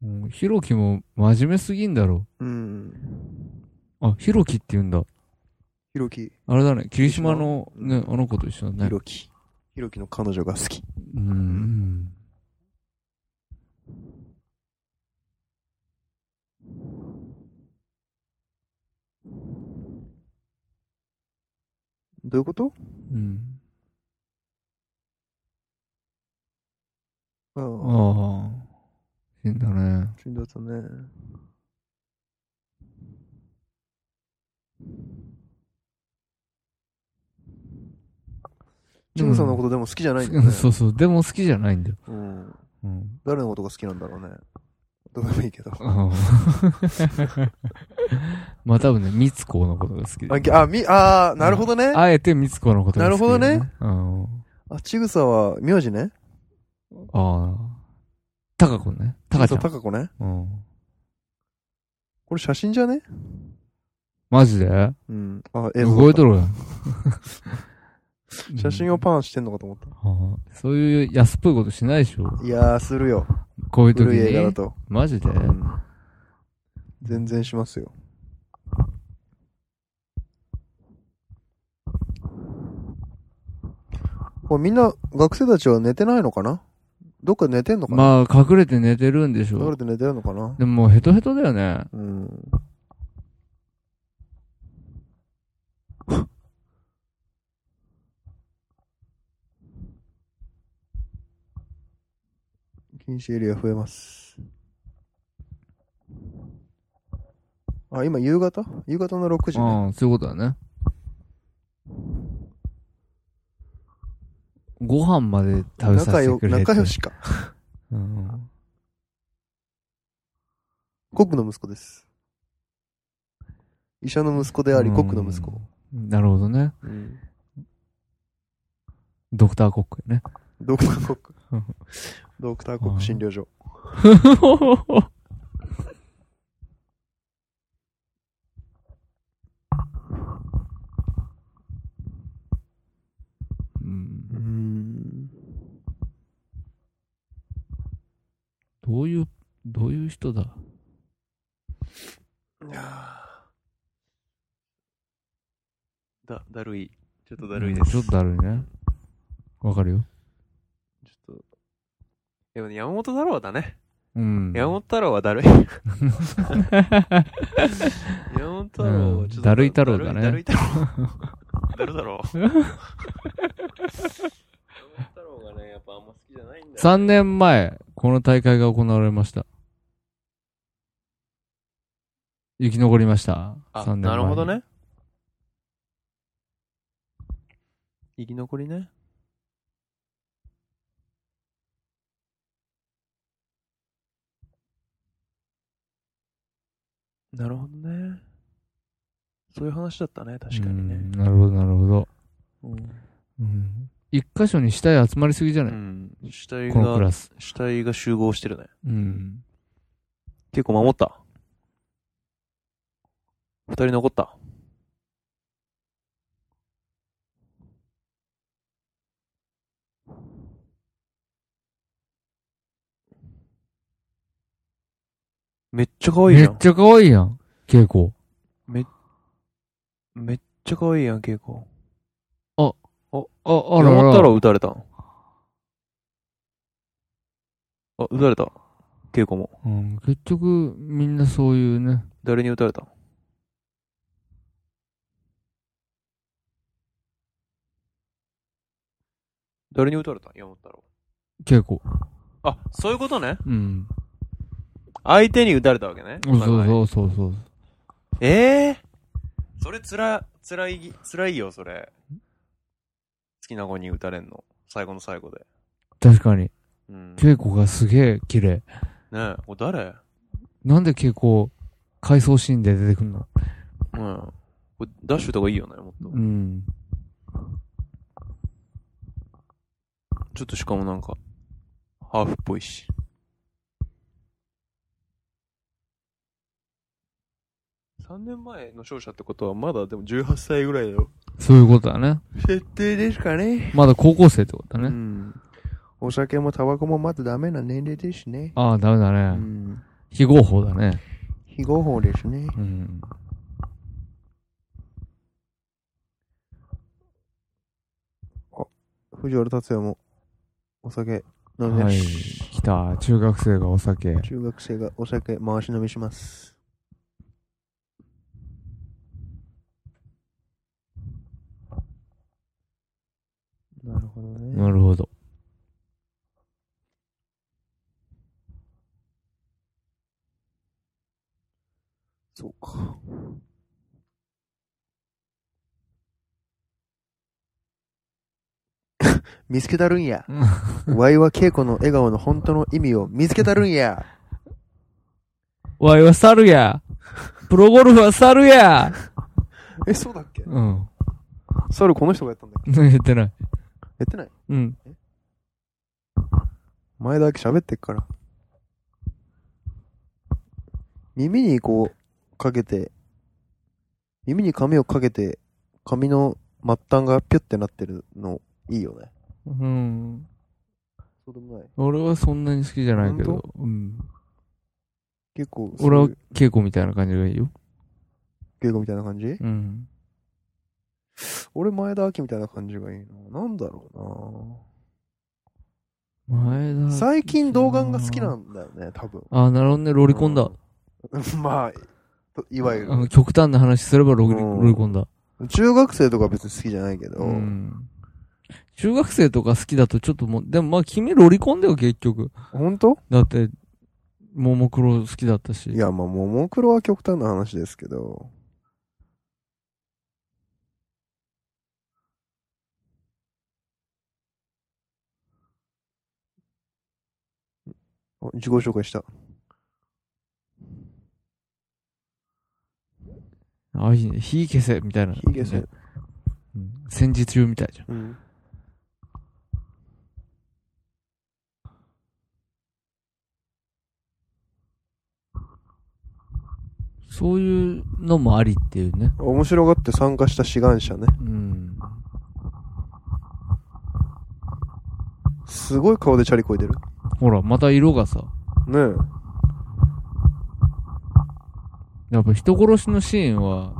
C: もう、ひろきも真面目すぎんだろ。
D: うん。
C: あ、ひろきって言うんだ。
D: ひろき、
C: あれだね、霧島の
D: 霧島
C: ね、あの子と一緒だ
D: ひ
C: ね。
D: ろき。ひろきの彼女が好き。
C: うん。
D: どういうこと
C: うん。
D: ああ、
C: ああ。死んだね。
D: 死んだったね。ジムさんのことでも好きじゃないんだよ
C: [laughs]
D: ね。
C: そうそう。でも好きじゃないんだよ。
D: うん。
C: うん。
D: 誰のことが好きなんだろうね。どうでもいいけど。
C: [laughs] まあ多分ね、みつこのことが好きだ
D: あ、ぎあ、み、あー、なるほどね。
C: あえてみつこのことが好きだ、
D: なるほどね
C: うん。
D: あ、ちぐさは、名字ね。
C: ああ。たかこね。たかちゃ
D: た
C: ん。
D: かこね。
C: うん。
D: これ写真じゃね
C: マジで
D: うん。あ、映像だ。
C: 動いとるやん
D: [laughs] 写真をパンしてんのかと思っ
C: うん、ああそういう安っぽいことしないでしょ。
D: た。いやー、するよ。
C: こういう時
D: 古い映画だ
C: に。
D: と。
C: マジで
D: うん全然しますよ。これみんな、学生たちは寝てないのかなどっかで寝てんのかな
C: まあ、隠れて寝てるんでし
D: ど
C: ょ
D: れ。で寝てるのかな
C: でももうヘトヘトだよね。
D: うん。禁止エリア増えます。あ、今夕方夕方の6時、ね。
C: うん、そういうことだね。ご飯まで食べさ
D: 仲
C: せて
D: よ
C: くれて。
D: 仲良しか。
C: うん。
D: コックの息子です。医者の息子であり、
C: うん
D: コックの息子。
C: なるほどね。
D: うん。
C: ドクターコックね。
D: ドクターコ
C: [laughs]
D: ック
C: うん。
D: ドクターコック診療所。
C: うん
D: うん。
C: どういう、どういう人だ
D: いや
B: だ、だるい。ちょっと
C: うんちょっとだるいね。わかるよ。
B: ちょっと。でもね、山本太郎だね。
C: うん。
A: 山本太郎はだ
C: [laughs]
A: るい。山本太郎はちょっ
C: うん
A: と。
C: だるい太郎だね
A: だるい太郎。だるだ
C: [laughs]
A: ろう。山本太郎がね、やっぱあんま好きじゃないんだよね
C: 3年前、この大会が行われました。生き残りました。
A: あ
C: 3年前に
A: なるほど。ね。生き残りね。なるほどね。そういう話だったね、確かに
C: う
A: ね
C: ん。なるほど、なるほど。
A: うん。
C: うん。一箇所に死体集まりすぎじゃない、
A: うん死体
C: このク
A: が、
C: ラス。
A: 死体が集合してるね。
C: うん。
A: 結構守った。二人残った。めっちゃ可愛い
C: め
A: や
C: っ
A: ん。
C: ちゃ可愛いやん、稽古。
A: めっちゃ可愛いやん、稽古。
C: あ、あら
A: 山本
C: ら
A: 太郎撃たれたん。あ、撃たれた。稽古も。
C: うん、結局、みんなそういうね。
A: 誰に撃たれたん誰に撃たれたん山本太郎。
C: 稽古。
A: あ、そういうことね。
C: うん。
A: 相手に打たれたわけね。
C: そうそう
A: う。
C: そうそうそう。
A: ええそれつら、つらい、つらいよ、それ。好きな子に打たれんの。最後の最後で。
C: 確かに。
A: うん。ね
C: 稽古がすげえ綺麗。
A: え、これ誰
C: なんで稽古、回想シーンで出てくんの
A: うん。これダッシュとかいいよね、もっと
C: う。ん。
A: ちょっとしかもなんか、ハーフっぽいし。3年前の勝者ってことはまだでも18歳ぐらいだよ。
C: そういうことだね。
B: 設定ですかね。
C: まだ高校生ってことだ
B: う
C: ね。
B: ん。お酒もタバコもまだダメな年齢ですしね。
C: ああ、ダメだ
B: う
C: ね。
B: ん。
C: 非合法だね。
B: 非合法ですね。
C: うん。
B: 藤原達也もお酒飲み
C: は
B: ま
C: い。
B: す。
C: 来た。中学生がお酒。
B: 中学生がお酒回し飲みします。なるほどね。
C: なるほど。
B: そうか。 [laughs] 見つけたるん [laughs] や。ワイは稽古の笑顔の本当の意味を見つけたるんや。
C: わいは猿や。プロゴルフは猿や。
B: え、そうだっけ
C: うん。
B: サルこの人がやったんだっけ
C: 言ってない。
B: やってない
C: うん。
B: 前だけ喋ってっから。耳にこう、かけて、耳に髪をかけて、髪の末端がピュってなってるの、いいよね。
C: うん。
B: そうでもない。
C: 俺はそんなに好きじゃないけど。うん。
B: 結構、
C: 俺は
B: そういう
C: 稽古みたいな感じがいいよ。
B: 敬語みたいな感じ
C: うん。
B: 俺前田明みたいな感じがいいな。なんだろ
C: 前
B: う
C: 田。
B: な最近童顔が好きなんだよね、多分。
C: あ、なるほどね。ロリコンだ。
B: うん [laughs] まあ、といわゆ
C: あの
B: る。
C: 極端な話すればロリ
B: うん
C: ロリコンだ。
B: 中学生とか別に好きじゃないけど、
C: うん。中学生とか好きだとちょっともう、でもまあ君ロリコンだよ結局。
B: 本当
C: だって、ももクロ好きだったし。
B: いや、まあ、ももクロは極端な話ですけど。お自己紹介した。
C: ああ、いいね。火消せ、みたいな。
B: 火消せ。
C: うん。戦時中みたいじゃん。
B: うん。
C: そういうのもありっていうね。
B: 面白がって参加した志願者ね。
C: うん。
B: すごい顔でチャリこいでる。
C: ほら、また色がさ、
B: ね
C: やっぱ人殺しのシーンは、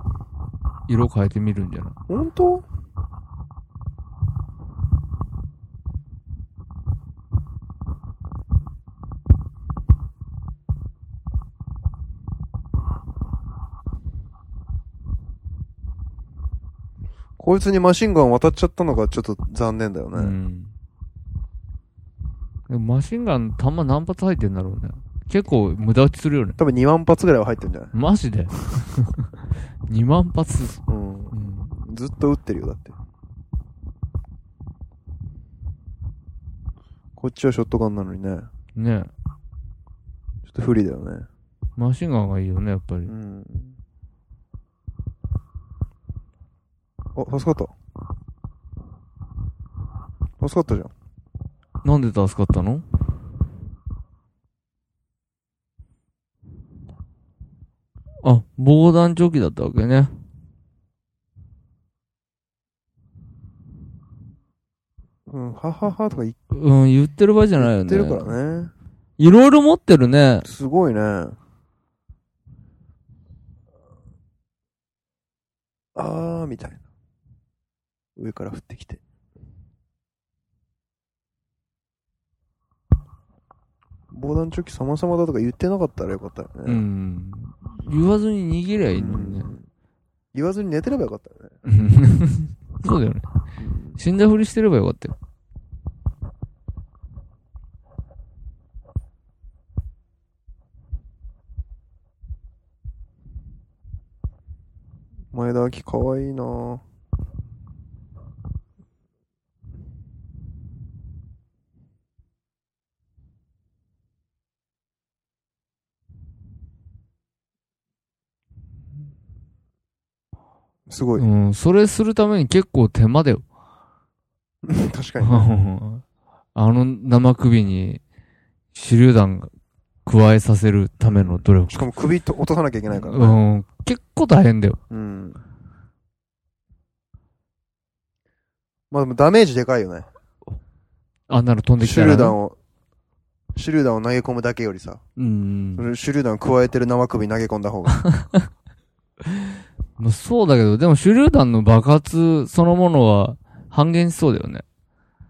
C: 色変えてみるんじゃない
B: え。本当こいつにマシンガン渡っちゃったのがちょっと残念だよね。
C: うん。でもマシンガン弾何発入ってんだろうね。結構無駄打ちするよね。
B: 多分2万発ぐらいは入ってるんじゃない
C: マジで [laughs] ?2 万発。
B: うん
C: う。ん。
B: ずっと撃ってるよ、だって。こっちはショットガンなのにね。
C: ね
B: ちょっと不利だよね。
C: マシンガンがいいよね、やっぱり
B: う。ん。あ、助かった。助かったじゃん。
C: なんで助かったのあ、防弾チョキだったわけね。
B: うん、はははとか言っ
C: うん、言ってる場合じゃないよね。
B: てるからね。
C: いろいろ持ってるね。
B: すごいね。あー、みたいな。上から降ってきて。防弾チョキ様々だとか言ってなかったらよかったよね。
C: うん。言わずに逃げりゃ
B: う
C: いいのにね。
B: ん言わずに寝てればよかったよね。
C: そうだよね。死んだふりしてればよかったよ。
B: 前田明かわいいなぁ。すごい。
C: うん、それするために結構手間だよ。
B: [laughs] 確かに。
C: あの生首に手榴弾加えさせるための努力。
B: しかも首と落とさなきゃいけないから
C: う
B: ね。
C: ん、結構大変だよ。
B: うん。まあでもダメージでかいよね。
C: あんなの飛んできた
B: 手
C: ら、ね。
B: 榴弾を、手榴弾を投げ込むだけよりさ。
C: うん
B: そ。れ手榴弾加えてる生首投げ込んだ方
C: [laughs]
B: が。
C: まあ、そうだけど、でも手榴弾の爆発そのものは半減しそうだよね。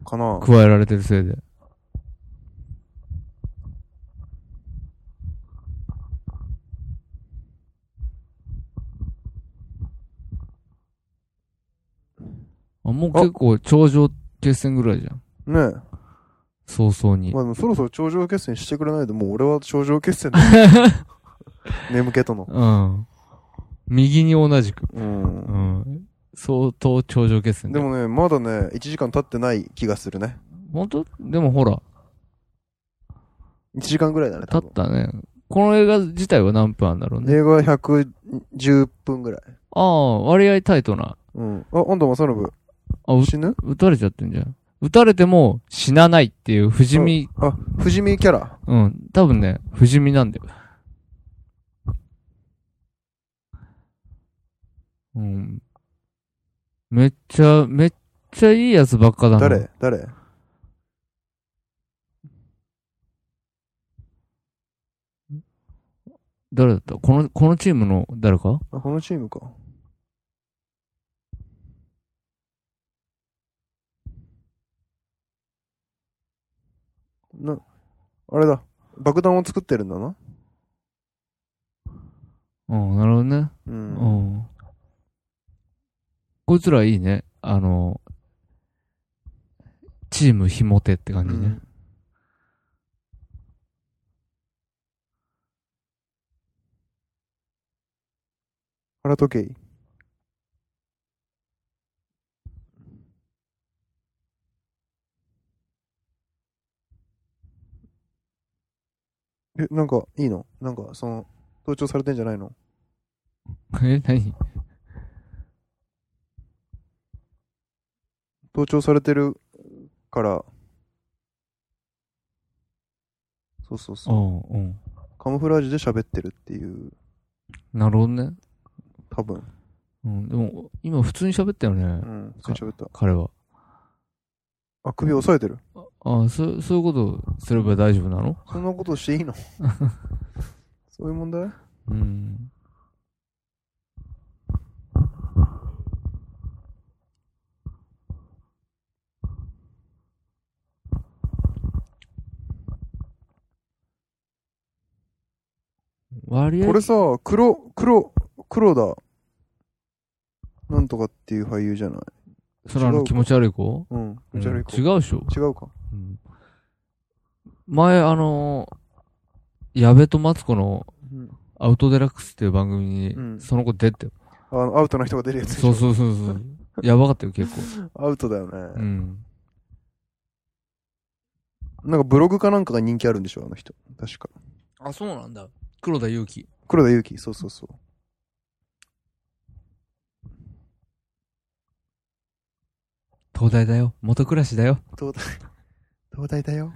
B: かな
C: 加えられてるせいで。あ、もう結構頂上決戦ぐらいじゃん。
B: ね
C: 早々に
B: え。。まあでもそろそろ頂上決戦してくれないと、もう俺は頂上決戦だ。
C: [laughs]
B: 眠気との。
C: うん。右に同じく。
B: うん
C: う。ん。相当頂上決戦だ
B: で
C: よ。
B: もね、まだね、1時間経ってない気がするね。
C: 本当でもほら、
B: 1時間ぐらいだね、
C: 経
B: 多分
C: っ。たね。この映画自体は何分あんだろうね。
B: 映画110分ぐらい。
C: ああ、割合タイトな。
B: うん。あ、安藤正
C: あ、う
B: 信。死ぬ
C: 撃たれちゃってんじゃん。撃たれても死なないっていう不死身、
B: あ、不死身キャラ。
C: うん、多分ね、不死身なんだよ。うん。めっちゃ、めっちゃいいやつばっかだな。
B: 誰誰
C: 誰だったこの、このチームの誰か
B: あ、このチームか。な、あれだ。爆弾を作ってるんだな。
C: うん、なるほどね。
B: う。
C: うんん。こいつらいいね。あの、チームひもてって感じね。
B: 腹時計。え、なんか、いいのなんか、その、盗聴されてんじゃないの
C: [laughs] え、何
B: 盗聴されてるから、そうそうそう。
C: うん、うん。
B: カモフラージュで喋ってるっていう、
C: なるほどね。
B: 多分。
C: うん、でも、今普通に喋ったよ
B: う
C: ね、
B: ん、普通に喋った。
C: 彼は。
B: あ、首押さえてる。
C: ああ、そ、そういうことすれば大丈夫なの
B: そんなことしていいの [laughs] そういう問題
C: うん。割合
B: これさ、黒、黒、黒だ。なんとかっていう俳優じゃない。
C: 空の気持ち悪い子
B: うん。
C: うん
B: じゃあ
C: 違う
B: れ
C: で
B: 行こ
C: しょ。
B: う違うか。
C: うん前、あのー、矢部とマツコの
B: うん。
C: アウトデラックスっていう番組
B: う
C: に、
B: ん
C: その子出てよ。
B: あの、アウトな人が出るやつでし
C: そ
B: ょ。
C: うそうそうそう。やばかったよ、結構。
B: [laughs] アウトだよね。
C: うん。
B: なんかブログかなんかが人気あるんでしょ、あの人。確か。
C: あ、そうなんだ。黒田祐樹。
B: 黒田祐樹、そうそうそう。
C: 東大だよ。元暮らしだよ。
B: 東大、東大だよ。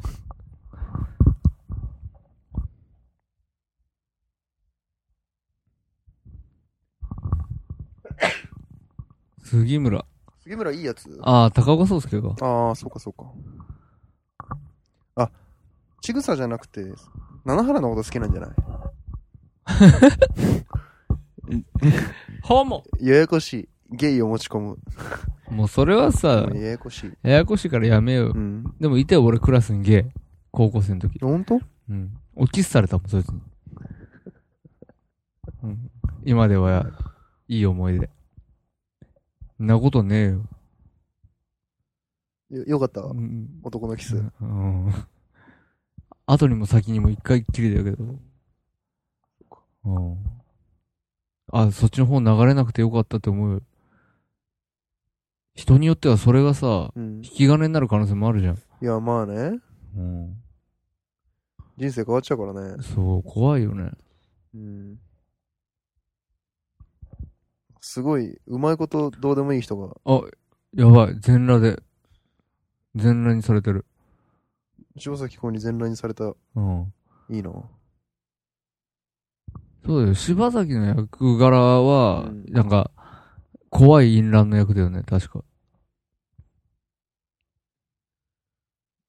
C: 杉村。
B: 杉村いいやつ
C: ああ、高岡壮介か。
B: ああ、そうかそうか。あ、ちぐさじゃなくて、七原のこと好きなんじゃない
C: ホモ
B: ややこしい。ゲイを持ち込む。
C: もうそれはさ、
B: ややこしい。
C: ややこしいからやめようよ
B: う。ん。
C: でもいてよ、俺クラスにゲイ。高校生の時。
B: ほんと
C: うん。おキスされたもん、そいつに。うん。今では、いい思い出。んなことねえよ。
B: よよかった。
C: うん。
B: 男のキス。
C: うん。後にも先にも一回っきりだけど。うん。あ、そっちの方流れなくてよかったって思うよ。人によってはそれがさ、
B: うん
C: 引。き金になる可能性もあるじゃん。
B: いや、まあね。
C: うん。
B: 人生変わっちゃうからね。
C: そう、怖いよね。
B: うん。すごい、うまいことどうでもいい人が、
C: あ、やばい、全裸で。全裸にされてる。
B: 柴崎公に全裸にされた、
C: うん。
B: いいな。
C: そうだよ、柴崎の役柄は
B: う、ん
C: なんか、怖い淫乱の役だよね、確か。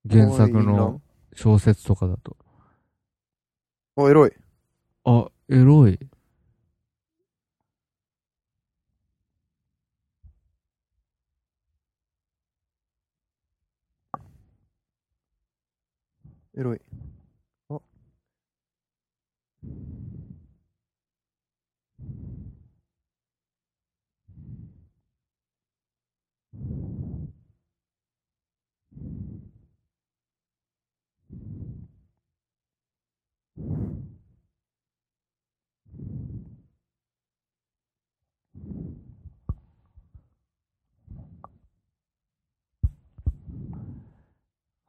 C: 原作の小説とかだと。
B: 可愛いな。あ、エロい。
C: あ、エロい。
B: エロい。あ。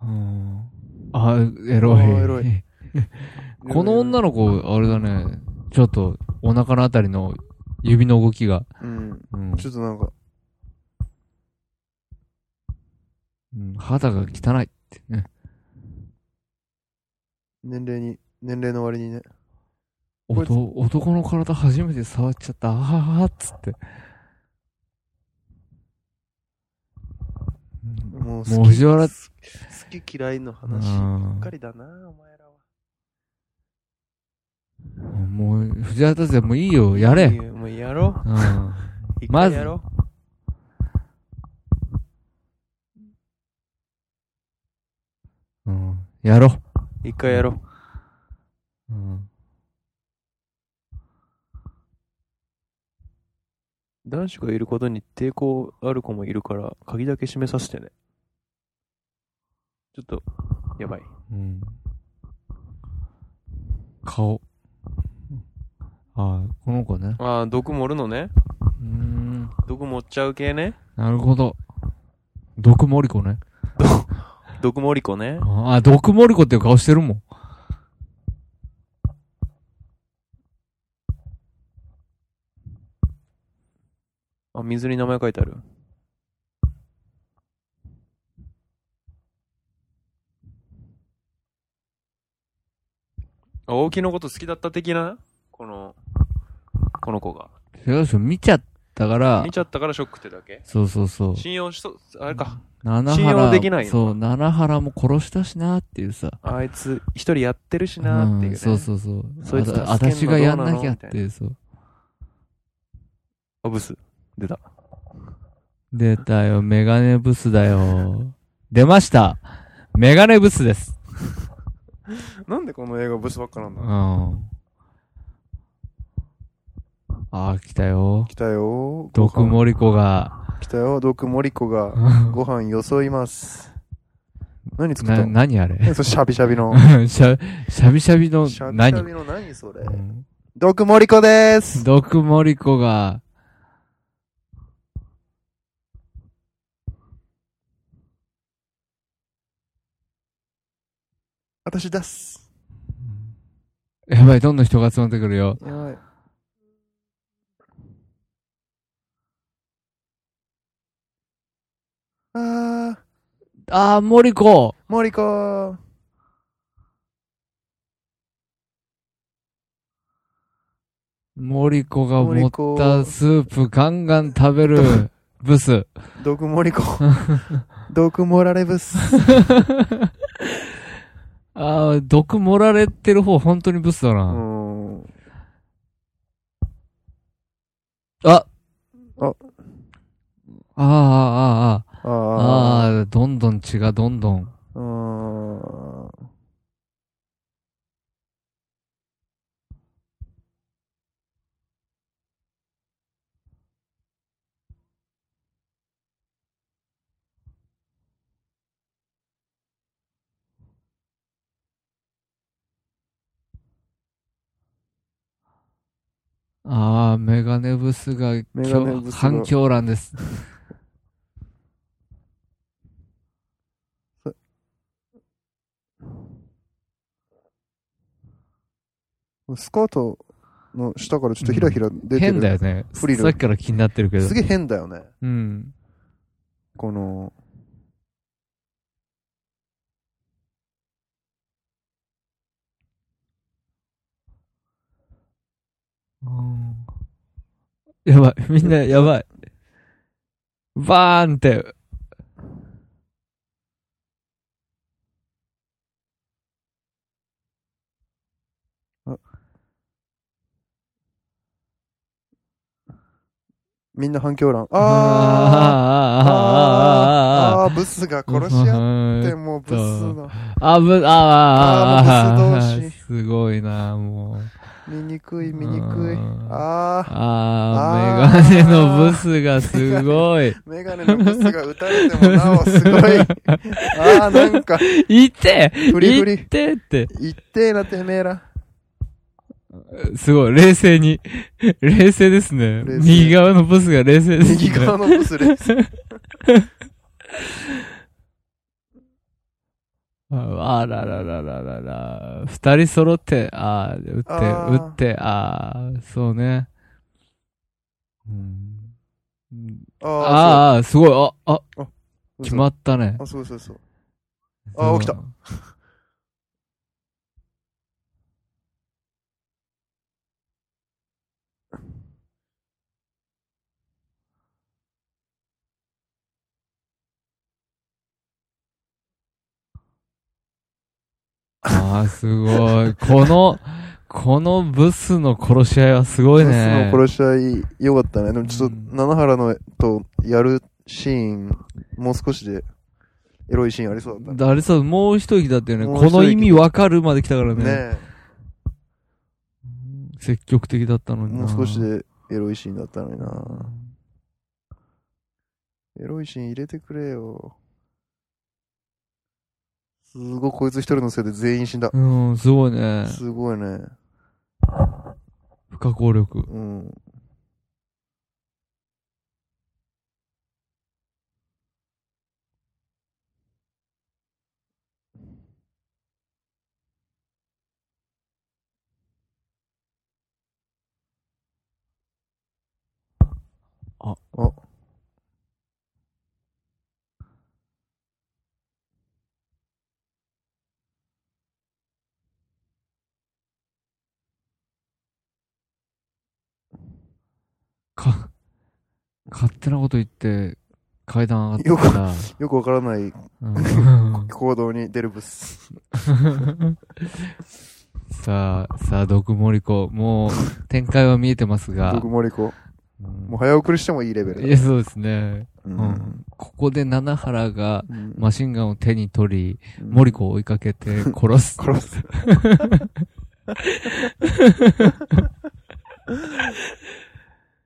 C: うん。あ、エロい。
B: あーエロい
C: この女の子、あれだね、ちょっと、お腹のあたりの指の動きが。
B: うん。
C: うん
B: ちょっとなんか、
C: うん肌が汚いってね。
B: 年齢に、年齢の割にね。
C: おと男の体初めて触っちゃった、あははっつって。うん
B: もう
C: もう藤原
B: 好き好き嫌いの話
C: うん
B: ばっかりだな、お前らは。
C: もう、藤原達也もういいよ、やれ。
B: もうやろ
C: うん
B: う。一
C: ま
B: 回
C: ず
B: やろ
C: うん、やろ
B: う。一回やろう。
C: う。うん
A: 男子がいることに抵抗ある子もいるから、鍵だけ閉めさせてね。ちょっと、やばい。
C: うん、顔。ああ、この子ね。
A: ああ、毒盛るのね。
C: うーん、
A: 毒盛っちゃう系ね。
C: なるほど。毒モリコね。
A: 毒盛り子ね。
C: ああ、毒モリコっていう顔してるもん。
A: あ、水に名前書いてある。あ大木のこと好きだった的なこの、この子が。
C: 違うでしょ、見ちゃったから
A: 見、ちゃったからショックってだけ
C: そうそうそう。
A: 信用しと、あれか。
C: 七
A: 信用できないの
C: そう、七原も殺したしなっていうさ。
A: あいつ、一人やってるしなーっていう、ね
C: ん、そうそうそう。
A: そいつ助けんの
C: あたしがやんなきゃっていう、そう。
A: あ、ブス。出た。
C: 出たよ、メガネブスだよ。出ましたメガネブスです。
B: なんでこの映画ブスばっかなん
C: う
B: だ
C: ん。あああ、来たよ。
D: 来たよ。
C: 毒
D: ご飯。
C: 森
A: [laughs]
C: 子が、
D: 来たよ、毒森子がご飯よそいます。何作った
C: な、
D: の
C: 何あれ
A: [laughs]
D: 何それシャビシ
C: [laughs]
D: ャビの。
C: しゃ、しゃびしゃびの
D: シャビシャ
C: 何
D: ビの何それ
C: う。ん
D: 毒森子でーす。
C: 毒森子が、
D: 私出す。
C: やばい、どんな人が集まってくるよ。
D: やばい。あー、
C: ああ、森子
D: 森子ー。
C: 森子が持ったスープガンガン食べる
D: [laughs]
C: ブス。
D: 毒森 [laughs] 子。毒盛られブス。
C: ああ、毒盛られてる方本当にブスだ
D: う
C: な。
D: ん。
C: あ
D: あ
C: ああああああ
D: あー。
C: ああ、どんどん血がどんどん。
D: うーん。
C: ああ、メガネブスが
D: メガネブスが
C: 反響欄です。
D: スカートの下からちょっとヒラヒラ出てる。
C: 変だよね。
D: フリル
C: さっきから気になってるけど
D: す。げえ変だよね。
C: うん。
D: この、
C: うんやばい。みんなやばい。バーンって。
D: みんな反響欄。
C: あ
D: [laughs] あー。
C: ああああああああ
D: あー、ブスが殺し合って、
C: あ
D: もうブス [laughs] の、
C: あぶああああああ
D: あーもうブス同士
C: すごいな、もう。
D: 醜い、醜い。
C: あ
D: あ
C: あー
D: あー
C: メガネのブスがすごい。
D: ー、メガネのブスが撃たれてもなおすごい。 [laughs] あー、なんか、
C: [laughs] いて
D: フリフリ
C: いてって。
D: 言ってえな、てめえ [laughs] ら。
C: すごい、冷静に。冷静ですね。
D: 冷静
C: 右側のブスが冷静です、ね。
D: 右側のブスです。
C: ああらららららら。二人揃って、ああ、打って、
D: あ
C: 打
D: ー
C: って、ああ、そうね。うん、
D: あ
C: あーあー、すごい、あ、あ、
D: ー、
C: 決ま
D: っ
C: ったね。
D: あ、そうそうそう。あー起きた。
C: ああ、すごい。この、このブスの殺し合いはすごい
D: ブス
C: ね
D: の。殺し合い、よかったね。でもちょっと
C: う、ん
D: [laughs] 七原のとやるシーン、もう少しで、エロいシーンありそうだったね。
C: あれさ、もう一息だったよね。
D: もう一
C: こ
D: 息
C: の意味わかるまで来たからね。
D: ね
C: 積極的だったの
D: え、
C: にな。
D: もう少しでエロいシーンだったのにな。エロいシーン入れてくれよ。すごい、こいつ一人のせいで全員死んだ。
C: うん、すごいね。
D: すごいね。
C: 不可抗力。
D: うん。
C: あ、
D: あ。
C: か、勝手なこと言って、階段上
D: よ
C: がって
D: く
C: たら。
D: よくわからない
C: うん [laughs]
D: 行動に出るブス。
C: さあ、さあ、毒森子、もう、展開は見えてますが
D: 毒。盛り子。
C: うん
D: もう早送りしてもいいレベル
C: いや、そうですね。
D: う
C: うん。ここで七原が、
D: うん
C: マシンガンを手に取り、
D: うん
C: 森子を追いかけて殺す。
D: [laughs] 殺す。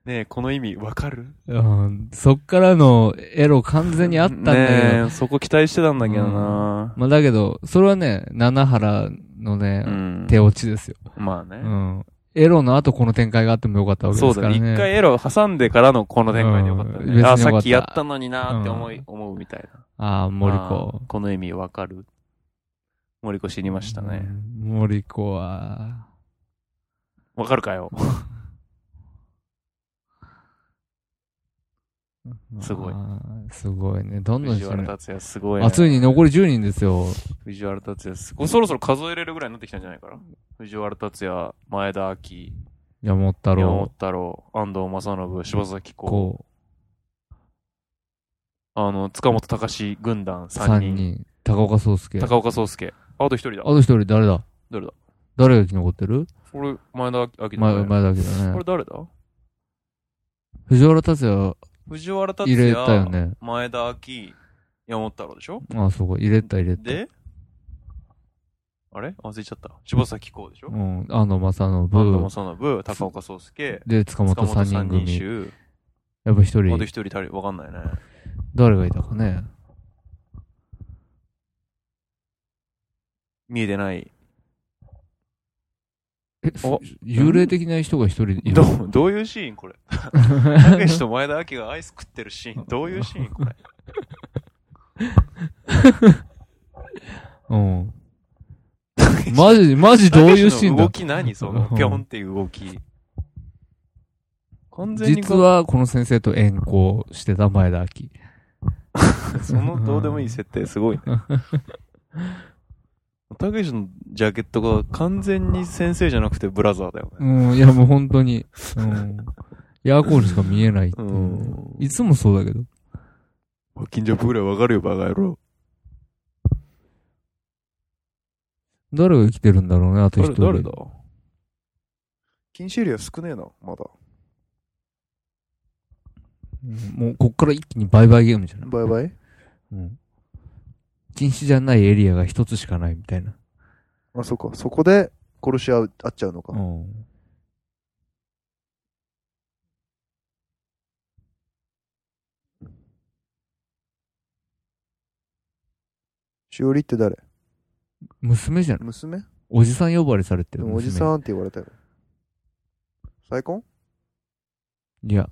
A: ねえ、この意味わかる
C: うん、そっからのエロ完全にあったんだけど、
A: ねえ、そこ期待してたんだけどな
C: まあだけど、それはね、七原のね、
A: うん
C: 手落ちですよ。
A: まあ
C: う
A: ね。
C: ん。エロの後この展開があってもよかったわけ
A: そ
C: で
A: う
C: す
A: だ
C: から
A: ね。
C: ね。
A: 一回エロ挟んでからのこの展開でよかった
C: うん別に
A: ね。
C: よか
A: あ、
C: った
A: さっきやったのになーって思い、思うみたいな。
C: ああ、森
A: あ
C: 子
A: ー。この意味わかる。森子死にましたね。
C: うん。森子は、
A: わかるかよ。すごい
C: まあ。すごいね。どんどん
A: 藤
C: して
A: 原
C: る。
A: 達也すごいね。
C: あ、ついに残り10人ですよ。
A: 藤原達也すごい。そろそろ数えれるぐらいになってきたんじゃないかな。藤原達也、前田明、
C: 山本太
A: 山本
C: 郎。
A: 太郎、安藤正信、柴崎子、
C: こ
A: あの、塚本隆史軍団
C: う、3
A: 3人、
C: 人。高岡壮介。あ
A: 高岡壮介、あと一人だ。
C: と一人誰だ
A: 誰だ
C: 誰が生き残ってる
A: これ、前田明だ、ね。
C: 前、前だけど
A: これ
C: ね。
A: 誰だ
C: 藤原達也
A: 藤原達
C: 入
A: 也、
C: れたよね。
A: 前田明、山本太郎でしょ
C: ああ、そうか。入れた入れた。
A: で、あれ忘れちゃった。柴崎子でしょ、
C: うん、安藤正
A: 安藤
C: 信。
A: 正信、高岡壮介、
C: で、塚本
A: 塚
C: 3
A: 本
C: 人
A: 三人
C: 組。
A: 衆、
C: やっぱ一
A: あと
C: 人
A: 一、人足り、わかんないね。
C: 誰がいたかね。
A: 見えてない。
C: え、
A: お
C: 幽霊的な人が一人いる
A: どう、どういうシーンこれ。たけしと前田明がアイス食ってるシーン、どういうシーンこれ。
C: うん。マジ、マジ [laughs] どういうシーン
A: た
C: だ
A: けしの動き何その、ぴょんっていう動き。完全にこ
C: 実はこの先生と遠行してた前田明。
A: そのどうでもいい設定す [laughs] ごいね。たけしのジャケットが完全に先生じゃなくてブラザーだよね。
C: うん、いやもう本当に。うん。ヤーコールしか見えないっていう
A: ん。
C: う、いつもそうだけど。
A: 近所ぐらいわかるよ、バカ野郎。
C: 誰が生きてるんだろうね、あと一
A: 誰、
C: 人。
A: 誰だ禁止エリア少ねえな、まだ。
C: うんもうこっから一気にバイバイゲームじゃない
B: バイバイ
C: うん。禁止じゃないエリアが一つしかないみたいな。
B: あ、そうか。そこで殺し合う、合っちゃうのか。
C: うん。
B: しおりって誰
C: 娘じゃない
B: 娘
C: おじさん呼ばわりされて
B: で
C: る。
B: もおじ
C: 娘
B: さんって言われたよ。再婚 [laughs]
C: いや。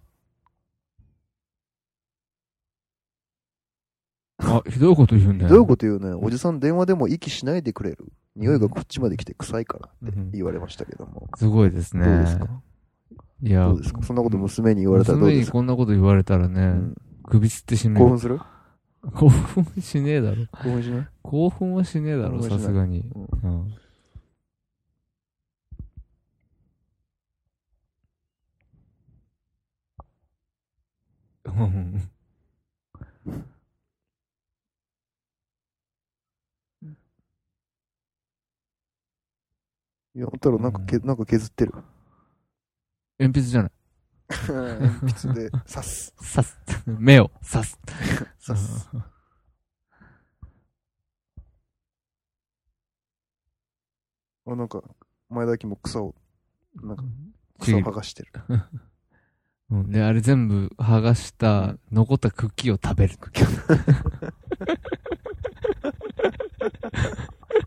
C: あ、ひどいこと言うんだよ。
B: どういうこと言うねおじさん電話でも息しないでくれる。匂いがこっちまで来て臭いからって
C: うん
B: 言われましたけども。
C: すごいですね。
B: どうですか
C: いや、
B: どうですかそんなこと娘に言われたらどう
C: 娘
B: で
C: に
B: すか
C: こんなこと言われたらね、
B: うん
C: 首つって死ぬ
B: 興
C: よ。
B: 奮する
C: 興奮しねえだろ。
B: 興奮しない
C: 興奮はしねえだ
B: 興
C: ろ、
B: 奮はしな
C: さ
B: い
C: すがに。
B: うん
C: うん。うん
B: いや、太郎なんかけ、
C: うん
B: なんか削ってる。
C: 鉛筆じゃない。
B: 鉛筆で刺す。
C: 刺す。目を刺す。
B: 刺す。あ、なんか、前田明も草を、なんか
C: ち
B: 草
C: ぎ
B: を
C: る
B: 剥がしてる。
C: うん、で、あれ全部剥がした、残ったクッキーを食べる。
B: [laughs]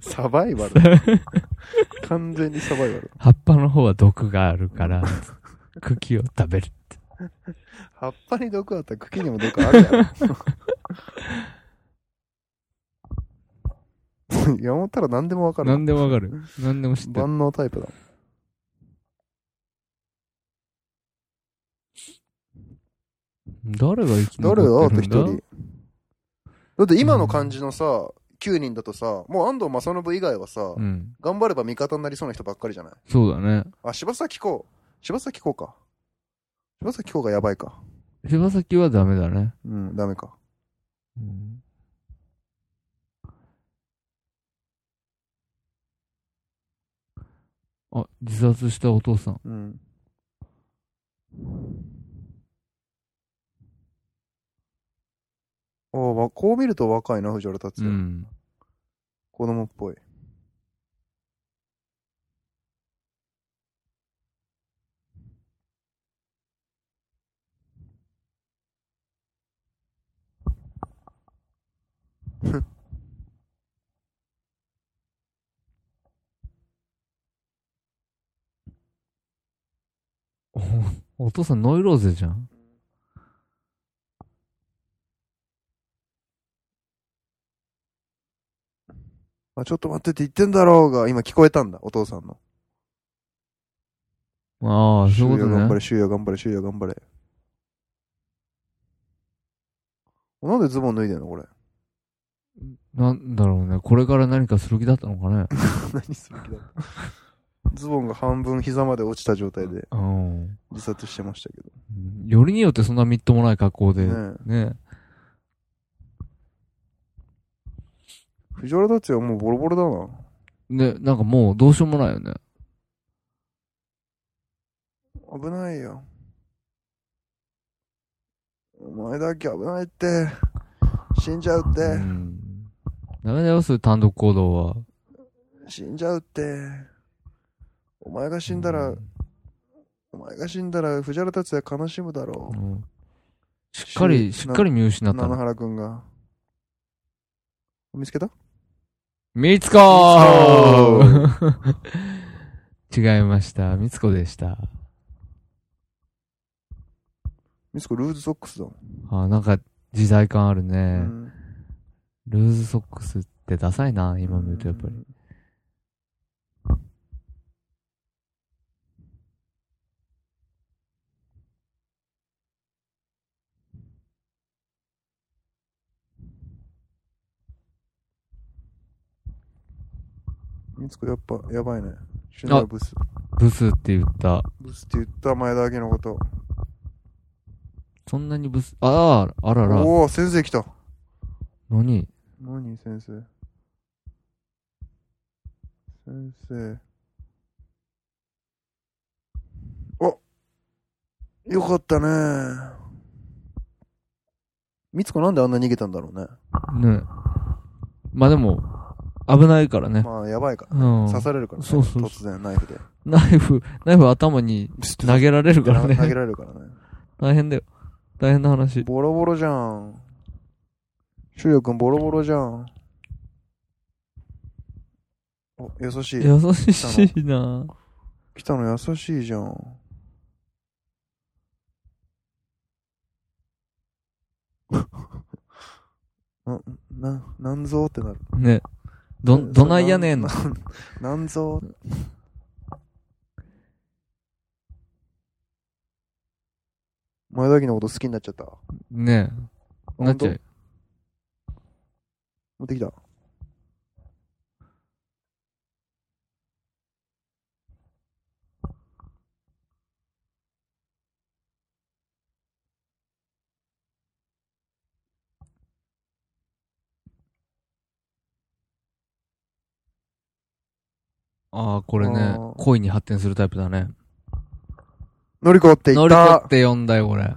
B: サバイバル。完全に
C: [laughs]
B: サバイバル。
C: 葉っぱの方は毒があるから、クッキーを食
B: [laughs]
C: べる。
B: 葉っぱに毒あったら茎にも毒あ
C: [laughs]
B: るやろ。山本たら何でもわかる。
C: 何でもわかる。何でも知ってる。
B: 万能タイプだもん。
C: 誰が生き残
B: 誰だあ
C: っ
B: と
C: て
B: 一
C: るん
B: 人。
C: だ
B: だって今の感じのさ、9人だとさ、もう安藤正信以外はさ、
C: うん。
B: 頑張れば味方になりそうな人ばっかりじゃない
C: そうだね。
B: あ、柴咲コウ。柴咲コウか。柴咲コウがやばいか。
C: 柴崎はダメだね。
B: うん、ダメか。
C: うんあ、自殺したお父さん。
B: うん。ああ、わこう見ると若いな、藤原達
C: う
B: 也。
C: ん。
B: 子供っぽい。
C: [laughs] おお父さんノイローゼじゃん。
D: あ、ちょっと待ってって言ってんだろうが、今聞こえたんだ、お父さんの。
C: ああ、そういうこ
D: 終
C: と
D: 了頑張
C: ね
D: れ、。終了頑張れ、終了頑張れ。なんでズボン脱いでんのこれ。 [laughs]
C: なんだろうね。これから何かする気だったのかね。
D: 何する気だった
C: [laughs]
D: ズボンが半分膝まで落ちた状態で
C: うん。
D: 自殺してましたけど。
C: よりによってそんなみっともない格好で。
D: ね
C: ね
D: 藤原達也もうボロボロ
C: ね、なんかもうどうしようもないよね。
D: だな。危ないよ。お前だけ危ないって。死んじゃうっ
C: う
D: て。
C: ん。ダメだよ、そういう単独行動は。
D: 死んじゃうって。お前が死んだら
C: う、
D: お前が死んだら藤原達也悲しむだろう。
C: んしっかり、しっかり見失った
D: 七
C: の。
D: 原くんが。見つけた
C: みつこー [laughs] 違いました。みつこでした。
D: ミスコルーズソックスだもん。
C: あなんか時代感あるね。
D: うん
C: ルーズソックスってダサいな、今見るとやっぱり。
D: ミツコやっぱやばいね。シュナブス。
C: ブスって言った。
D: ブスって言った前田明のこと。
C: そんなにブス、ああ、あらら。
D: おお、先生来た。
C: 何
D: 何先生。先生。あよかったね。ミツコなんであんな逃げたんだろうね。
C: ねまあでも、危ないからね。
D: まあ、やばいから。
C: うん。
D: 刺されるからね。
C: そうそうそう
D: 突然ナイフで。
C: ナイフ、ナイフ頭に投げられるか
D: 投げ
C: ら
D: られ
C: ね。
D: るから
C: [laughs]
D: ね。
C: 大変だよ。大変な話。
D: ボロボロじゃん。シュウヤ君ボロボロじゃん。お、優しい。
C: 優しいな
D: 来たの優しいじゃん。 [laughs] な、な、なんぞーってなる。
C: ね。ど、どないやねんの。
D: な。なんぞー。前田家のこと好きになっちゃった。
C: ねなっちゃうよ。
D: 持ってきた。
C: ああ、これ
D: あ
C: ね
D: ー、
C: 恋に発展するタイプだね。
D: のりこって言
C: ノ
D: っ
C: リコ
D: た
C: っ。て呼んだよ、これ。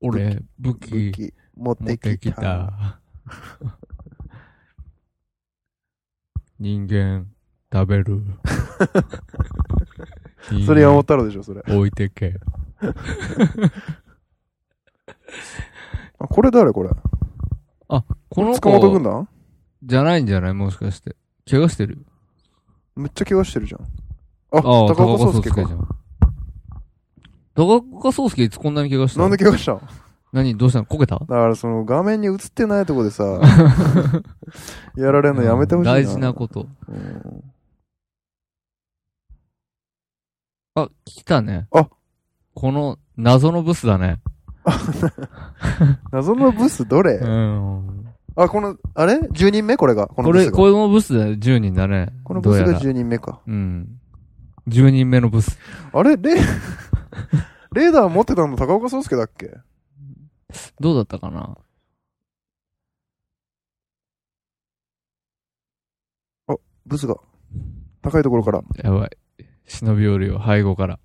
C: 俺、武
D: 武
C: 器
D: 器
C: 持
D: 持っ
C: ってて
D: き
C: き
D: た。
C: た。人間、食べる。
D: [laughs] それ山本太郎でしょ、それ。
C: 置いてけ。
D: あ、これ誰これ
C: この
D: 塚本軍
C: 子、
D: 団
C: じゃないんじゃないもしかして。怪我してる。
D: めっちゃ怪我してるじゃん。あ、
C: ああ、
D: 高
C: 高
D: 岡
C: 岡
D: 壮
C: 壮
D: 介
C: 介
D: か
C: じゃ。ん。高岡壮介いつこんなに怪我した
D: な
C: の
D: んで怪我したの
C: 何どうしたのこけた
D: だからその画面に映ってないとこで [laughs] さ、やられるのやめてほしいな。
C: 大事なこと。
D: うん
C: あ、来たね。
D: あ
C: この謎のブスだね。
D: 謎のブスどれ
C: うん。
D: あ、この、あれ ?10 人目これが。この
C: こ
D: ブ
C: れ、
D: スが。
C: このブスだよ。10人だね。
D: このブス
C: どう
D: が
C: やら
D: 10人目か。
C: うん。10人目のブス。
D: あれレー、 [laughs] レーダー持ってたの高岡壮介だっけ
C: どうだったかな
D: ブスが。高いところから。
C: やばい。忍び寄るよ。背後から。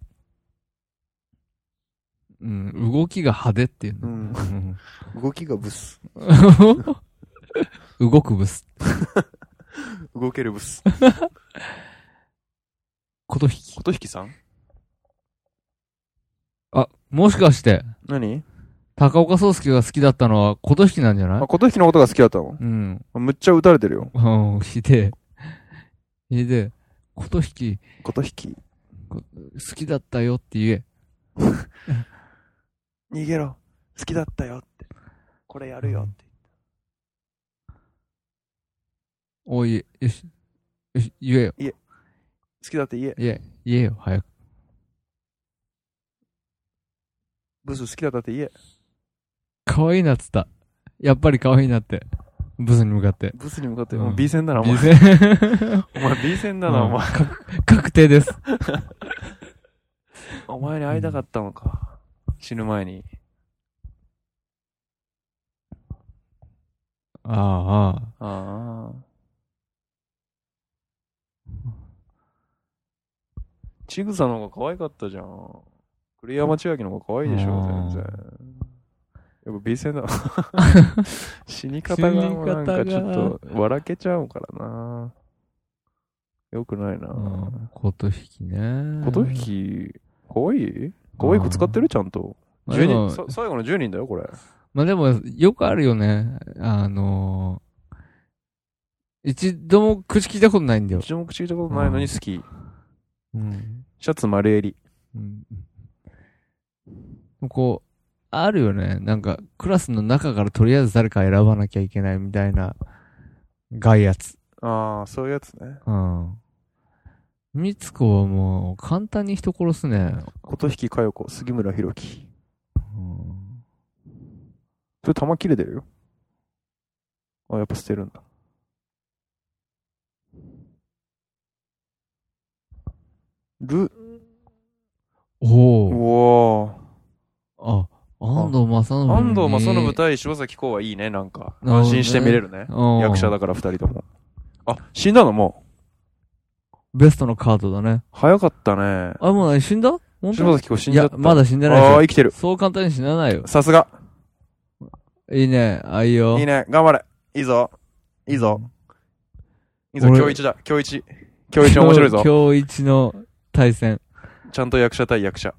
C: うん。動きが派手っていう
D: う [laughs]
C: の。
D: ん。
C: うん
D: 動きがブス。
C: 動くブス。
D: 動けるブス。
C: こと引き。
B: 琴引さん
C: あ、もしかして、
D: 何
C: 高岡壮介が好きだったのはこと引きなんじゃない
D: あ、琴引のことが好きだったの
C: うん。
D: むっちゃ打たれてるよ。
C: うん、ひでえ。それで、琴引き
B: こと引き。
C: こ好きだったよって言え。
B: 逃げろ。好きだったよって。これやるよって。
C: おい、よし、よし、言えよ。
B: 好きだって言え。
C: 言え、言えよ、早く。
B: ブス好きだったって言え。
C: 可愛いなっつった。やっぱり可愛いなって。ブスに向かって。
B: ブスに向かって、
C: うん
B: もう B 戦だな、お
C: 美
B: 前。
C: 声
B: お前 B 戦だな、お前。
C: 確定です。
B: お前に会いたかったのか。死ぬ前に。
C: ああ。
B: ああ。ちぐさの方が可愛かったじゃん。栗山千明の方が可愛いでしょ、
C: うん
B: 全然。やっぱ B 戦
C: [laughs]
B: だ。死に方がもうなんかちょっと笑けちゃうからな。よくないな。
C: うん琴引きね。
B: 琴引き、可愛い可愛く使ってるちゃんと。
C: まあで
B: 10
C: も
B: 人、さ最後の10人だよ、これ。
C: まあでも、よくあるよね。あのー一度も口聞いたことないんだよ。
B: 一度も口聞いたことないのに好き。
C: うん。
B: シャツ丸襟。
C: うん、こう、あるよね。なんか、クラスの中からとりあえず誰か選ばなきゃいけないみたいな、害圧。
B: ああ、そういうやつね。
C: うん。みつこはもう、簡単に人殺すね。
B: 琴引き佳代子、杉村博樹。
C: うん
B: それ弾切れてるよ。あ、やっぱ捨てるんだ。ル、
C: おお。
B: おお。
C: あ、安藤正信に。
B: 安藤正信対柴咲コウはいいね、なんか。安心して見れるね。
C: うん
B: 役者だから二人とも。あ、死んだのも
C: ベストのカードだね
B: う。。早かったね。
C: あ、もう何死んだ本
B: 柴
C: 当
B: 咲コウ死ん
C: い
B: じゃった。、
C: やまだ死んでないでし
B: ああ
C: ょ
B: ー、生きてる。
C: そう簡単に死なないよ。
B: さすが。
C: いいね。あ、いいよ。
B: いいね。頑張れ。いいぞ。いいぞ。いいぞ。
C: 俺
B: 今日一だ。今日一。今日一面白いぞ。
C: 今日一の対戦。
B: ちゃんと役者対役者。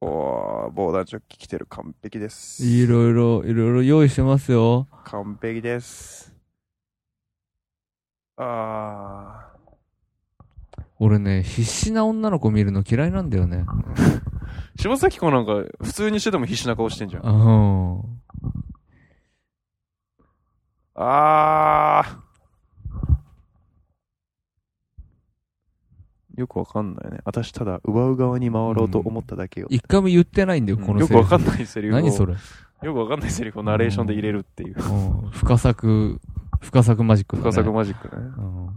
B: おー、防弾チョッキ来てる。完璧です。
C: いろいろ、いろいろ用意してますよ。
B: 完璧です。あ
C: 俺ね、必死な女の子見るの嫌いなんだよね。
B: ー。柴咲子なんか、普通にしてても必死な顔してんじゃん。
C: うん。
B: あー。よくわかんないね。私ただ奪う側に回ろうと思っただけよ。
C: 一回も言ってないんだよ、この
B: よ
C: セ
B: く
C: リ
B: わ
C: フ。
B: かんないセリフを。
C: 何それ。
B: よくわかんないセリフをナレーションで入れるっていう。
C: うん。深作、深作マジックだね。
B: 深作マジックね。
C: うん。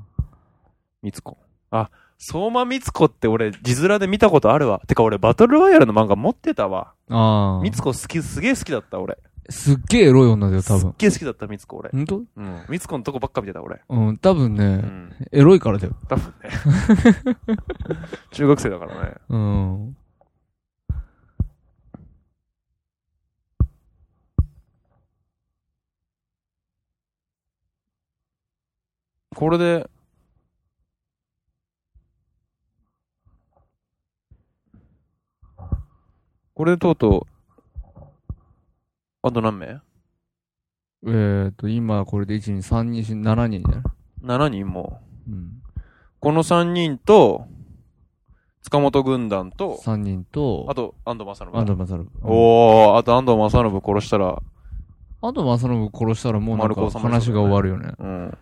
B: みつこ。あ、相馬みつこって俺、字面で見たことあるわ。てか俺、バトルロイヤルの漫画持ってたわ。
C: ああ。
B: みつこ好き、すげえ好きだった俺。
C: すっげえエロい女だよ、多
B: すっ
C: 分。
B: げえ好きだった、みつこ俺。
C: ほんと
B: うん。みつこのとこばっか見てた俺。
C: うん、多分
B: う
C: ね、
B: ん。
C: エロいからだよ。
B: 多分ね。中学生だからね。
C: うん。
B: これで、これでとうとう、あと何名
C: えっ、ー、と、今これで1、2、3人、7人じゃな
B: ?7
C: い
B: 人もう。
C: うん。
B: この3人と、塚本軍団と、
C: 3人と、
B: あと、安藤正信。
C: 安藤正信。
B: おー、あと安藤正信殺したら、
C: 安藤正信殺したらもうなん
B: 丸子
C: か
B: さんも
C: 話が終わるよね。っ
B: うん。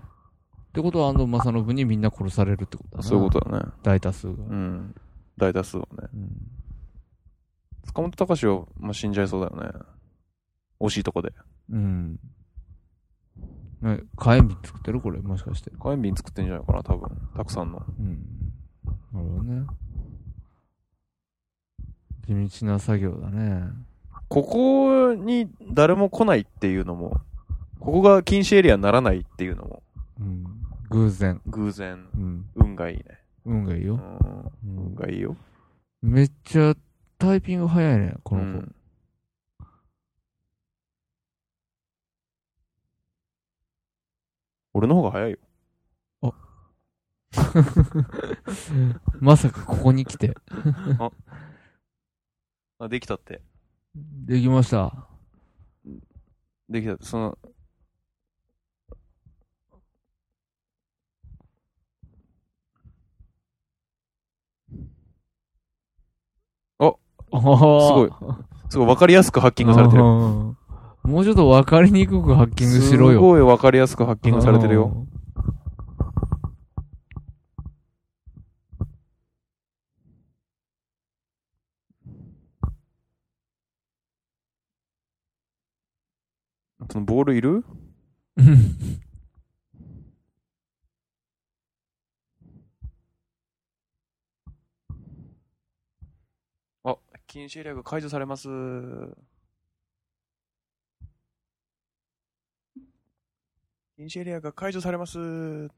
C: てことは安藤正信にみんな殺されるってことだな。
B: そういうことだね。
C: 大多数が。
B: うん。大多数はね。
C: うん
B: 塚本隆は、まあ、死んじゃいそうだよね。惜しいとこで。
C: うん。ね、火炎瓶作ってるこれ、もしかして。
B: 火炎瓶作ってんじゃないかな、多分。たくさんの。
C: うん。なるほどね。地道な作業だね。
B: ここに誰も来ないっていうのも、ここが禁止エリアにならないっていうのも、
C: うん。偶然。
B: 偶然、
C: うん。
B: 運がいいね。
C: 運がいいうよ。
B: ん。
C: うん
B: 運、がいいよ。
C: めっちゃタイピング早いね、こ
B: う
C: の子。
B: ん。俺の方が早いよ。
C: まさかここに来て。
B: あ、できたって。
C: できました。
B: できた、その、
C: あー
A: すごいすごい分かりやすくハッキングされてる
C: う。んもうちょっと分かりにくくハッキングし
A: す
C: ろよ。
A: ごい分かりやすくハッキングされてるよ。そのボールいる
C: うん。
A: あ、禁止エリアが解除されます。禁止エリアが解除されます。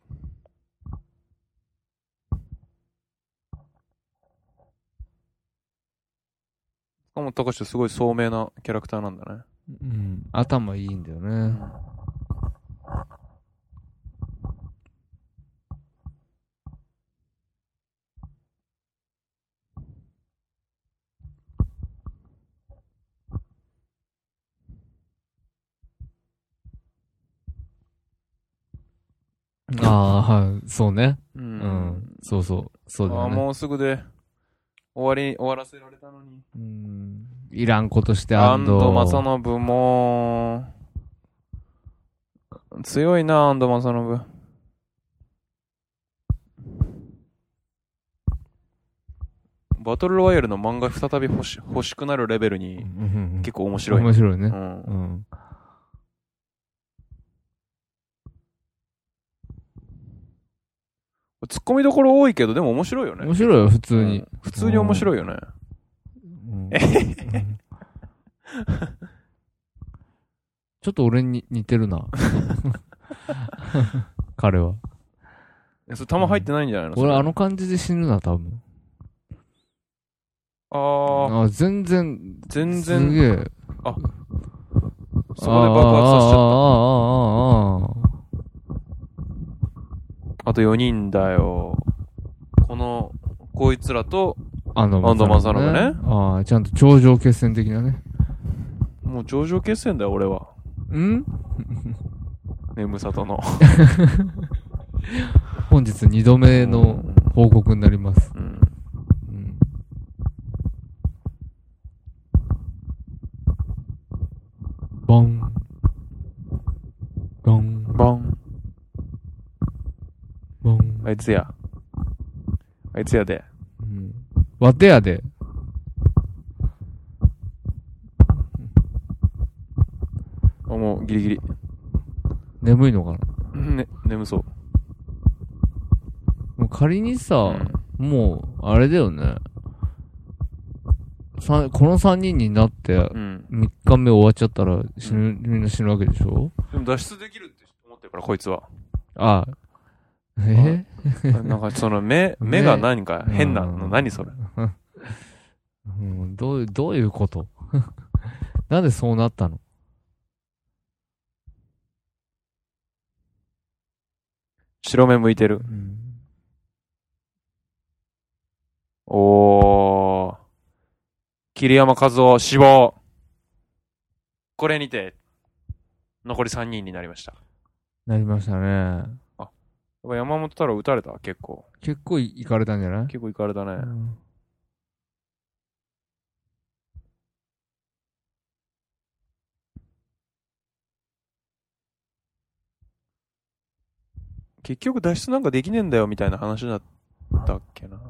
A: 塚本隆史ってすごい聡明なキャラクターなんだね。
C: うん。頭いいんだよね。ああ、はい。そうね。
A: う。
C: うんん。そうそう。そうだ
A: あ
C: よ
A: ー
C: ね。
A: もうすぐで終わり、終わらせられたのに。
C: うんいらんことして
A: 安
C: 安
A: 藤
C: 藤。
A: 正信も、強いな、安藤正信。バトルロワイヤルの漫画再び欲し欲しくなるレベルに
C: うん
A: 結構面白い。
C: 面白いね
A: う。ん
C: う、ん。
A: ツッコミどころ多いけど、でも面白いよね
C: 面。白いよ、普通
A: う
C: に
A: ん。普通に面白いよね。
C: うん。うんちょっと俺に似てるな。 [laughs] 彼は。
A: いやそれ弾入ってないんじゃないの、それ
C: 俺あの感じで死ぬな、多分。
A: あー
C: あ全然、
A: 全
C: す
A: 然、
C: げえ。
A: そこで爆発させちゃっ
C: ゃ
A: た。あと4人だよ。この、こいつらと、
C: った。あの、
A: 安藤正信ね
C: ああ、ちゃんと頂上決戦的なね。
A: もう上場決戦だよ、俺は。
C: ん
A: 眠さとの。
C: 本日2度目の報告になります。
A: うん。
C: うんボン。ボン。
A: バン。
C: ボン。
A: あいつや。あいつやで。
C: うん。わてやで。
A: あ、もうギリギリ。
C: 眠いのかな
A: ね、眠そう。
C: もう仮に
A: う
C: さ
A: ん、
C: もう、あれだよね。さこの3人になって、
A: うん。
C: 3日目終わっちゃったら死ぬ、みんな死ぬわけでしょ
A: でも脱出できるって思ってるから、こい
C: [laughs]
A: つは。
C: ああ。え
A: なんかその目、目が何か
C: ね
A: 変な
C: う
A: の、
C: ん
A: 何それ。
C: うん、どう、どういうこと [laughs] なんでそうなったの
A: 白目向いてる。
C: うん
A: おー。桐山和夫死亡。これにて、残り3人になりました。
C: なりましたね。
A: やっぱ山本太郎撃たれた結構。
C: 結構いかれたんじゃない
A: 結構いかれたね。
C: うん
A: 結局脱出なんかできねえんだよみたいな話だったっけな。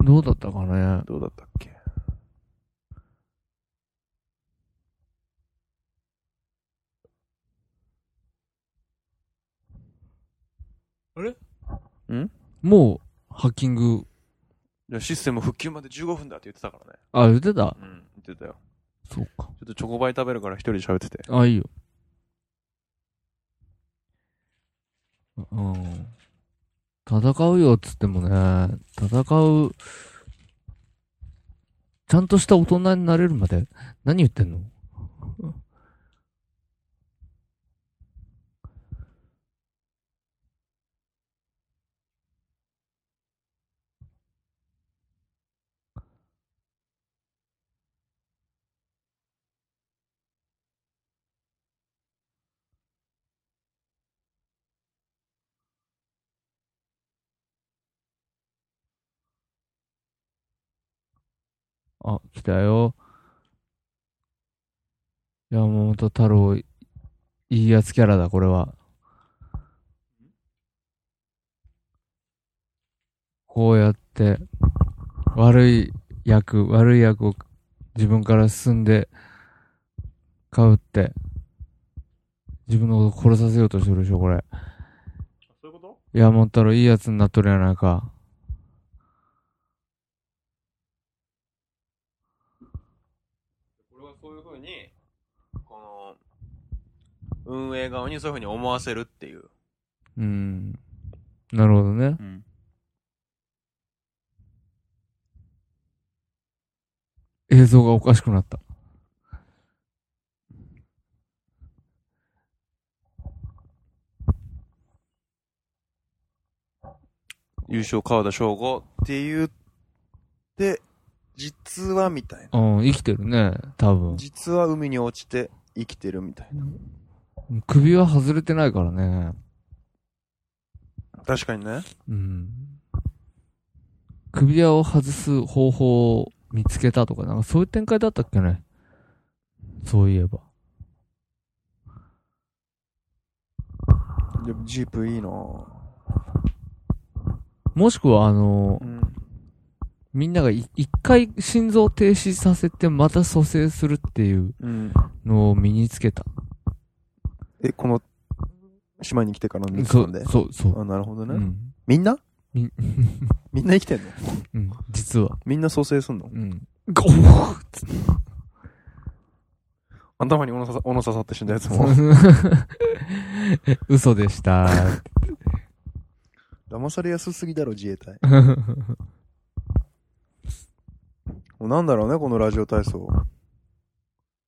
C: どうだったかね。
A: どうだったっけ
C: もう、ハッキング、
A: いやシステム復旧まで15分だって言ってたからね。
C: あ、言ってた
A: うん、言ってたよ。
C: そうか。
A: ちょっとチョコバイ食べるから一人で喋ってて。
C: あ、いいよ。うん。戦うよっつってもね、戦う、ちゃんとした大人になれるまで、何言ってんのあ、来たよ。山本太郎、いいやつキャラだ、これは。こうやって、悪い役、悪い役を自分から進んで、買うって、自分のこと殺させようとしてるでしょ、これ。
E: そういうこと
C: 山本太郎、いいやつになっとるやないか。
E: これはそういうふうに、この、運営側にそういうふうに思わせるっていう。
C: うん。なるほどね。
E: うん。
C: 映像がおかしくなった。
E: 優勝川田翔吾。
B: って言って、実はみたいな。
C: うん、生きてるね、多分。
B: 実は海に落ちて生きてるみたいな。
C: 首は外れてないからね。
B: 確かにね。
C: うん。首輪を外す方法を見つけたとか、なんかそういう展開だったっけね。そういえば。
B: でもジープいいなぁ。
C: もしくは、あの
B: う、ん。
C: みんながい一回心臓停止させてまた蘇生するっていう
B: うん。
C: のを身につけた。
B: え、この、島に来てからの3日
C: そ
B: 間で
C: う、。そう、そう。
B: あ、なるほど
C: う
B: ね。
C: ん。
B: みんな
C: み
B: [laughs] みんな生きてんの
C: うん、実は。
B: みんな蘇生すんの
C: うん。ゴー
B: 頭に斧刺さ斧刺さって死んだやつも。
C: [laughs] 嘘でした。
B: 騙されやすすぎだろ、自衛隊。もうなんだろうね、このラジオ体操。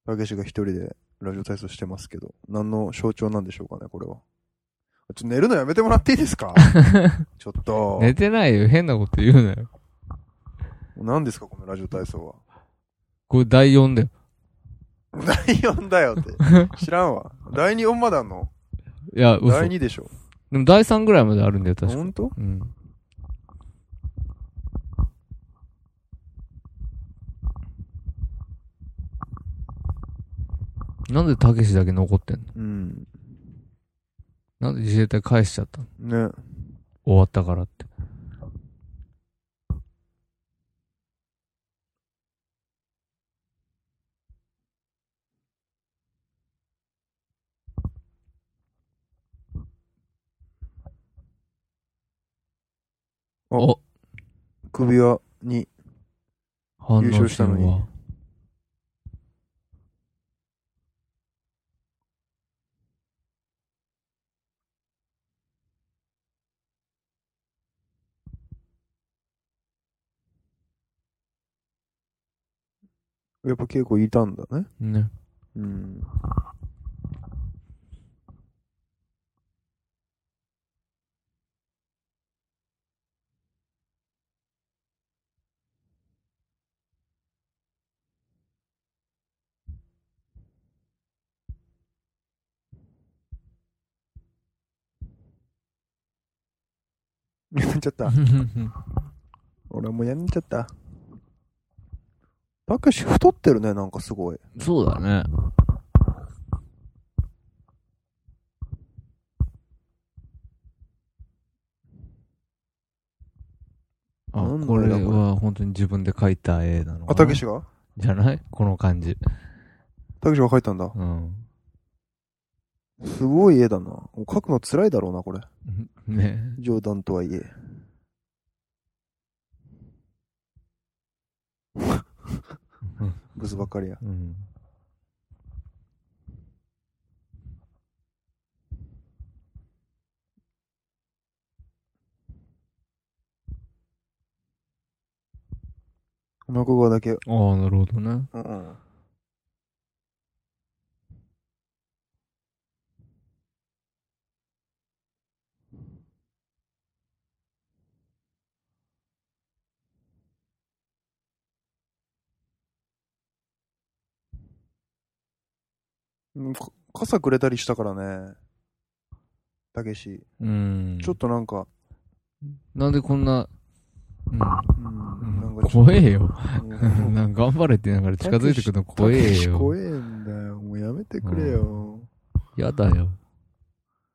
B: たけしが一人でラジオ体操してますけど、何の象徴なんでしょうかね、これは。ちょ、寝るのやめてもらっていいです
C: [laughs]
B: かちょっと。
C: 寝てないよ。変なこと言うなよ。
B: 何ですか、このラジオ体操
C: [laughs]
B: は。
C: これ第4だよ。
B: 第4だよって。知ら
C: [laughs]
B: んわ。第2音まであんの
C: いや、嘘。
B: 第
C: で
B: 2でしょ。
C: も第3ぐらいまであるんだよ、確か。
B: ほんと
C: うん。なんでたけしだけ残ってんの
B: うん。
C: なんで自衛隊返しちゃったの
B: ね。
C: 終わったからって。
B: あ
C: お
B: 首輪に。
C: 反応
B: 優勝したのに
C: んわ。
B: やっぱ結構いたんだね。
C: ね。
B: うん。やめちゃった。俺もやめちゃった。たけし太ってるね、なんかすごい。
C: そうだね。あ
B: なんだ、よ
C: これは本当に自分で描いた絵なのかな
B: あ、たけしが
C: じゃないこの感じ。
B: たけしが描いたんだ。
C: うん。 [laughs]
B: すごい絵だな。もう描くの辛いだろうな、これ。
C: ね。
B: 冗談とはいえ。ブスばっかりや。
C: うん。
B: お腹側だけ。
C: ああ、なるほどね。
B: うんうん。うんか傘くれたりしたからね。たけし。
C: うん。
B: ちょっとなんか、
C: なんでこんな、うん
B: うんなんかちょっと
C: 怖えよ。
B: うん
C: [laughs] なんか頑張れって言いながら近づいてくるの怖え
B: たけし怖
C: よ。
B: えんだよ。もうやめてくれよ。
C: やだよ。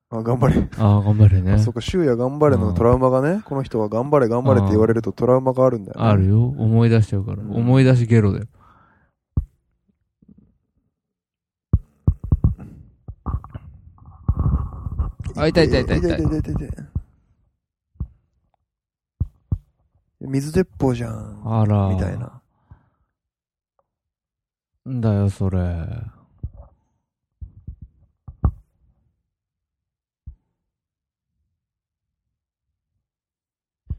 B: あ、頑張れ。
C: ああ、頑張れね
B: あ。そうか、修也頑張れのトラウマがね、この人は頑張れ頑張れって言われるとトラウマがあるんだよ、ね。
C: あるよ。思い出しちゃうから。
B: うん
C: 思い出しゲロだよ。あ、痛い痛い痛い痛い。
B: 痛い痛い痛い水鉄砲じゃん。
C: あら。
B: みたい。な。
C: んだよ、それ。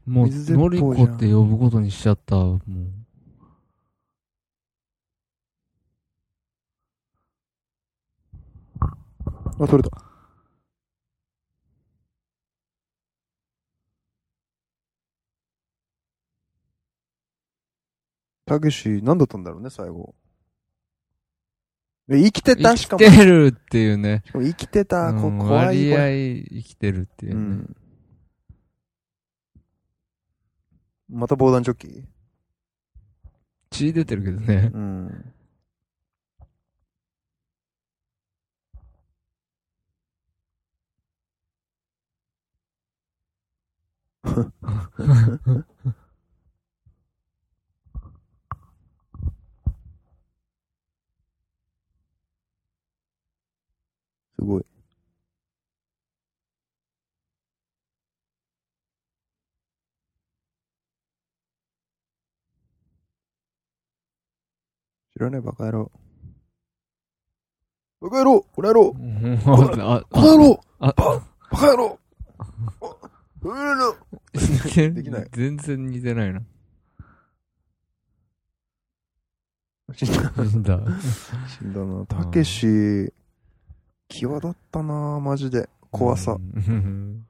C: もう、
B: 水鉄
C: の
B: 砲
C: り
B: じゃん
C: こって呼ぶことにしちゃった。もう。
B: あ、取れた。たけし、何だったんだろうね、最後。え生きてた
C: 生
B: し
C: き
B: かも。
C: てるっていうね。
B: しかも生きてた、こ
C: うん
B: 怖い。
C: 割
B: これ
C: 合生きてるっていううね。
B: ん。また防弾チョッキ
C: 血出てるけどね。
B: うん。すごい。知らねえ、バカ野郎。バカ野郎この野郎
C: あ、
B: この野郎
C: あ、あ、
B: バカ野郎うるるできない
C: 全然似てないな。
B: 死んだ。
C: 死んだ。
B: 死んだな。たけし、際立ったなマジで。怖さ。
C: うん。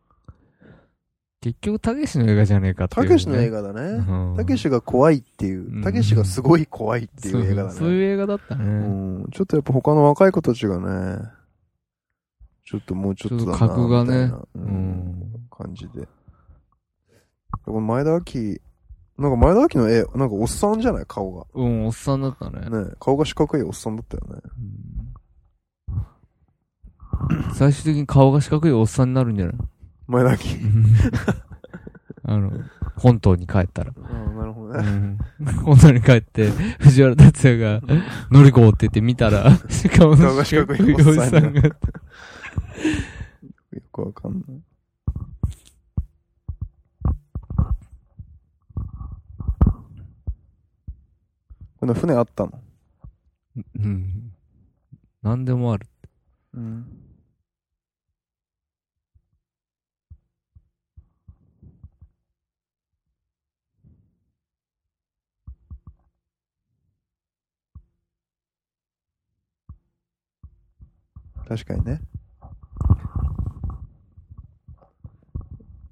C: 結局、たけしの映画じゃねえかっていう、
B: た
C: ね。
B: けしの映画だね。たけしが怖いっていうう。
C: ん
B: たけしがすごい怖いっていう映画だ
C: そう
B: ね。
C: そういう映画だったね。
B: うん、ちょっとやっぱ他の若い子たちがね、ちょっともうちょっとだな
C: ちょっと格がね
B: みたいな、う、
C: うんん。
B: 感じで。この前田明、なんか前田明の絵、なんかおっさんじゃない顔が。
C: うん、おっさんだったね。
B: ね顔が四角いおっさんだったよね。
C: うん最終的に顔が四角いおっさんになるんじゃない
B: 前田
C: あの、本島に帰ったら。
B: 明。うん、なるほど
C: う
B: ね。
C: ん、本当に帰って、藤原達也が、乗り子を追ってって見たら、しかも、
B: 顔が四角いおっさんが
C: 四角いおっが
B: よくわかんない。この船あったの
C: うん。何でもある。
B: うん。確かにね。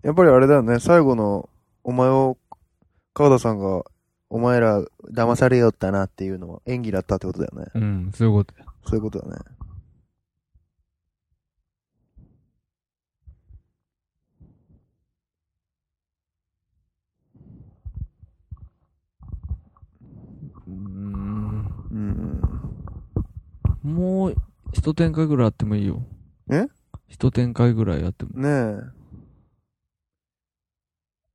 B: やっぱりあれだよね、最後の、お前を、川田さんが、お前ら騙されよったなっていうのは演技だったってことだよね。
C: うん、そういうこと。
B: そういうことだね。
C: うん。
B: うん。
C: もう、一展開ぐらいあってもいいよ。
B: え
C: 一展開ぐらいあっても。
B: ねえ。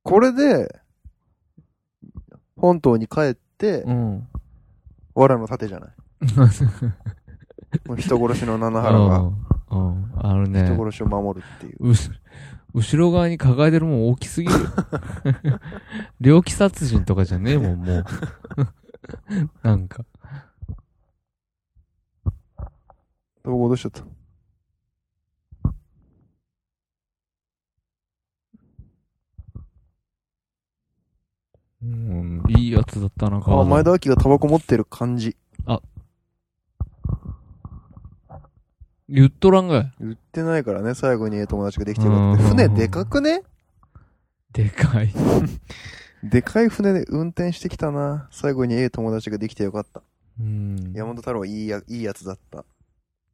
B: これで、本島に帰って、
C: うん。
B: 藁の盾じゃ
C: [laughs]
B: ない。もう人殺しの七原が、
C: うん。うん。あのね。
B: 人殺しを守るっていう。
C: う [laughs] す後ろ側に抱えてるもん大きすぎる。猟奇殺人とかじゃねえもん、もう。 [laughs] なんか。
B: タバコ落としちゃった。
C: うん、いいやつだったな、
B: あ、前
C: だ。
B: 田明がタバコ持ってる感じ。
C: 言っとらんがい。
B: 言ってないからね、最後にええ友達ができてるって。
C: うん
B: 船でかくね
C: でかい。
B: でかい船で運転してきたな。最後にええ友達ができてよかった。
C: うん。
B: 山本太郎いいや、いいやつだった。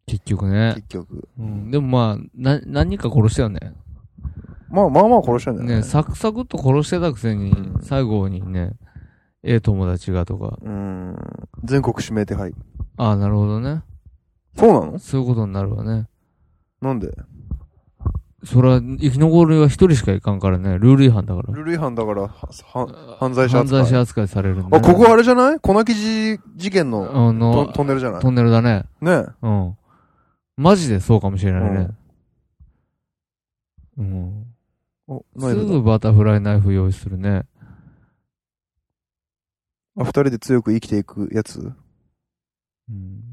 C: 結局ね。
B: 結局。
C: うん。でもまあ、な、何人か殺したよね。
B: まあまあまあ殺したんだよね。
C: ね、サクサクっと殺してたくせに、
B: うん
C: 最後にね、ええ友達がとか、
B: うん。全国指名手配。
C: ああ、なるほどね。
B: そうなの
C: そういうことになるわね。
B: なんで
C: それは、生き残りは一人しかいかんからね、ルール違反だから。
B: ルール違反だから、はは犯
C: 犯
B: 罪者扱い
C: 犯罪者扱いされるんだ、
B: あ、こ
C: ね。
B: こあれじゃない小泣き事件の
C: あ
B: ト
C: の
B: ン、トンネルじゃない
C: トンネルだね。
B: ね
C: うん。マジでそうかもしれないね。うん。
B: お、ナイ
C: す
B: フだ
C: ぐバタフライナイフ用意するね。
B: あ、二人で強く生きていくやつ
C: うん。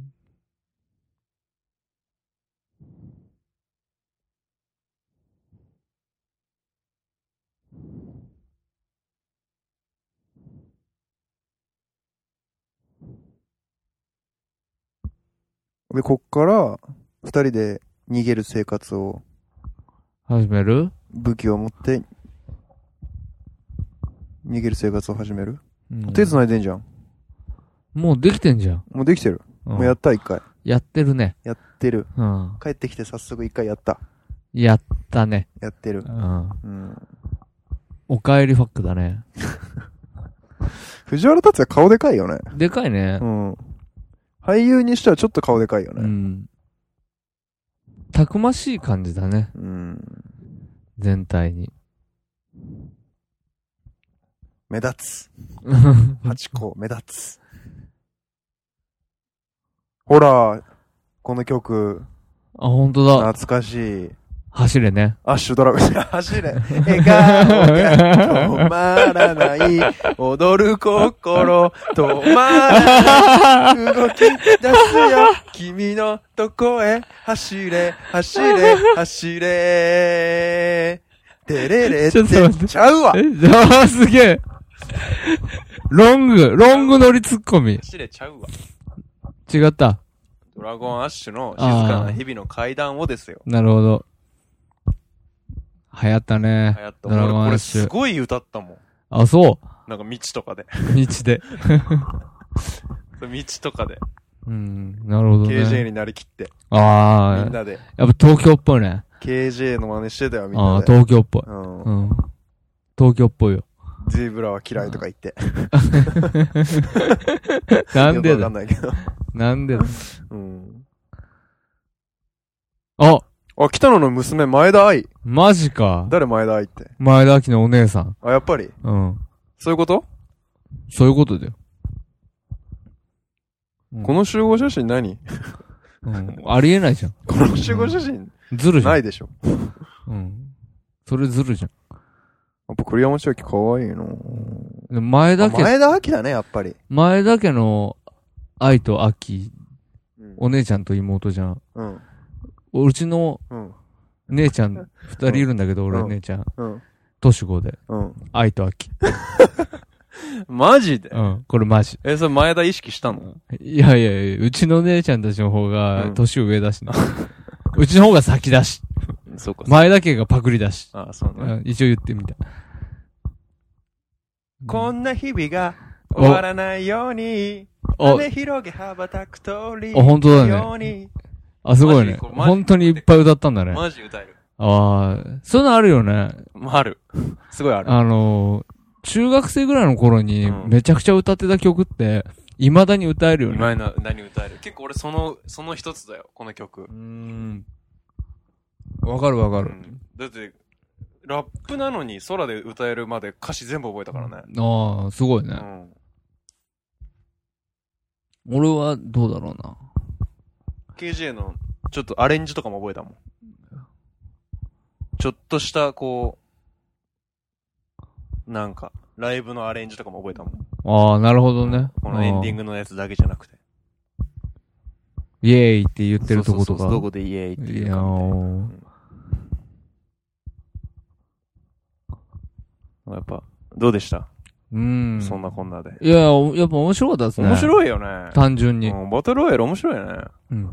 B: で、こっから、二人で逃げる生活を、
C: 始める
B: 武器を持って、逃げる生活を始める、
C: うん
B: 手繋いでんじゃん。
C: もうできてんじゃん。
B: もうできてる。
C: うん
B: もうやった、一回。
C: やってるね。
B: やってる。
C: うん。
B: 帰ってきて早速一回やった。
C: やったね。
B: やってる
C: う。ん。
B: うん。
C: おかえりファックだね。
B: 藤原達也顔でかいよね。
C: でかいね
B: う。ん。俳優にしてはちょっと顔でかいよ
C: う
B: ね。
C: ん。たくましい感じだね。
B: うん。
C: 全
B: [laughs]
C: 体に。
B: 目立つ。八個、目立つ。ほら、この曲、
C: あ、ほんとだ。
B: 懐かしい。
C: 走れね。
B: アッシュド
C: [laughs]
B: ラゴン、走れ、笑顔が止まらない、踊る心、止まらない、動き出すよ、君のとこへ、走れ、走れ、走れ、てれれっ
C: ちょっと待って
B: て、ちゃうわ
C: え、 [laughs] じゃあ、すげえ。ロング、ロング乗りツッコミ。
A: 走れちゃうわ。
C: 違った。
A: ドラゴンアッシュの
C: 静かな
A: 日々の階段をですよ。
C: なるほど。流行ったね。
A: 流行った
C: ドラゴンアッシュ。
A: ごい歌ったもん。
C: あ、そ
A: なんか道とかで。
C: う。道で。
A: 道とかで。
C: うん、なるほどね。
B: になりきって、
C: ああ、
B: なで、
C: やっぱ東京っぽいね。
B: KJ の真似してたよ、み
C: ああー、東京っぽい。
B: うん
C: うん。東京っ
B: [laughs]
C: ぽいよ。
B: ゼブラは嫌いとか言って。
C: なんで
B: よくわか
C: だ
B: んないけど。
C: なんでだ
B: うん。
C: あ
B: あ、北野の娘、前田愛。
C: マジか。
B: 誰前田愛って。
C: 前田明のお姉さん。
B: あ、やっぱり
C: うん。
B: そういうこと、
C: そういうことだよ。うん
B: この集合写真何 [laughs]
C: うんありえないじゃん。
B: この集合写真
C: ずるじゃん。
B: ないでしょ。
C: うん。それずるじゃ
B: やっぱ栗山千秋可愛いの。
C: ん。で前
B: あ
C: 田家、
B: 前田愛だね、やっぱり。
C: 前田家の愛と秋、
B: うん。
C: お姉ちゃんと妹じゃん。
B: うん。
C: うちの
B: うん。
C: 姉ちゃん、二人いるんだけど、俺
B: うん
C: 姉ちゃん、
B: うん。
C: 年子で。
B: うん。
C: 愛と秋。
A: マジで
C: うん。これマジ。
A: え、それ前田意識したの
C: いやいやいや、うちの姉ちゃんたちの方
B: う
C: が、
B: ん
C: 年上だしな。うちの方が先だし。
A: そうか。
C: 前田家がパクリだし。
A: あ、そう
C: う
A: ね。
C: ん一応言ってみた。
F: こんな日々が
C: お
F: 終わらないように、
C: あ、
F: 羽広げ羽ばたく鳥
C: あ、本当だね。
F: ように。
C: あ、すごい
A: マジで
C: ね。
A: これマジで
C: 本当にいっぱい歌ったんだね。あ
A: マジ歌える。
C: あー、そういうのあるよね。
A: ある。すごいある。
C: あのー、中学生ぐらいの頃に
A: うん
C: めちゃくちゃ歌ってた曲って、未だに歌えるよね。
A: 今の何歌える結構俺その、その一つだよ、この曲
C: う。ん。わかるわか
A: う
C: る。
A: んだって、ラップなのに空で歌えるまで歌詞全部覚えたからね。
C: ああ、すごいうね。
A: ん。
C: 俺はどうだろうな。
A: KJ のちょっとアレンジとかも覚えたもん。ちょっとした、こう、なんか、ライブのアレンジとかも覚えたもん。
C: ああ、なるほどね。
A: このエンディン
C: グ。
A: グのやつだけじゃなくて。
C: イエーイって言ってるとこと
A: そうそうそうど
C: か。
A: こでイエーイって
C: い
A: いう
C: や
A: か。
C: ー
A: やっぱ、どうでした、
C: うん。
A: そんなこんなで。
C: いや、やっぱ面白かったですね。
A: 面白いよね。
C: 単純に。
A: うんバトルロイヤル面白いね。
C: うん。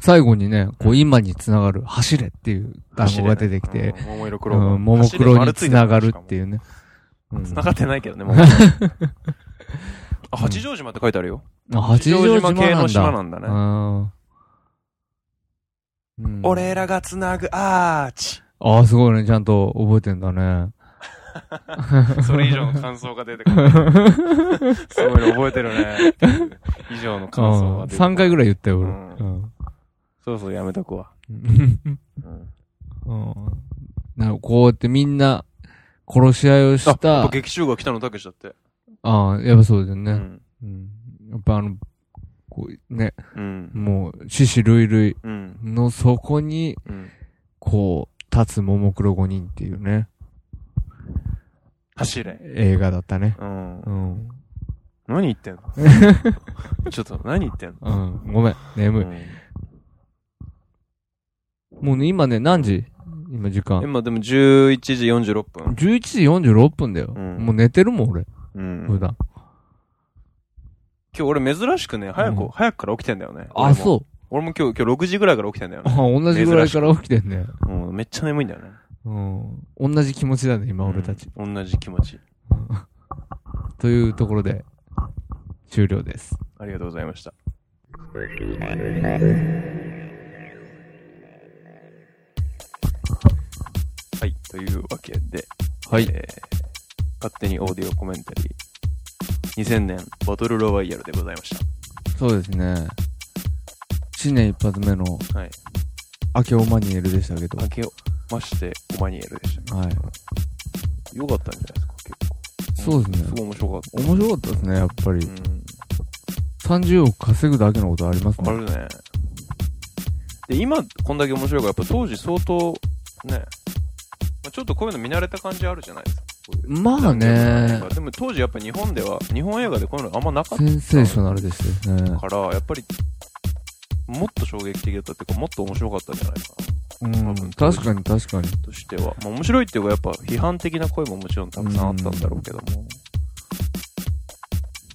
C: 最後にね、こう今につながる、走れっていう単語が出てきて、
A: うん、桃色
C: う
A: 黒が
C: ん、ももクロにつながるって
A: う。
C: いうね。うん
A: つながってないけどね、
C: [laughs]
A: 桃黒あ、八丈島って書いてあるよ。
C: あ八丈島なんだ
A: 系の島なんだね。
C: あーうん [laughs]
A: 俺らがつなぐアーチ。
C: ああ、すごいね。ちゃんと覚えてんだね。
B: それ以上の感想が出てこない。 [laughs] すごい覚えてるね。以上の感想が出てこない
C: 3回ぐらい言ったよ、俺。
B: うんそうそう、やめとくわ。
C: うん。うん。なるほどこうやってみんな殺し合いをし
B: あ、や
C: た。
B: っ
C: あ
B: ぱ劇中が北野武だって。
C: あー、やっぱそうだよ
B: う
C: ね。
B: ん。
C: うん。やっぱあの、こうね、
B: うん。
C: もう、獅子類類
B: うん。
C: のそこに、
B: うん。
C: こう、立つももクロ5人っていうね、
B: 走れ。
C: 映画だったね。
B: うん
C: う。ん。
B: 何言っ
C: [laughs]
B: てんのちょっと何言ってんの
C: うん。ごめん。眠い。
B: うん
C: もうね、今ね、何時今時間。
B: 今でも11時46分。
C: 11時46分だよ。
B: うん
C: もう寝てるもん、俺。
B: うん。
C: 普
B: 今
C: 段。
B: 日俺珍しくね、早
C: うん
B: く、早くから起きてんだよね。
C: あ、そう。
B: う。俺も今日、今日6時ぐらいから起きてんだよ
C: あ
B: ね。
C: 同じぐらいから起きてんね。
B: うん。めっちゃ眠いんだよね。
C: うん。同じ気持ちだね、今、俺たち。
B: うん。同じ気持ち。
C: というところで、終了です。
B: ありがとうございました。はい、というわけで、
C: はい。
B: えー勝手にオーディオコメンタリー2000年バトルロワイヤルでございまし
C: そうですね。新年一発目の、
B: た。はい。
C: 明けおマニエルでしたけど。
B: 明けましてオマニエルでしたね。
C: はい。
B: よかったんじゃないですか、結構。
C: そうです
B: す
C: ね。
B: ごい面白かった。
C: 面白かったですね、やっぱり。
B: うん。
C: 30億稼ぐだけのことあります
B: あ
C: ね。
B: るね。で、今、こんだけ面白いから、やっぱ当時相当、ね、まあ、ちょっとこういうの見慣れた感じあるじゃないですか。こういう
C: まあね。
B: でも当時やっぱ日本では、日本映画でこういうのあんまなかっ
C: センセーショナルでしたよね
B: た。から、やっぱり、もっと衝撃的だったっていうか、もっと面白かったんじゃないかな、
C: うん。確かに確かに。
B: としては。まあ面白いっていうか、やっぱ批判的な声ももちろんたくさんあったんだろうけども。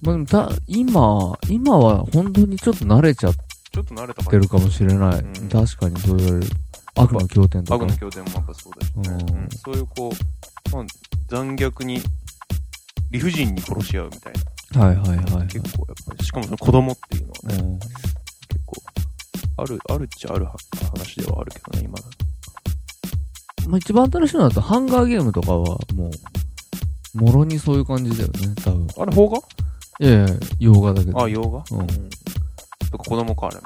C: まあでもた、今、今は本当にちょっと慣れちゃっ
B: ちょっと慣れた
C: て
B: 感
C: る
B: じ。
C: かもしれない。
B: うん
C: 確かにそう言われる。悪の経典と
B: 悪
C: か
B: の。経典もやっぱそうだしね。
C: うん
B: うんそういうこう、まあ、残虐に、理不尽に殺し合うみたいな。
C: はいはいはい。
B: 結構やっぱり、しかもその子供っていうのはね、
C: うん
B: 結構、ある、あるっちゃあるは話ではあるけどね、今だと。
C: まあ一番新しいのだと、ハンガーゲームとかはもう、もろにそういう感じだよね、多分。
B: あれ、邦
C: いやいや、洋画だけど。
B: 画あ、洋画
C: うん
B: とか子供か、あれも。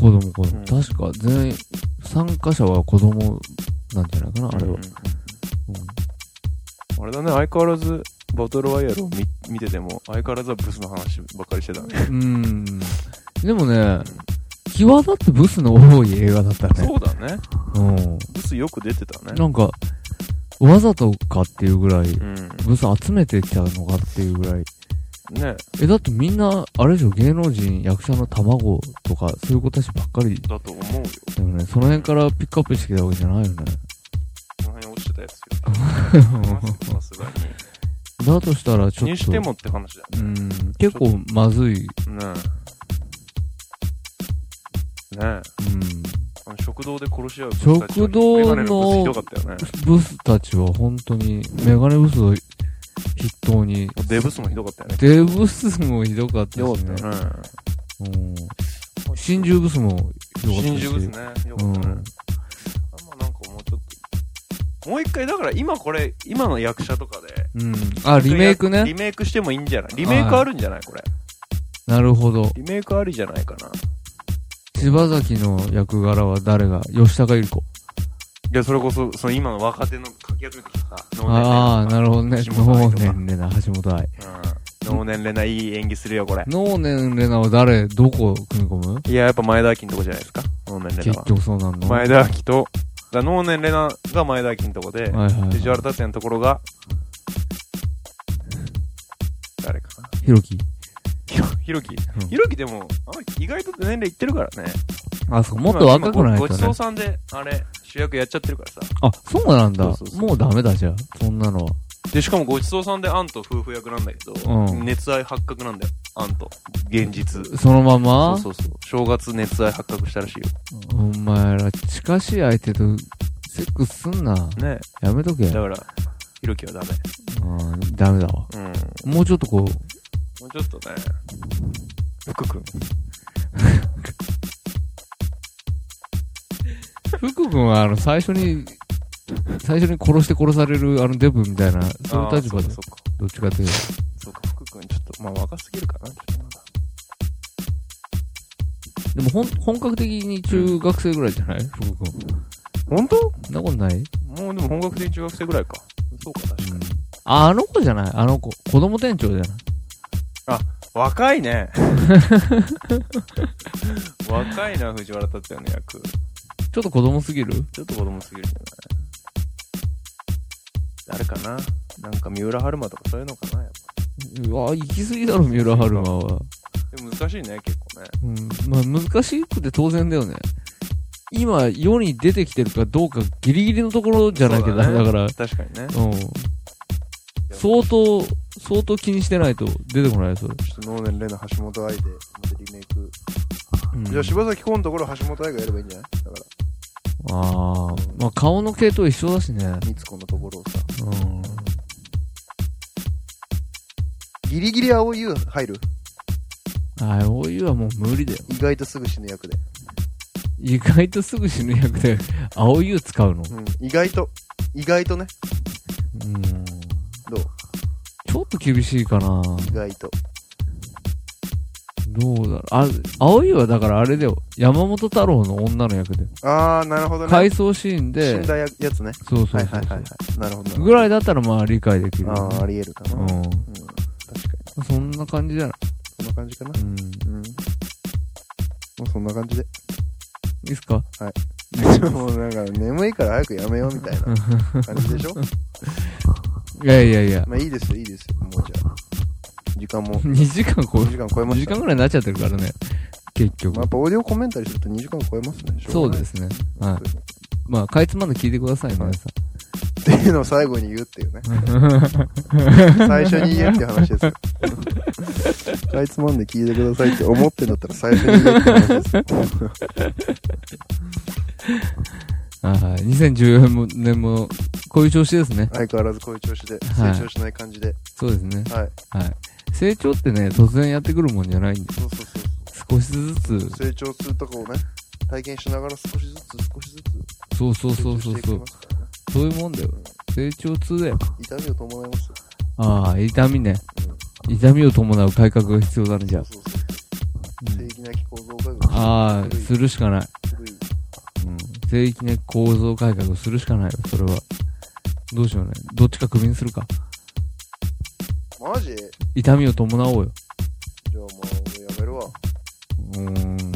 C: 子供子供。
B: うん
C: 確か、全員、参加者は子供なんじゃないかな、あれは。
B: うん
C: う
B: あれだね、相変わらず、バトルワイヤルを見見てても、相変わらずはブスの話ばっかりしてたね。
C: ん。うんでもね、際立ってブスの多い映画だったね。
B: そうだね。
C: うん。
B: ブスよく出てたね。
C: なんか、わざとかっていうぐらい、
B: うん。
C: ブス集めてきたのかっていうぐらい。
B: ね
C: え、だってみんな、あれでしょ、芸能人、役者の卵とか、そういう子たちばっかり
B: だと思うよ。
C: だよね。その辺からピックアップしてきたわけじゃないよね。
B: この辺落ちてたやつ
C: [laughs]
B: よ。さすが
C: だとしたら、ちょっと。
B: に。にしてもって話だよ
C: うん、結構まずい。
B: ね。ねえ。
C: うん。
B: あの食堂で殺し合う
C: 食堂の
B: メガネブスひどかったよね
C: ブスたちは本当に、メガネブスを筆頭に、
B: デブスもひどかったよね
C: デブスもひどかったしね。うん。新宿ブスもひどかったし。
B: 新宿ブスねひどかったね、
C: うん
B: あんまなんかもうちょっともう一回だから今これ今の役者とかで
C: うん。あ、リメイク
B: リ
C: ね。
B: メイクしてもいいんじゃないリメイクあるんじゃないこれ
C: なるほど。
B: リメイクありじゃないかな
C: 柴崎の役柄は誰が吉高由里子。
B: いやそれこそその今の若手のかき集めてきた
C: ああ、なるほどね。
B: 橋
C: 能
B: 本愛とか
C: 年齢な、橋本愛。
B: ほど能年齢ないい演技するよこれ
C: 能年齢なは誰、どこ組み込む
B: いややっぱ前田明のとこじゃないですか能年齢
C: 結
B: は
C: 局そうなんの
B: 前
C: はい
B: 田明とだから能年齢なが前田明のとこで、
C: はいはい。
B: 藤原竜也のところが、誰かな。
C: ひろき。
B: ひろひろき
C: ん。
B: ひろきでも、あの人意外と年齢いってるからね。
C: あ、そう、もっと若くな
B: 今
C: い
B: ご
C: と
B: ごちそ
C: ね
B: う。さんで、あれ、主役やっちゃってるからさ。
C: あ、そうなんだ
B: そう。そうそう
C: もうダメだじゃん。そんなのは。
B: で、しかもごちそうさんでアンと夫婦役なんだけど、
C: うん
B: 熱愛発覚なんだよ。アンと。現実。
C: そのまま
B: そうそうそう。正月熱愛発覚したらしいよ。
C: お前ら、近しい相手とセックスすんな。
B: ね
C: やめとけ。
B: だ
C: う
B: から、ひろきはダメ。
C: ん、ダメだわ。
B: うん。も
C: もうちょっとこう、
B: うちょっとね、福君。
C: 福君はあの、最初に最初に殺して殺されるあのデブみたいな、そうい
B: あ
C: う
B: ー
C: 立場で
B: そ、うか
C: どっちかというと。
B: そうか、福君、ちょっと、まあ若すぎるかな、ちょっとまだ。
C: でもほん本格的に中学生ぐらいじゃない福君。
B: 本当
C: そんなことない
B: もうでも本格的に中学生ぐらいか。そうか、確かに。
C: あ、あの子じゃないあの子。子供店長じゃない
B: 若いね。 [laughs] 若いな、藤原達也の役。
C: ちょっと子供すぎる
B: ちょっと子供すぎるんじゃない誰かななんか三浦春馬とかそういうのかなやっ
C: うわ、行き過ぎだろ、三浦春馬は。
B: ぱでも難しいね、結構ね。
C: うん。まあ、難しくて当然だよね。今、世に出てきてるかどうかギリギリのところじゃなきゃ
B: そうだ
C: だ,、
B: ね
C: だから、
B: 確かにね。
C: うん。相当、相当気にしてないと出てこないよ、それ。
D: ちょっと能年玲奈橋本愛で、またリメイク。
C: うん、
D: じゃあ、柴咲コウのところ橋本愛がやればいいんじゃないだか
C: ああ、まあ顔の系統一緒だしね。
D: ら、みつこのところをさ。
C: うん。
D: ギリギリ青い優入る
C: ああ、おいはもう無理だよ。
D: 意外とすぐ死ぬ役で。
C: 意外とすぐ死ぬ役で、青い湯使うの。
D: うん。意外と。意外とね。
C: うん。
D: どう
C: ちょっと厳しいかな。
D: 意外と。
C: どうだろう。あ、青い湯はだからあれだよ。山本太郎の女の役で。
D: あー、なるほどね。
C: 回想シーン
D: 死
C: で
D: ん、だややつね。
C: そうそうそう。
D: はいはいはいはい。なるほどなるほど。
C: ぐらいだったらまあ理解できる。
D: あー、あり得るかな。
C: う
D: うん。確か
C: ん。
D: に。
C: そんな感じじゃない。
D: そんな感じかな。
C: うん。い
D: うん。もうそんな感じで。 [laughs]
C: いっすか
D: もうなんか眠いから早くやめようみたいな感じでしょ
C: いやいやいや。
D: まあいいですよ、いいですよ。もうじゃあ。時間も
C: 2時間こう
D: 2時間超えま
C: 2時
D: した。
C: 間ぐらいになっちゃってるからね。結
D: まあ
C: 局
D: やっ。ぱオーディオコメンタリーすると2時間超えますね。しょ
C: そう
D: がない
C: で。すね。はい。まあ、かいつまんで聞いてください、皆さ
D: っていうのを最後に言うっていう
C: [laughs] ん。
D: ね。最初に言えっていう話ですよ。かいつまんで聞いてくださいって思ってんだったら最初に言えって話ですよ。
C: はい。2014年も、こういう調子ですね。
D: 相変わらずこういう調子で、
C: はい
D: 成長しない感じで。
C: そうですね。
D: はい。
C: はい。成長ってね、突然やってくるもんじゃないんで、
D: そうそうそ
C: 少
D: う
C: しずつ、
D: そう。成長するとこをね、体験しながら少しずつ少しずつ
C: そうそう
D: 成
C: そう
D: 長し
C: そ
D: て
C: う
D: いき
C: そう
D: ま、すからね。
C: そういうもんだよ。成長痛だよ。
D: 痛みを伴いますよ。
C: ああ、痛みね。痛みを伴う改革が必要だね、じゃあ。
D: そうそうそう。
C: う
D: 正
C: ん
D: 義なき構造改革。
C: ああ、するしかない。
D: 古い。
C: うん。正義ね、構造改革をするしかないよ、それは。どうしようね。どっちかクビにするか。
D: マジじゃ
C: 痛みを伴おうよ。
D: あもう俺やめるわ。
C: うーん。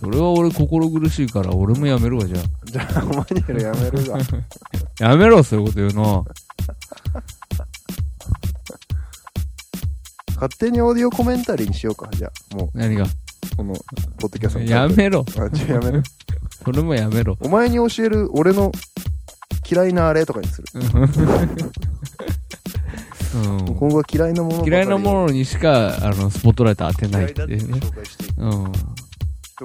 C: それは俺心苦しいから、俺もやめるわ、じゃ
D: じゃあマニュエルやめるわ。
C: あ。やめろ、そういうこと言うの。
D: [laughs] 勝手にオーディオコメンタリーにしようか。じゃあ、も
C: 何が。
D: う、この、ポッドキャストのタ
C: や
D: イトル。
C: めろ。
D: あ、じゃあやめる。
C: それもやめろ。
D: お前に教える俺の嫌いなあれとかにする。
C: うん。
D: 今後は嫌いなものばかりを
C: 嫌いなものにしか、あの、スポットライト当てない
D: 嫌
C: って
D: いだって
C: いうね。
D: 紹介していく
C: うん。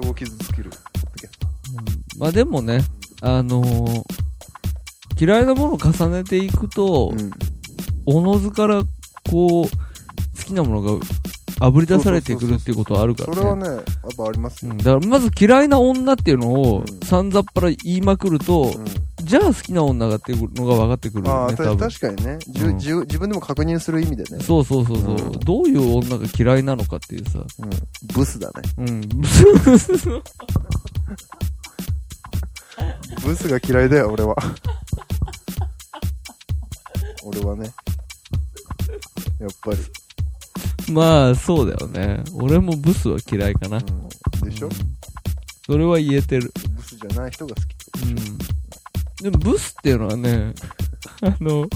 D: 人を傷つける。ポッドキャスト
C: まあでもね、あのー嫌いなものを重ねていくと、
D: うん。
C: おのずから、こう、好きなものが、あぶり出されてくるっていうことはあるか
D: そ
C: らね。
D: れはね、やっぱあります
C: う
D: よ。
C: ん、だからまず嫌いな女っていうのを
D: うん
C: さんざっぱら言いまくると、
D: うん。
C: じゃあ好きな女がっていうのが分かってくる
D: あ
C: よ
D: あ、
C: ね、多
D: た
C: 分。
D: 確かにね。じゅ
C: うん
D: じゅ自分でも確認する意味でね。
C: そうそうそうそう、
D: うん
C: どういう女が嫌いなのかっていうさ。
D: うん。ブスだね。
C: うん。
D: ブスが嫌いだよ、俺は。俺はね。やっぱ
C: [laughs]
D: り。
C: まあ、そうだよね。俺もブスは嫌いかな。
D: うん、でしょ
C: それは言えてる。
D: ブスじゃない人が好きってこ
C: うん。でもブスっていうのはね、 [laughs] あの、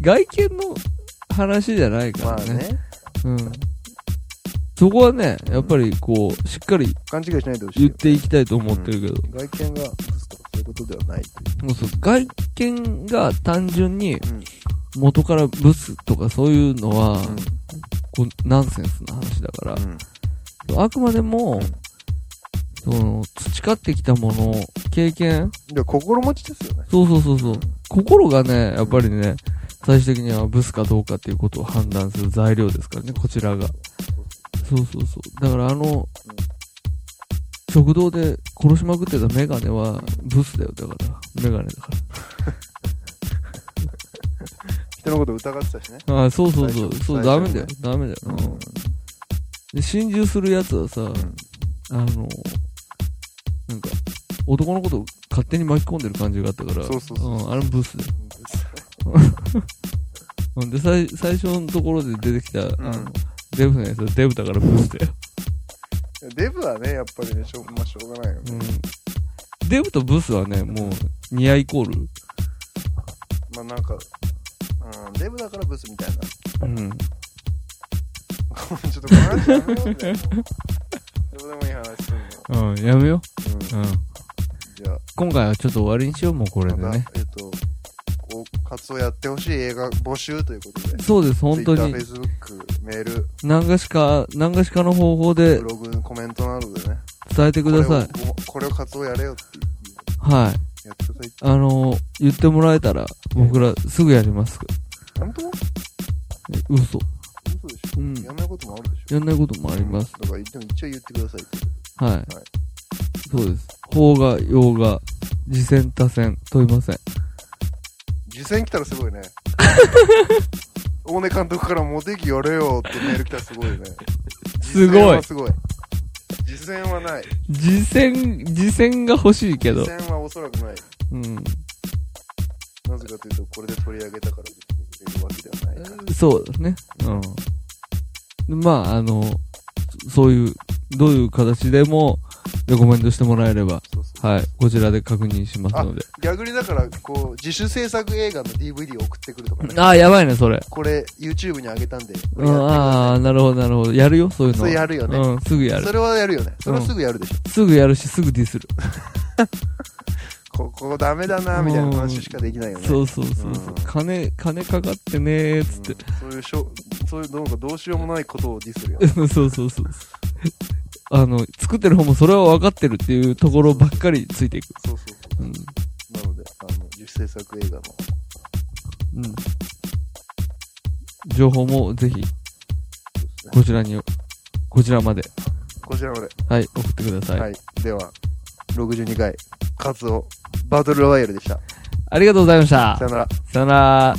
C: 外見の話じゃない
D: と。
C: か
D: ま
C: ら
D: あ
C: ね。
D: ね。
C: うん。そこはね、やっぱりこう、しっかり
D: 勘違いしないでほしい
C: 言っ
D: よ。
C: ていきたいと思ってるけど。
D: 外見がブスとかそういうことではないという。
C: もうそう外見が単純に
D: うん
C: 元からブスとかそういうのは、
D: うん
C: こうナンセンスな話だから、
D: うん
C: あくまでも、その、培ってきたもの、経験、
D: で心持ちですよね。
C: そうそうそうそう、心がね、やっぱりね、最終的にはブスかどうかっていうことを判断する材料ですからね、こちらが。そうそうそう。だからあの、食堂で殺しまくってたメガネはブスだよ、だから。メガネだか
D: 人のこと疑ってたしね。
C: ら。ああ、そうそうそう。
D: 最初
C: そう、
D: 最
C: ダ
D: 初
C: メ
D: ね
C: だよ。ダメだよ。うん。で、心中するやつはさ、あの、なんか、男のことを勝手に巻き込んでる感じがあったから、、
D: そうそうそうん
C: あれもブスだよ。うんで、最最初のところで出てきた、あの、デブのやつはデブだからブスだよ。
D: デブはね、やっぱりね、しょ,、まあ、しょうがないよね。
C: うん。デブとブスはね、もう、ニアイコール。
D: まあなんか、うん、デブだからブスみたいな。 [laughs]
C: うん。
D: ちょっとこの話やめよ
C: [laughs]
D: うぜ。どうでもいい話すんの。
C: うん、やめよ
D: うん、
C: う。うん。
D: じゃあ、
C: 今回はちょっと終わりにしよう、もうこれで
D: また、
C: ね。
D: えっ、と、こう、活動やってほしい映画募集ということで。
C: そうです、本当
D: Twitter、
C: に。
D: Facebook、メール、
C: 何がしか、何がしかの方法で
D: ブログ、コメントなどでね。
C: 伝えてください。
D: これをこれを活動やれよって
C: はい。
D: やってください。
C: あのー、言ってもらえたら、僕らすぐやります。
D: 本当
C: え嘘。
D: 嘘でし
C: うん。
D: ょやんないこともあるでしょ
C: やんないこともあります。
D: だから、でも一応言ってくださいって。
C: はい。そうです。方が、用が、次戦、多戦、問いません。
D: 実際に来たら
C: [laughs]
D: すごいね。大根監督からモテ期やれよってメール来たらすごいね。
C: すごい
D: 実践はすごい。実践はない。
C: 次戦、次戦が欲しいけど
D: 実。践はおそらくない。
C: うん。
D: なぜかというと、これで取り上げたからできるわけではないから。
C: そうですね。うん。まあ、あの、そそういう、どういう形でも、レコメントしてもらえれば、
D: そうそう。
C: はい、こちらで確認しますので。
D: 逆にだから、こう、自主制作映画の DVD を送ってくるとかね。
C: ああ、やばいね、それ。
D: これ、YouTube に上げたんで。こ
C: うん、
D: れやってくださ
C: ああ、なるほど、なるほど。やるよ、そうい
D: いう
C: の
D: そ
C: は。
D: れやるよね。
C: うん、すぐやる
D: そ。れはやるよね。それはすぐやるでしょ。
C: すぐやるし、すぐディスる。
D: ここダメだな、みたいな話しかできないよね。。
C: そうそうそうそううん金、金かかってねー、つって。。
D: うんそういうしょ、そういうどうかどうしようもないことをディスるよ
C: そうそうそうそう。あの、作ってる方もそれは分かってるっていうところばっかりついていく。
D: そうそうそう。
C: うん。
D: なので、あの、自主制作映画の
C: うん。情報もぜひ、
D: そうですね、
C: こちらに、こちらまで、
D: こちらまで。
C: はい、送ってください。
D: はい。では、62回、カツオ、バトルロワイヤルでした。
C: ありがとうございました
D: さ。よなら。
C: さよなら。